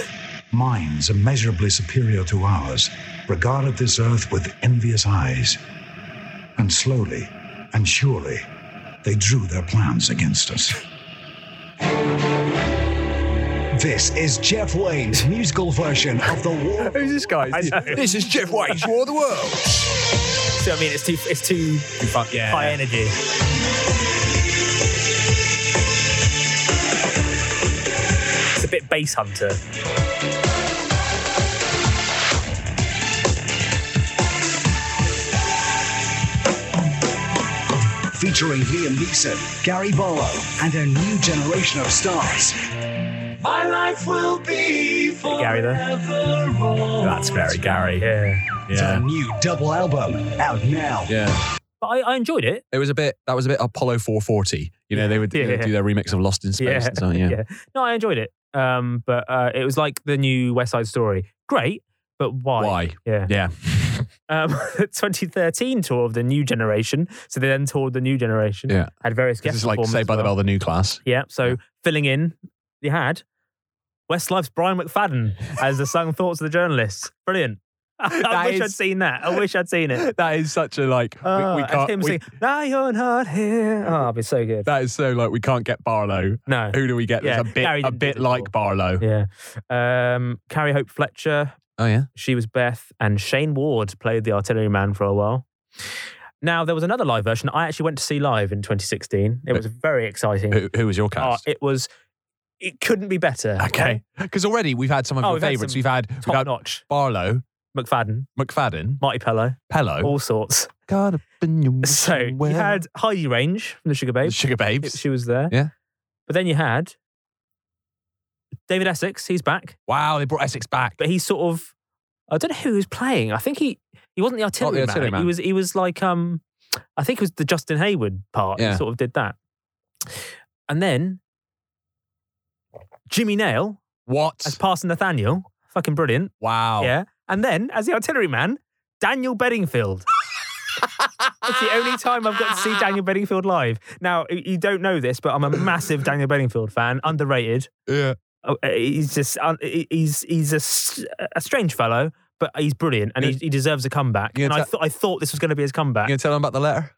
[SPEAKER 8] minds immeasurably superior to ours regarded this Earth with envious eyes. And slowly and surely, they drew their plans against us.
[SPEAKER 10] This is Jeff Wayne's musical version of the War.
[SPEAKER 3] Who's this guy? This is Jeff Wayne's War of the Worlds.
[SPEAKER 2] So I mean, it's too it's too,
[SPEAKER 3] yeah.
[SPEAKER 2] high energy. It's a bit bass hunter.
[SPEAKER 10] featuring Liam Neeson, Gary Barlow, and a new generation of stars.
[SPEAKER 5] My life will be
[SPEAKER 2] Gary there.
[SPEAKER 5] forever on.
[SPEAKER 3] That's very Gary.
[SPEAKER 2] Yeah.
[SPEAKER 10] It's a new double album out now.
[SPEAKER 3] Yeah.
[SPEAKER 2] But I, I enjoyed it.
[SPEAKER 3] It was a bit. That was a bit Apollo 440. You know, they would, they would
[SPEAKER 2] Yeah.
[SPEAKER 3] do their remix of Lost in Space.
[SPEAKER 2] Yeah.
[SPEAKER 3] And so, yeah.
[SPEAKER 2] Yeah. No, I enjoyed it. Um, but uh, it was like the new West Side Story. Great, but why?
[SPEAKER 3] Why?
[SPEAKER 2] Yeah.
[SPEAKER 3] Yeah.
[SPEAKER 2] Um, the 2013 tour of the New Generation. So they then toured the New Generation.
[SPEAKER 3] Yeah.
[SPEAKER 2] Had various
[SPEAKER 3] This
[SPEAKER 2] guest
[SPEAKER 3] is like
[SPEAKER 2] performances.
[SPEAKER 3] Saved by the
[SPEAKER 2] as
[SPEAKER 3] Bell,
[SPEAKER 2] well.
[SPEAKER 3] the new class.
[SPEAKER 2] Yeah. So filling in, you had Westlife's Brian McFadden as the sung thoughts of the journalists. Brilliant. I
[SPEAKER 3] That
[SPEAKER 2] wish I'd
[SPEAKER 3] is-
[SPEAKER 2] seen that. I wish I'd seen it.
[SPEAKER 3] That is such a like. we-
[SPEAKER 2] Oh,
[SPEAKER 3] we,
[SPEAKER 2] and him
[SPEAKER 3] can't. we-
[SPEAKER 2] singing, Lionheart here. Oh, it'd be so good.
[SPEAKER 3] that is so like we can't get Barlow.
[SPEAKER 2] no.
[SPEAKER 3] Who do we get?
[SPEAKER 2] Yeah,
[SPEAKER 3] That's a bit
[SPEAKER 2] Gary
[SPEAKER 3] a
[SPEAKER 2] didn't do
[SPEAKER 3] bit
[SPEAKER 2] this
[SPEAKER 3] like
[SPEAKER 2] before.
[SPEAKER 3] Barlow.
[SPEAKER 2] Yeah. Um, Carrie Hope Fletcher,
[SPEAKER 3] Oh yeah.
[SPEAKER 2] she was Beth, and Shane Ward played the artilleryman for a while. Now, there was another live version I actually went to see live in 2016. It was very exciting.
[SPEAKER 3] Who, who was your
[SPEAKER 2] Oh,
[SPEAKER 3] cast?
[SPEAKER 2] it was, it couldn't be better.
[SPEAKER 3] okay. Because already we've had some of
[SPEAKER 2] Oh,
[SPEAKER 3] your
[SPEAKER 2] we've had
[SPEAKER 3] favourites.
[SPEAKER 2] some
[SPEAKER 3] We've had, we've
[SPEAKER 2] Top
[SPEAKER 3] had
[SPEAKER 2] notch.
[SPEAKER 3] Barlow,
[SPEAKER 2] McFadden,
[SPEAKER 3] McFadden,
[SPEAKER 2] Marty Pello,
[SPEAKER 3] Pello.
[SPEAKER 2] all sorts.
[SPEAKER 3] God, up in your
[SPEAKER 2] So you had Heidi Range from the Sugar Babes.
[SPEAKER 3] Sugar Babes.
[SPEAKER 2] She was there.
[SPEAKER 3] Yeah.
[SPEAKER 2] But then you had David Essex. He's back,
[SPEAKER 3] Wow, they brought Essex back.
[SPEAKER 2] but he's sort of I don't know who he was playing. I think he he wasn't the artilleryman.
[SPEAKER 3] artilleryman.
[SPEAKER 2] He was he was like um I think it was the Justin Hayward part.
[SPEAKER 3] Yeah.
[SPEAKER 2] He sort of did that. And then Jimmy Nail
[SPEAKER 3] What?
[SPEAKER 2] as Parson Nathaniel. Fucking brilliant.
[SPEAKER 3] Wow.
[SPEAKER 2] Yeah. And then as the artilleryman, Daniel Bedingfield. It's the only time I've got to see Daniel Bedingfield live. Now, y- you don't know this, but I'm a massive Daniel Bedingfield fan, underrated.
[SPEAKER 3] Yeah.
[SPEAKER 2] Oh, uh, He's just, uh, he- he's, he's a, s- a strange fellow, but he's brilliant and he, he deserves a comeback.
[SPEAKER 3] Yeah,
[SPEAKER 2] And I,
[SPEAKER 3] ta-
[SPEAKER 2] thought I thought this was going to be his comeback.
[SPEAKER 3] You gonna tell them about the letter?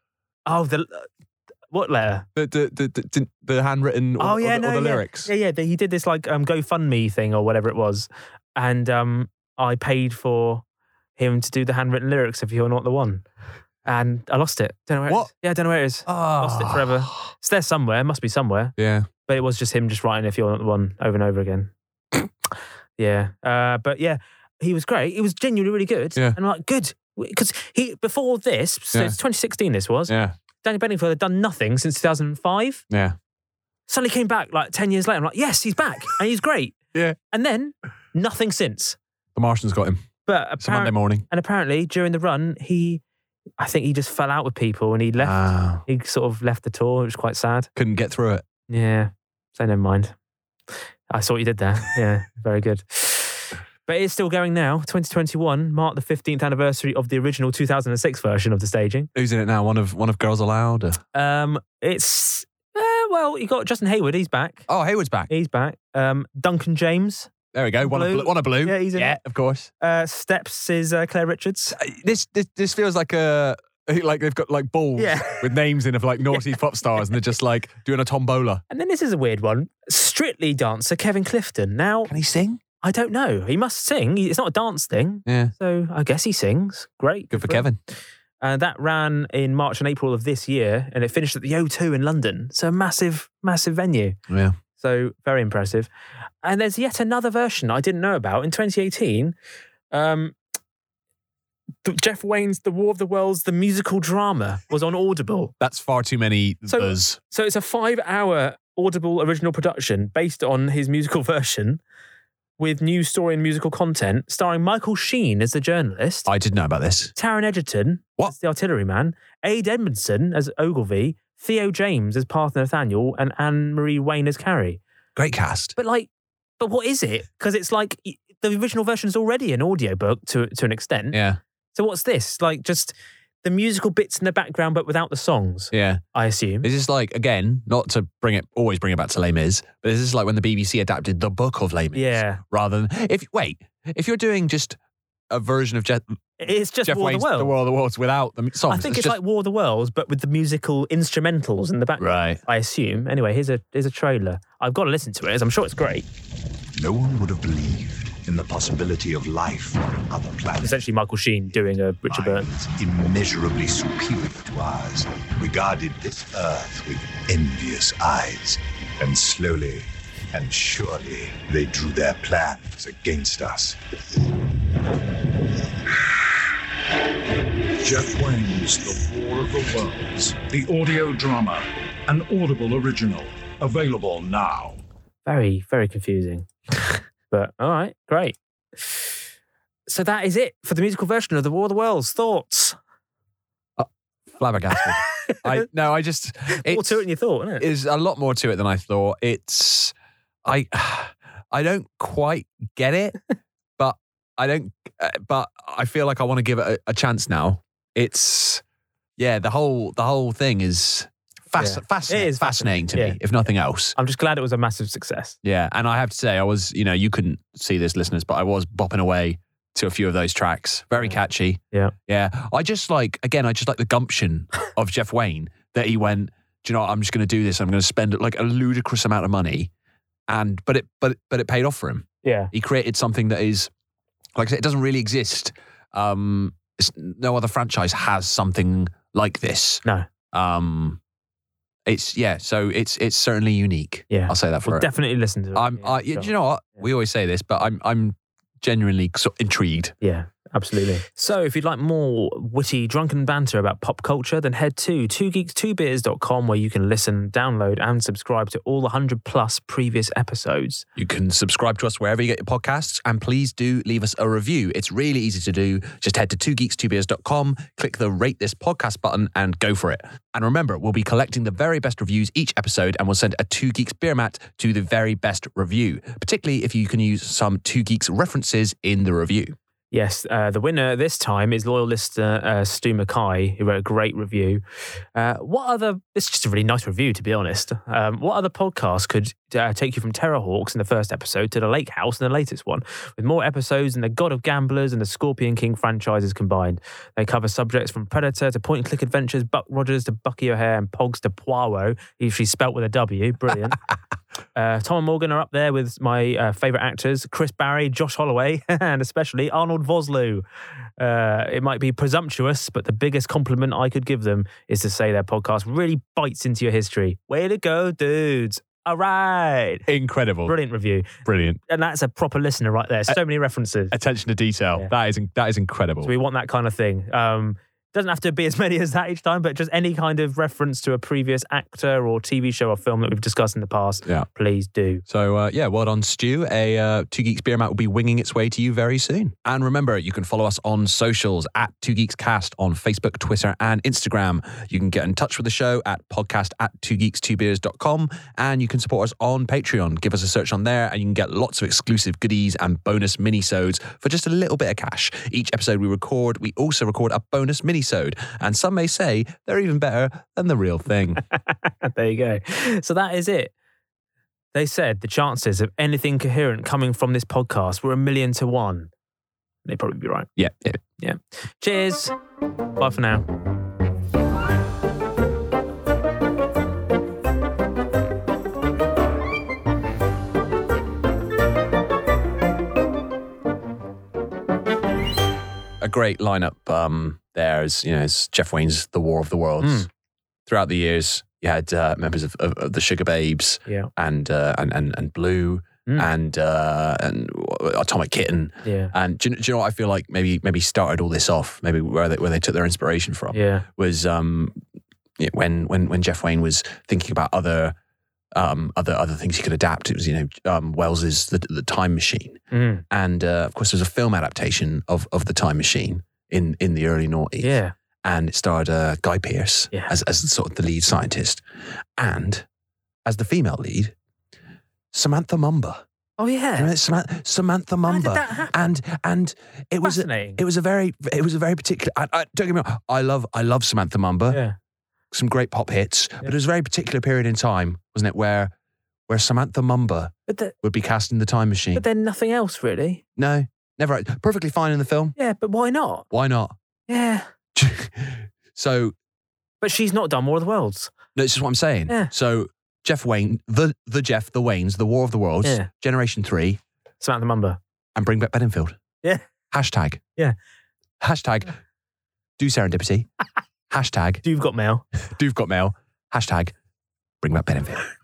[SPEAKER 2] Oh, the. uh, What letter?
[SPEAKER 3] The the the, the, the handwritten. Or,
[SPEAKER 2] oh,
[SPEAKER 3] the-
[SPEAKER 2] yeah,
[SPEAKER 3] or the,
[SPEAKER 2] no,
[SPEAKER 3] or the
[SPEAKER 2] yeah.
[SPEAKER 3] lyrics.
[SPEAKER 2] Yeah, yeah. the- He did this like um, GoFundMe thing or whatever it was. And um, I paid for him to do the handwritten lyrics if you're not the one. And I lost it. Don't know where it
[SPEAKER 3] What?
[SPEAKER 2] is. Yeah, don't know where it is. Lost it forever. It's there somewhere. It must be somewhere.
[SPEAKER 3] Ah. Yeah.
[SPEAKER 2] But it was just him just writing "If You're Not the One" over and over again. yeah. Uh, but yeah, he was great. He was genuinely really good.
[SPEAKER 3] Yeah.
[SPEAKER 2] And I'm like, good. Because he before this, so
[SPEAKER 3] Yeah.
[SPEAKER 2] it's 2016. This was
[SPEAKER 3] Yeah.
[SPEAKER 2] Danny Bedingfield had done nothing since 2005.
[SPEAKER 3] Yeah.
[SPEAKER 2] Suddenly came back like 10 years later. I'm like, yes, he's back and he's great.
[SPEAKER 3] Yeah.
[SPEAKER 2] And then nothing since.
[SPEAKER 3] The Martians got him.
[SPEAKER 2] But
[SPEAKER 3] It's a Monday
[SPEAKER 2] apparently,
[SPEAKER 3] morning.
[SPEAKER 2] and apparently during the run, he, I think he just fell out with people and he left.
[SPEAKER 3] Ah,
[SPEAKER 2] he sort of left the tour. It was quite sad.
[SPEAKER 3] couldn't get through it.
[SPEAKER 2] Yeah. So never mind. I saw what you did there. Yeah. very good. But it's still going now. 2021 marked the 15th anniversary of the original 2006 version of the staging.
[SPEAKER 3] Who's in it now? One of one of Girls Allowed. or-
[SPEAKER 2] Um, it's eh, well, you got Justin Hayward. He's back.
[SPEAKER 3] Oh, Hayward's back.
[SPEAKER 2] He's back. Um, Duncan James.
[SPEAKER 3] There we go. One
[SPEAKER 2] Blue.
[SPEAKER 3] of blue. One of blue.
[SPEAKER 2] Yeah, he's in
[SPEAKER 3] yeah
[SPEAKER 2] it.
[SPEAKER 3] of course.
[SPEAKER 2] Uh, Steps is uh, Claire Richards.
[SPEAKER 3] Uh, This, this this feels like a like they've got like balls
[SPEAKER 2] Yeah.
[SPEAKER 3] with names in of like naughty pop stars, and they're just like doing a tombola.
[SPEAKER 2] And then this is a weird one. Strictly dancer Kevin Clifton. Now
[SPEAKER 3] Can he sing?
[SPEAKER 2] I don't know. He must sing. It's not a dance thing.
[SPEAKER 3] Yeah.
[SPEAKER 2] So I guess he sings. Great.
[SPEAKER 3] Good for
[SPEAKER 2] him.
[SPEAKER 3] Kevin.
[SPEAKER 2] Uh, that ran in March and April of this year, and it finished at the O2 in London. So a massive, massive venue.
[SPEAKER 3] Yeah.
[SPEAKER 2] So very impressive. And there's yet another version I didn't know about in 2018. Um, th- Jeff Wayne's The War of the Worlds, the musical drama, was on Audible.
[SPEAKER 3] That's far too many
[SPEAKER 2] So-
[SPEAKER 3] buzz.
[SPEAKER 2] So it's a five hour Audible original production based on his musical version with new story and musical content, starring Michael Sheen as the journalist.
[SPEAKER 3] I didn't know about this.
[SPEAKER 2] Taron Egerton
[SPEAKER 3] What?
[SPEAKER 2] as the artilleryman, Aid Edmondson as Ogilvy, Theo James as Parth Nathaniel, and Anne Marie Wayne as Carrie.
[SPEAKER 3] Great cast.
[SPEAKER 2] But like, but what is it? Because it's like y- the original version is already an audiobook to to an extent.
[SPEAKER 3] Yeah.
[SPEAKER 2] So what's this? Like just the musical bits in the background, but without the songs.
[SPEAKER 3] Yeah.
[SPEAKER 2] I assume.
[SPEAKER 3] This is like, again, not to bring it, always bring it back to Les Mis, but this is like when the BBC adapted the book of Les Mis.
[SPEAKER 2] Yeah.
[SPEAKER 3] Rather than, if, wait, if you're doing just a version of Jeff,
[SPEAKER 2] It's just
[SPEAKER 3] Jeff
[SPEAKER 2] War of
[SPEAKER 3] Wayne's
[SPEAKER 2] the Worlds.
[SPEAKER 3] The War of the Worlds without the songs.
[SPEAKER 2] I think it's,
[SPEAKER 3] just-
[SPEAKER 2] like War of the Worlds, but with the musical instrumentals in the background.
[SPEAKER 3] Right.
[SPEAKER 2] I assume. Anyway, here's a here's a trailer. I've got to listen to it. as I'm sure it's great.
[SPEAKER 11] No one would have believed in the possibility of life on another planet.
[SPEAKER 2] Essentially, Michael Sheen doing a Richard Burton.
[SPEAKER 11] Immeasurably superior to ours, regarded this Earth with envious eyes. And slowly and surely, they drew their plans against us.
[SPEAKER 8] Jeff Wayne's The War of the Worlds, the audio drama, an Audible original, available now.
[SPEAKER 2] Very very confusing. but all right, great. So that is it for the musical version of the War of the Worlds. Thoughts?
[SPEAKER 3] flabbergasted. I no, I just
[SPEAKER 2] More to it than you thought, isn't it?
[SPEAKER 3] There's a lot more to it than I thought. It's I I don't quite get it, but I don't. uh, But I feel like I want to give it a, a chance now. It's yeah, the whole the whole thing is fas-
[SPEAKER 2] Yeah.
[SPEAKER 3] fascinating.
[SPEAKER 2] It is
[SPEAKER 3] fascinating to
[SPEAKER 2] yeah.
[SPEAKER 3] me, if nothing else.
[SPEAKER 2] I'm just glad it was a massive success.
[SPEAKER 3] Yeah, and I have to say, I was you know you couldn't see this, listeners, but I was bopping away to a few of those tracks. Very catchy.
[SPEAKER 2] Yeah.
[SPEAKER 3] Yeah. I just like, again, I just like the gumption of Jeff Wayne that he went, do you know what? I'm just going to do this. I'm going to spend like a ludicrous amount of money. And, but it, but, but it paid off for him.
[SPEAKER 2] Yeah.
[SPEAKER 3] He created something that is, like I said, it doesn't really exist. Um, it's, no other franchise has something like this.
[SPEAKER 2] No.
[SPEAKER 3] Um, it's, yeah. So it's, it's certainly unique.
[SPEAKER 2] Yeah.
[SPEAKER 3] I'll say that for
[SPEAKER 2] We'll
[SPEAKER 3] it.
[SPEAKER 2] definitely listen to it.
[SPEAKER 3] I'm, I, do you know what? We always say this, but I'm, I'm genuinely so intrigued.
[SPEAKER 2] Yeah, absolutely. So if you'd like more witty, drunken banter about pop culture, then head to 2geeks2beers.com where you can listen, download, and subscribe to all 100 plus previous episodes.
[SPEAKER 3] You can subscribe to us wherever you get your podcasts, and please do leave us a review. It's really easy to do. Just head to 2geeks2beers.com, click the rate this podcast button, and go for it. And remember, we'll be collecting the very best reviews each episode, and we'll send a 2 Geeks beer mat to the very best review, particularly if you can use some 2 Geeks references in the review.
[SPEAKER 2] Yes, uh, the winner this time is loyal listener uh, Stu Mackay, who wrote a great review. Uh, what other, it's just a really nice review, to be honest. Um, what other podcast could uh, take you from Terrorhawks in the first episode to the Lake House in the latest one, with more episodes than the God of Gamblers and the Scorpion King franchises combined? They cover subjects from Predator to point and click adventures, Buck Rogers to Bucky O'Hare, and Pogs to Poirot, usually spelt with a W. Brilliant. Uh, Tom and Morgan are up there with my uh, favourite actors Chris Barry, Josh Holloway, and especially Arnold Vosloo. Uh, it might be presumptuous, but the biggest compliment I could give them is to say their podcast really bites into your history. Way to go, dudes. All right.
[SPEAKER 3] Incredible.
[SPEAKER 2] Brilliant review.
[SPEAKER 3] Brilliant.
[SPEAKER 2] And that's a proper listener right there. So many references.
[SPEAKER 3] Attention to detail. That is that is incredible.
[SPEAKER 2] So we want that kind of thing. Um, doesn't have to be as many as that each time, but just any kind of reference to a previous actor or TV show or film that we've discussed in the past,
[SPEAKER 3] Yeah.
[SPEAKER 2] please do.
[SPEAKER 3] So uh, yeah, well done, Stu. A uh, Two Geeks beer mat will be winging its way to you very soon. And remember, you can follow us on socials at Two Geeks Cast on Facebook, Twitter, and Instagram. You can get in touch with the show at podcast at two geeks two beers.com and you can support us on Patreon. Give us a search on there and you can get lots of exclusive goodies and bonus minisodes for just a little bit of cash. Each episode we record, we also record a bonus minisode. And some may say they're even better than the real thing.
[SPEAKER 2] there you go. So that is it. They said the chances of anything coherent coming from this podcast were a million to one. They'd probably be right.
[SPEAKER 3] yeah, yeah.
[SPEAKER 2] Yeah. Cheers. Bye for now.
[SPEAKER 3] a great lineup um, there is, you know, is Jeff Wayne's The War of the Worlds.
[SPEAKER 2] Mm.
[SPEAKER 3] Throughout the years, you had uh, members of, of, of the Sugar Babes
[SPEAKER 2] Yeah.
[SPEAKER 3] and, uh, and and and Blue
[SPEAKER 2] Mm.
[SPEAKER 3] and uh, and Atomic Kitten.
[SPEAKER 2] Yeah.
[SPEAKER 3] And do you, do you know what I feel like? Maybe maybe started all this off. Maybe where they where they took their inspiration from
[SPEAKER 2] Yeah.
[SPEAKER 3] was um, yeah, when when when Jeff Wayne was thinking about other. Um, other other things he could adapt. It was you know um, Wells's the, the Time Machine,
[SPEAKER 2] Mm.
[SPEAKER 3] and uh, of course there was a film adaptation of of the Time Machine in in the early noughties.
[SPEAKER 2] Yeah.
[SPEAKER 3] and it starred uh, Guy Pearce
[SPEAKER 2] Yeah.
[SPEAKER 3] as as sort of the lead scientist, and as the female lead, Samantha Mumba.
[SPEAKER 2] Oh yeah,
[SPEAKER 3] Remember Samantha, Samantha Mumba, and and it was a,
[SPEAKER 2] Fascinating.
[SPEAKER 3] it was a very it was a very particular. I, I, don't get me wrong, I love I love Samantha Mumba.
[SPEAKER 2] Yeah.
[SPEAKER 3] some great pop hits, but it was a very particular period in time, wasn't it? Where where Samantha Mumba
[SPEAKER 2] But, the,
[SPEAKER 3] would be cast in the time machine.
[SPEAKER 2] but then nothing else really.
[SPEAKER 3] no, never. Perfectly fine in the film.
[SPEAKER 2] Yeah, but why not?
[SPEAKER 3] Why not?
[SPEAKER 2] Yeah,
[SPEAKER 3] So
[SPEAKER 2] but she's not done War of the Worlds.
[SPEAKER 3] No, this is what I'm saying.
[SPEAKER 2] Yeah.
[SPEAKER 3] So Jeff Wayne, the the Jeff, the Waynes, the War of the Worlds,
[SPEAKER 2] Yeah.
[SPEAKER 3] Generation Three,
[SPEAKER 2] Samantha Mumba.
[SPEAKER 3] and bring back Bedingfield.
[SPEAKER 2] Yeah.
[SPEAKER 3] Hashtag.
[SPEAKER 2] Yeah.
[SPEAKER 3] Hashtag. Do serendipity. Hashtag.
[SPEAKER 2] You've got mail.
[SPEAKER 3] Do've got mail. Hashtag. Bring back Bedingfield.